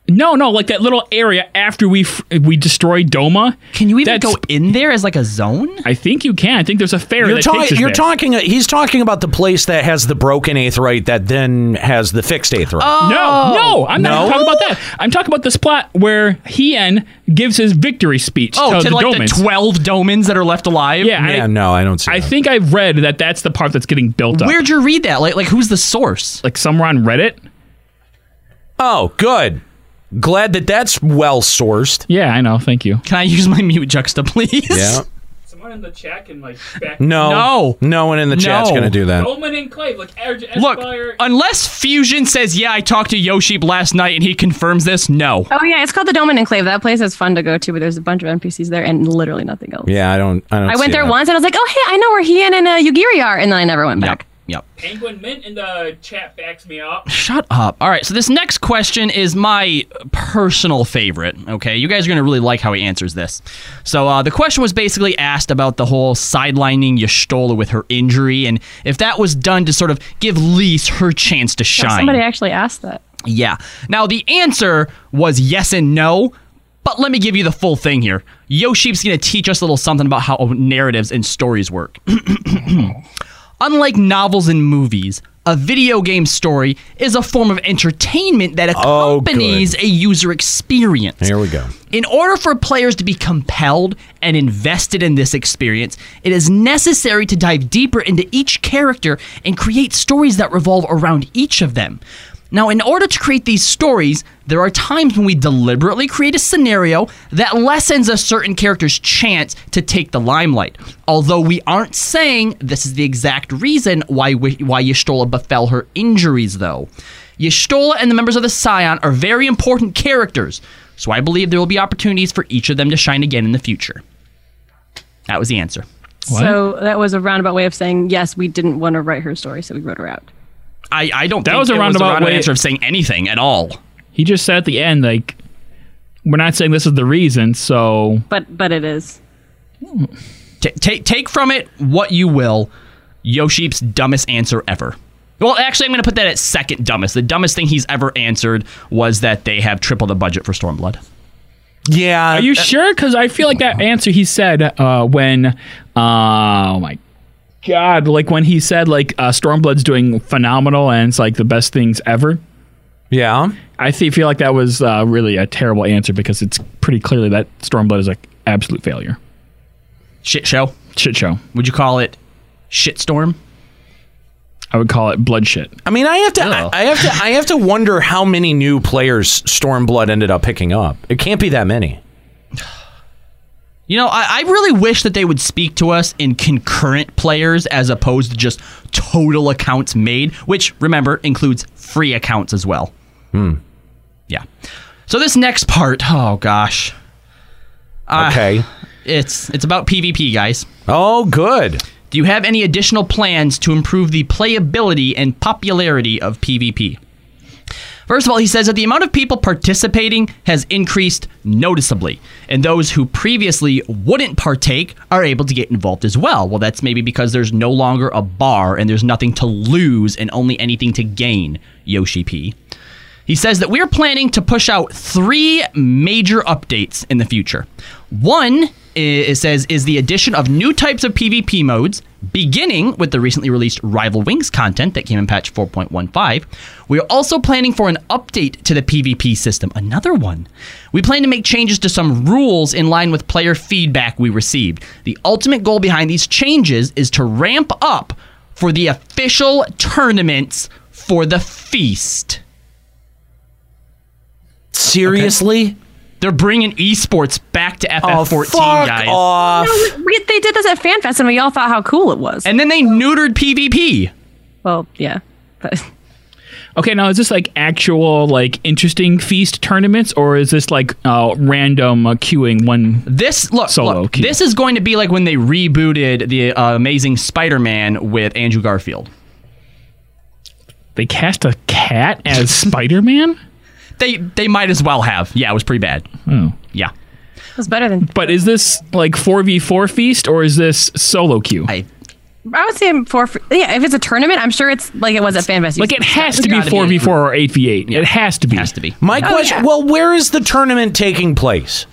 No, no, like that little area after we f- we destroy Doma.
Can you even go in there as like a zone?
I think you can. I think there's a ferry
You're,
that
ta-
takes us
you're
there.
talking. He's talking about the place that has the broken aetherite that then has the fixed aetherite.
Oh.
No, no, I'm
No?
not talking about that. I'm talking about this plot where Hien gives his victory speech.
Oh, to,
the
like
Domans.
the twelve domans that are left alive.
Yeah, I- Yeah,
no, I don't see.
I think I've read that that's the part that's getting built up.
Where'd you read that? Like, like who's the source?
Like somewhere on Reddit.
Oh, good. Glad that that's well sourced.
Yeah, I know. Thank you.
Can I use my mute juxta, please?
Yeah.
Someone in the chat can like back
No. No. No one in the chat's gonna do that.
Roman and Clave, like
<laughs> Look, unless Fusion says, "Yeah, I talked to Yoshib last night and he confirms this," no.
Oh yeah, it's called the Domin Enclave. That place is fun to go to, but there's a bunch of NPCs there and literally nothing else.
Yeah, I don't. I don't.
I went
see
there
that.
once and I was like, oh hey, I know where he and uh, Yugiri are, and then I never went back.
Yep.
Penguin Mint in the chat backs me up.
Shut up. All right, so this next question is my personal favorite. Okay, you guys are going to really like how he answers this. So, uh, the question was basically asked about the whole sidelining Yestola with her injury and if that was done to sort of give Lise her chance to
Oh,
shine.
Somebody actually asked that.
Yeah. Now, the answer was yes and no, but let me give you the full thing here. Yoshib's going to teach us a little something about how narratives and stories work. <clears throat> Unlike novels and movies, a video game story is a form of entertainment that accompanies a user experience.
Oh, Here we go.
In order for players to be compelled and invested in this experience, it is necessary to dive deeper into each character and create stories that revolve around each of them. Now, in order to create these stories, there are times when we deliberately create a scenario that lessens a certain character's chance to take the limelight. Although we aren't saying this is the exact reason why wi- why Yestola befell her injuries, though. Yestola and the members of the Scion are very important characters, so I believe there will be opportunities for each of them to shine again in the future. That was the answer.
So that was a roundabout way of saying yes, we didn't want to write her story, so we wrote her out.
I, I don't
That
think
was a
it
roundabout way-
answer of saying anything at all.
He just said at the end, like, we're not saying this is the reason, so
But but it is.
Ta take take from it what you will. Yoship's dumbest answer ever. Well, actually, I'm going to put that at second dumbest. The dumbest thing he's ever answered was that they have triple the budget for Stormblood.
Yeah.
Are you sure? Because I feel like that answer he said uh, when, uh, oh my god, like when he said like uh, Stormblood's doing phenomenal and it's like the best things ever.
Yeah,
I thi- feel like that was uh, really a terrible answer because it's pretty clearly that Stormblood is like absolute failure,
Shit show.
shit show.
Would you call it shitstorm?
I would call it blood shit.
I mean, I have to.
Oh.
I, I have to. I have to wonder how many new players Stormblood ended up picking up. It can't be that many.
You know, I, I really wish that they would speak to us in concurrent players as opposed to just total accounts made, which, remember, includes free accounts as well.
Hmm.
Yeah. So this next part, oh gosh. Uh,
Okay.
It's it's about PvP, guys.
Oh, good.
Do you have any additional plans to improve the playability and popularity of PvP? First of all, he says that the amount of people participating has increased noticeably, and those who previously wouldn't partake are able to get involved as well. Well, that's maybe because there's no longer a bar and there's nothing to lose and only anything to gain, Yoshi P. He says that we're planning to push out three major updates in the future. One, i- it says, is the addition of new types of PvP modes, beginning with the recently released Rival Wings content that came in patch 4.15. We are also planning for an update to the PvP system, another one. We plan to make changes to some rules in line with player feedback we received. The ultimate goal behind these changes is to ramp up for the official tournaments for the feast.
Seriously? Oh,
They're bringing esports back to FF14, guys.
No, we- we- they did this at FanFest, and we all thought how cool it was.
And then they neutered PvP.
Well, yeah. But <laughs>
Okay, now is this like actual like interesting feast tournaments, or is this like uh, random uh, queuing one?
This look
solo.
Look,
queue?
this is going to be like when they rebooted the uh, Amazing Spider-Man with Andrew Garfield.
They cast a cat as <laughs> Spider-Man.
They they might as well have. Yeah, it was pretty bad.
Oh.
Yeah.
That's better than.
But is this like four v four feast, or is this solo queue?
I,
I would say four. Yeah, if it's a tournament, I'm sure it's like it was at FanFest.
like it has to be four v four or eight v eight. It has to be. Has
to be.
My
Oh,
question:
yeah.
Well, where is the tournament taking place?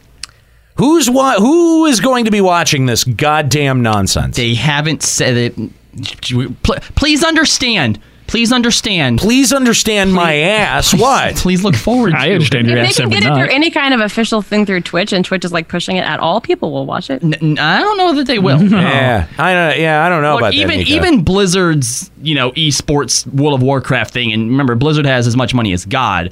Who's wa- Who is going to be watching this goddamn nonsense?
They haven't said it. Pl- Please understand. Please understand.
Please understand my ass. What?
Please look forward. I
understand
If they can get it through any kind of official thing through Twitch, and Twitch is like pushing it at all, people will watch it.
I don't know that they <laughs> will.
Yeah, I don't. Yeah, I don't know
Oh. Look,
about
even
that. Mika.
even Blizzard's you know esports World of Warcraft thing, and remember Blizzard has as much money as God.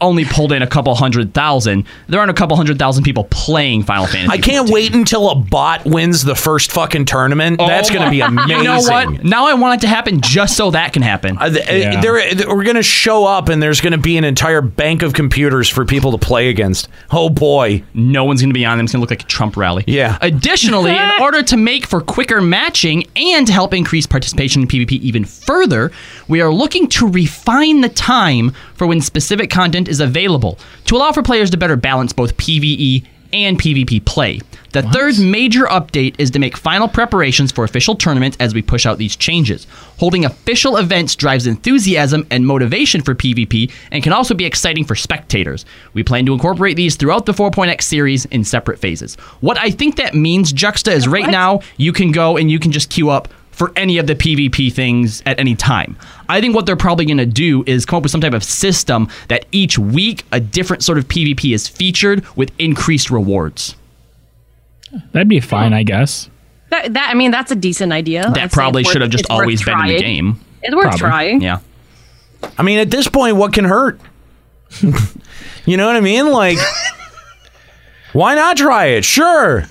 Only pulled in a couple hundred thousand. There aren't a couple hundred thousand people playing Final Fantasy.
I can't wait until a bot wins the first fucking tournament. That's
Oh
going to be
my-
amazing.
You know what? Now I want it to happen just so that can happen.
Uh, th- uh, there- th- we're going to show up, and there's going to be an entire bank of computers for people to play against. Oh boy,
no one's going to be on them. It's going to look like a Trump rally.
Yeah.
Additionally, in order to make for quicker matching and to help increase participation in PvP even further, we are looking to refine the time for when specific content is available to allow for players to better balance both PvE and PvP play. The third major update is to make final preparations for official tournaments as we push out these changes. Holding official events drives enthusiasm and motivation for PvP and can also be exciting for spectators. We plan to incorporate these throughout the 4.x series in separate phases. What I think that means, Juxta, is right now you can go and you can just queue up for any of the PvP things at any time. I think what they're probably going to do is come up with some type of system that each week a different sort of PvP is featured with increased rewards.
That'd be fine, I guess.
That, that I mean, that's a decent idea. I'd say
That
it's
probably
worth-
should have just
it's worth
always been in the
trying.
game.
It's worth trying.
Yeah.
I mean, at this point, what can hurt? <laughs> you know what I mean? Like, why not try it? Sure.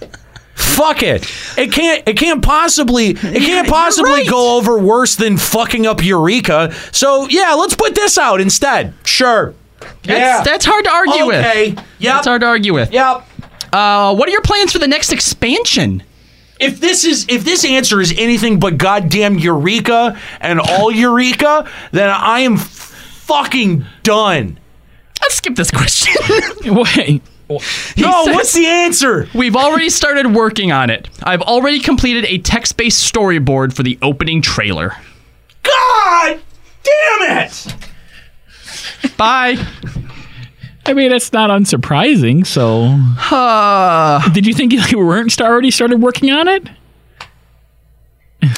Fuck it. It can't it can't possibly it can't possibly go over worse than fucking up Eureka. So yeah, let's put this out instead. Sure.
That's,
yeah.
that's hard to argue with.
Okay. Yep.
That's hard to argue with.
Yep.
Uh, what are your plans for the next expansion?
If this is if this answer is anything but goddamn Eureka and all Eureka, then I am fucking done.
Let's skip this question. <laughs>
Wait.
no, what's the answer?
We've already started working on it. I've already completed a text based storyboard for the opening trailer.
God damn it!
Bye.
I mean, that's not unsurprising. So,
Uh.
did you think <laughs> you weren't sta- already started working on it?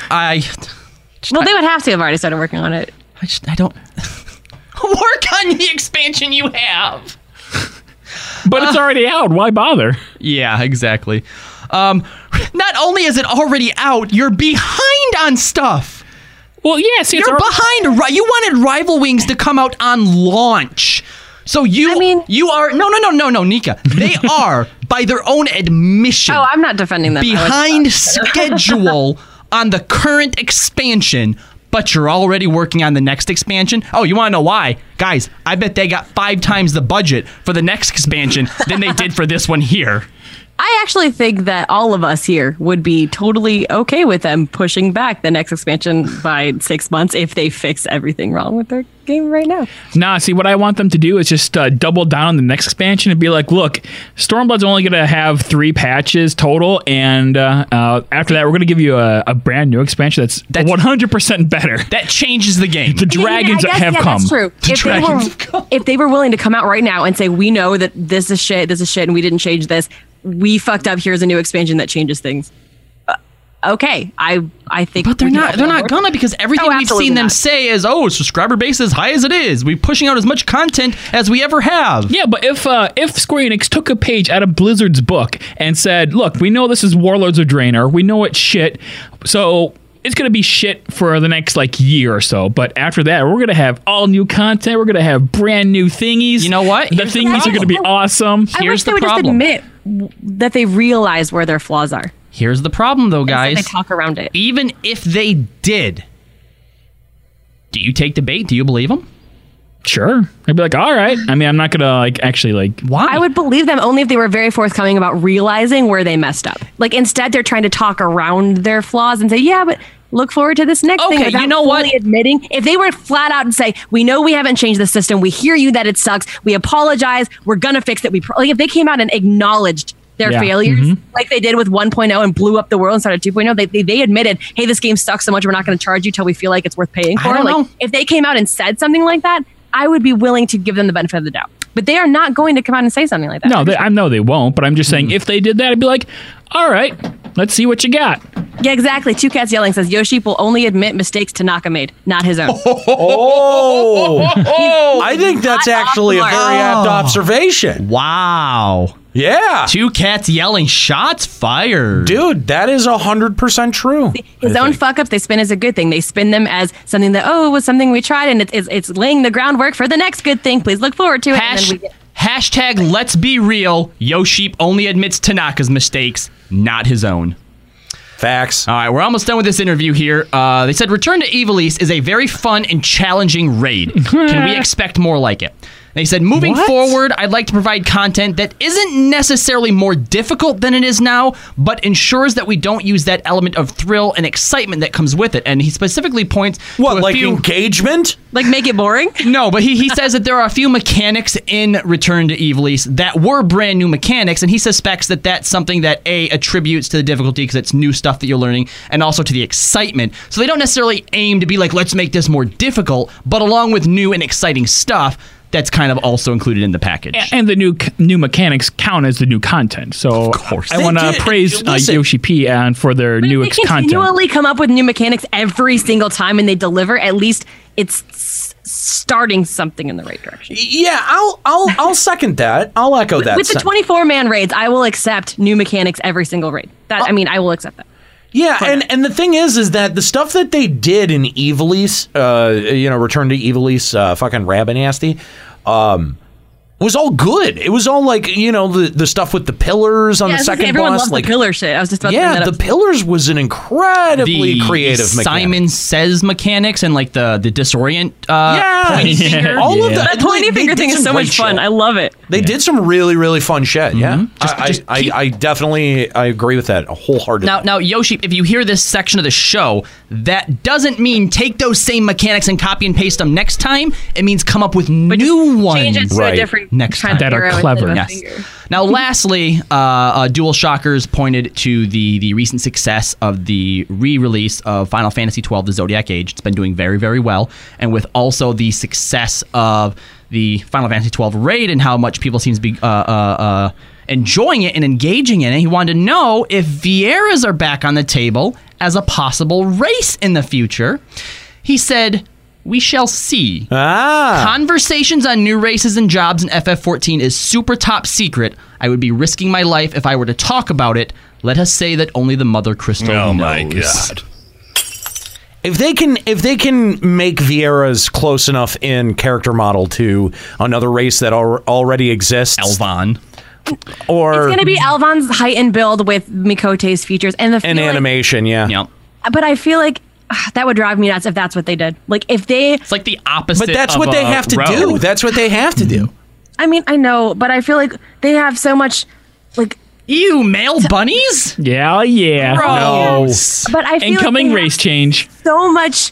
I
Well, they would have to have already started working on it.
I just I don't. <laughs> work on the expansion you have.
But
Uh.
it's already out. Why bother?
Yeah, exactly. Um, not only is it already out, you're behind on stuff.
Well, yes,
you're behind. Ri- You wanted Rival Wings to come out on launch, so you you are no no no no no Nika.
<laughs>
They are by their own admission.
Oh, I'm not defending them. I was- <laughs>
behind schedule on the current expansion, but you're already working on the next expansion. Oh, you want to know why? Guys, I bet they got five times the budget for the next expansion than they did for this one here.
I actually think that all of us here would be totally okay with them pushing back the next expansion by six months if they fix everything wrong with their game right now.
Nah, see, what I want them to do is just uh, double down on the next expansion and be like, look, Stormblood's only going to have three patches total, and uh, uh, after that, we're going to give you a, a brand new expansion that's, 100% better.
That changes the
<laughs>
game.
The
I mean,
dragons
I guess,
have
yeah,
come.
That's true.
The
if, they
dragons
were, if they were willing to come out right now and say, "We know that this is shit, this is shit, and we didn't change this. We fucked up. Here's a new expansion that changes things." Uh, okay, I I think,
But they're not. They're not gonna because everything
Oh,
we've seen them say is, "Oh, subscriber base as high as it is. We're pushing out as much content as we ever have."
Yeah, but if uh, if Square Enix took a page out of Blizzard's book and said, "Look, we know this is Warlords of Draenor. We know it's shit, so it's gonna be shit for the next like year or so. But after that, we're gonna have all new content. We're gonna have brand new thingies. You know what? The
Here's the
thingies are
problem.
gonna be awesome.
I wish they would just admit w- that they realize where their flaws are.
Here's the problem, though,
They
guys.
talk around it.
Even if they did, do you take the bait? Do you believe them?
Sure. I'd be like, all right. I mean, I'm not gonna like actually like. Why?
I would believe them only if they were very forthcoming about realizing where they messed up. Like instead, they're trying to talk around their flaws and say, "Yeah, but look forward to this next
Okay,
thing."
you know what?
fully Admitting if they were flat out and say, "We know we haven't changed the system. We hear you that it sucks. We apologize. We're gonna fix it." We pro-. like if they came out and acknowledged their
Yeah.
failures,
Mhm.
like they did with 1.0 and blew up the world and started 2.0. They, they they admitted, "Hey, this game sucks so much. We're not going to charge you till we feel like it's worth paying
I
for."
don't
like
know.
if they came out and said something like that, I would be willing to give them the benefit of the doubt. But they are not going to come out and say something like that.
No, they, I know they won't. But I'm just saying, if they did that, I'd be like, all right, let's see what you got.
Yeah, exactly. Two cats yelling says Yoshi will only admit mistakes Tanaka made, not his own.
<laughs>
Oh, I think that's actually a very apt observation.
Wow.
Yeah.
Two cats yelling shots fired.
Dude, that is 100% true.
His own fuck ups they spin as a good thing. They spin them as something that oh it was something we tried and it's it's, it's laying the groundwork for the next good thing. Please look forward to it. and
Hash-
then we get,
hashtag let's be real. Yo Sheep only admits Tanaka's mistakes, not his own.
Facts.
All right, we're almost done with this interview here. Uh, they said Return to Evil East is a very fun and challenging raid. Can we expect more like it? They said, moving forward, I'd like to provide content that isn't necessarily more difficult than it is now, but ensures that we don't use that element of thrill and excitement that comes with it. And he specifically points what,
like engagement?
Like make it boring?
No, but he, he says that there are a few mechanics in Return to Evil East that were brand new mechanics, and he suspects that that's something that A, attributes to the difficulty because it's new stuff that you're learning, and also to the excitement. So they don't necessarily aim to be like, let's make this more difficult, but along with new and exciting stuff, that's kind of also included in the package.
A- And the new c- new mechanics count as the new content. So of course, I
They
want to
did.
praise uh,
Listen.
Yoshi P and for their <laughs> new
they
ex- content.
continually come up with new mechanics every single time and they deliver. At least it's s- starting something in the right direction.
Yeah, I'll I'll I'll second that. I'll echo that.
With the
sen-
24 man raids, I will accept new mechanics every single raid. That I mean, I will accept that.
Yeah, and, and the thing is, is that the stuff that they did in Evil East, uh, you know, Return to Evil East, uh, fucking Rabbi Nasty, um, was all good. It was all like, you know, the, the stuff with the pillars on
Yeah, I
the
was gonna say,
second
everyone
boss.
loved the
like
pillar shit. I was just about to bring
yeah,
that
the
up.
pillars was an incredibly
The
creative
Simon
mechanic.
Says mechanics and like the the disorient. Uh,
<laughs> <laughs> Yeah,
pointy finger.
all of that.
The pointy
they
finger
did
thing is
some
so
great
much fun.
shit. Mm-hmm.
I love it.
They did some really, really fun shit. Yeah, I, I, I, I definitely I agree with that wholeheartedly.
Now, now, Yoshi, if you hear this section of the show, that doesn't mean take those same mechanics and copy and paste them next time. It means come up with new ones
it to a Right. different
next
kind
time
of That are arrow instead of clever. a
Yes.
finger.
Now, lastly, uh, uh, Dual Shockers pointed to the the recent success of the re-release of Final Fantasy XII: The Zodiac Age. It's been doing very, very well, and with also the success of the Final Fantasy XII raid and how much people seem to be uh, uh, uh, enjoying it and engaging in it. He wanted to know if Vieiras are back on the table as a possible race in the future. He said. We shall see.
Ah.
Conversations on new races and jobs in FF14 is super top secret. I would be risking my life if I were to talk about it. Let us say that only the Mother Crystal
Oh
knows.
If they can, if they can make Viera's close enough in character model to another race that al- already exists,
Elvon,
or
It's gonna be Alvan's height and build with Mikote's features and the
an
feeling-
animation. Yeah,
But I feel like ah, that would drive me nuts if that's what they did. Like if they, it's
like the opposite.
but that's what they have to do. That's what they have to do.
I mean, I know, but I feel like they have so much, like
you male bunnies.
Yeah, yeah.
Gross.
But I feel like
incoming
they have-
race change.
so much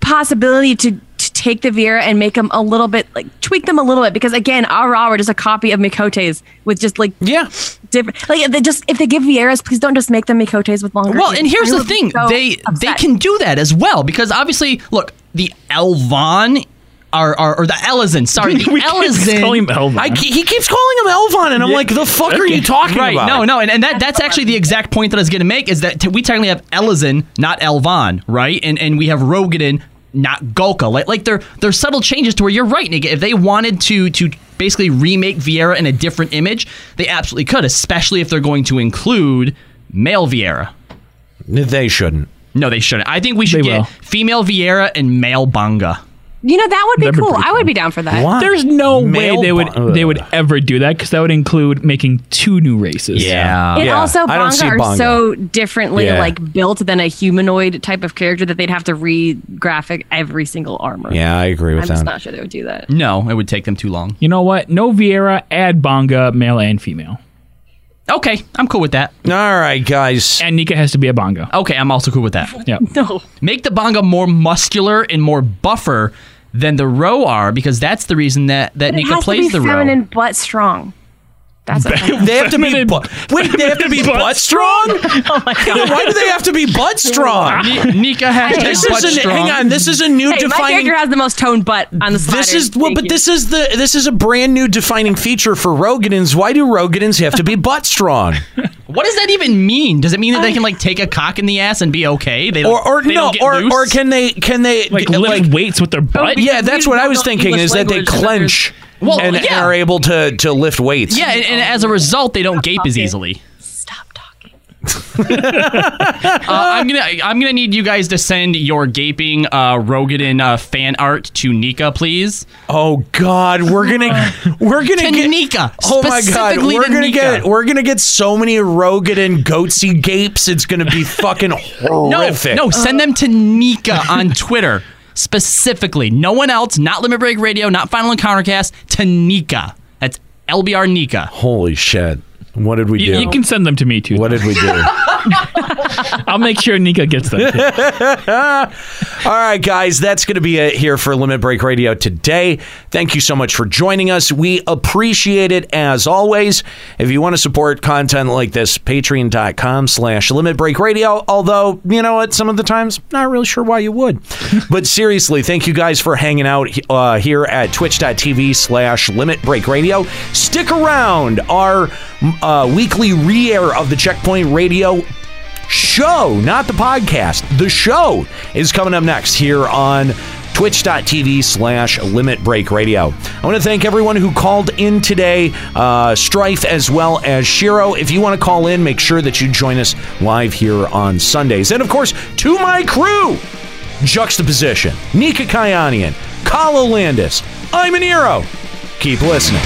possibility to, to take the Vera and make them a little bit like tweak them a little bit because again, our raw were just a copy of Mikote's with just like
yeah
different like if they just if they give Vieras, please don't just make them Mikote's with longer.
Well,
ears.
and here's
I
the
would be
thing:
so
they they
upset.
can do that as well because obviously, look, the Elvon are, are or the Elizan.
<laughs>
Sorry, the
We keep
Elizan.
calling him Elvon. I ke- he keeps calling him Elvon, and I'm like, the fuck are you talking
right,
about?
No, no, and, and that that's actually the exact point that I was going to make is that t- we technically have Elizan, not Elvon, right? And and we have Rogadin, not Golka. Like like they're they're subtle changes to where you're right, Nick. If they wanted to to basically remake Vieira in a different image, they absolutely could, especially if they're going to include male Vieira.
They shouldn't.
No, they shouldn't. I think we should
They
get
will.
female Vieira and male Bunga.
You know that would be
That'd be
cool.
pretty
I would be down for that.
There's no
Male
way they would they would ever do that because that would include making two new races.
Yeah,
And also, Bonga are so differently
Yeah.
like built than a humanoid type of character that they'd have to re-graphic every single armor.
Yeah, I agree
I'm just not sure they would do that.
No, it would take them too long.
You know what? No Vieira, add Bonga, male and female.
Okay, I'm cool with that.
All right, guys.
And Nika has to be a Bonga.
Okay, I'm also cool with that.
Yeah.
No.
Make the Bonga more muscular and more buffer than the Row are because that's the reason that that
But it
Nika
has
plays
to
the
be
Row.
feminine but strong. That's what I'm-
They have to be butt. Wait, they have to be butt strong.
oh my god!
Why do they have to be butt strong?
Ni- <laughs> Nika has
this
butt
is an,
strong.
Hang on, this is a new
Hey, my
defining.
character has the most toned butt on the slider.
This is well, but this is the this is a brand new defining feature for Rogadins. Why do Rogadins have to be butt strong?
What does that even mean? Does it mean that they can like take a cock in the ass and be okay? They
Or or
they
no,
don't get
or
loose?
or can they can they
Like lift
weights with their
butt? because
Yeah,
we
that's
don't
what I
know
was
the
thinking
English
is that they
language and
clench
there's- Well,
and, and
yeah.
are able to to lift weights.
Yeah, and, and as a result, they don't gape as easily. Stop talking. <laughs> uh, I'm gonna I'm gonna need you guys to send your gaping uh, Rogadin uh, fan art to Nika, please.
Oh God, we're
<laughs>
gonna we're gonna
to
get
Nika.
Oh my God,
specifically
we're
to
gonna
Nika.
get we're gonna get so many Rogadin goatsy gapes. It's gonna be fucking
<laughs>
horrific.
No, no, send them to Nika on Twitter specifically. No one else, not Limit Break Radio, not Final Encounter Cast, to Nika. That's LBR Nika.
Holy shit! What did we
You-
do?
you can send them to me too.
What did we do?
I'll make sure Nika gets them. too.
All right, guys, that's going to be it here for Limit Break Radio today. Thank you so much for joining us. We appreciate it as always. If you want to support content like this, patreon.com slash limit break radio. Although, you know what, some of the times, not really sure why you would. but seriously, thank you guys for hanging out uh, here at twitch.tv slash limit break radio. Stick around. Our uh, weekly re air of the Checkpoint Radio show, not the podcast. The show is coming up next here on twitch.tv slash limit break radio i want to thank everyone who called in today uh, strife as well as shiro if you want to call in make sure that you join us live here on sundays and of course to my crew juxtaposition nika kyanian kala landis i'm an hero keep listening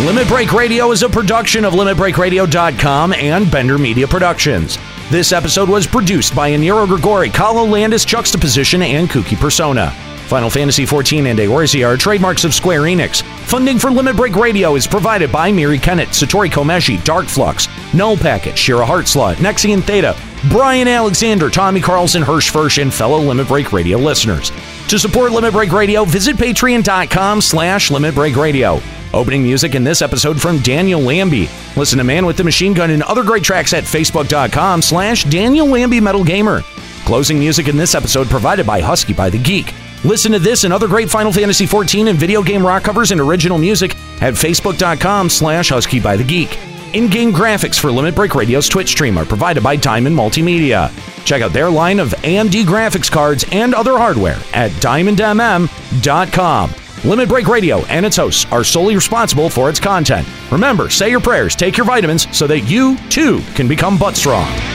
Limit Break Radio is a production of LimitBreakRadio.com and Bender Media Productions. This episode was produced by Aniro Grigori, Kalo Landis, Juxtaposition, and Kooky Persona. Final Fantasy XIV and Eorzea are trademarks of Square Enix. Funding for Limit Break Radio is provided by Miri Kennett, Satori Komeshi, Dark Flux, Null Packet, Shira Heartslot, Nexian Theta, Brian Alexander, Tommy Carlson, Hirsch Fersh, and fellow Limit Break Radio listeners. To support Limit Break Radio, visit patreon.com slash Limit Break Radio. Opening music in this episode from Daniel Lambie. Listen to Man with the Machine Gun and other great tracks at facebook.com slash Daniel Lambie Metal Gamer. Closing music in this episode provided by Husky by the Geek. Listen to this and other great Final Fantasy XIV and video game rock covers and original music at facebook.com slash Husky by the Geek. In-game graphics for Limit Break Radio's Twitch stream are provided by Diamond Multimedia. Check out their line of AMD graphics cards and other hardware at diamondmm.com. Limit Break Radio and its hosts are solely responsible for its content. Remember, say your prayers, take your vitamins, so that you, too, can become butt strong.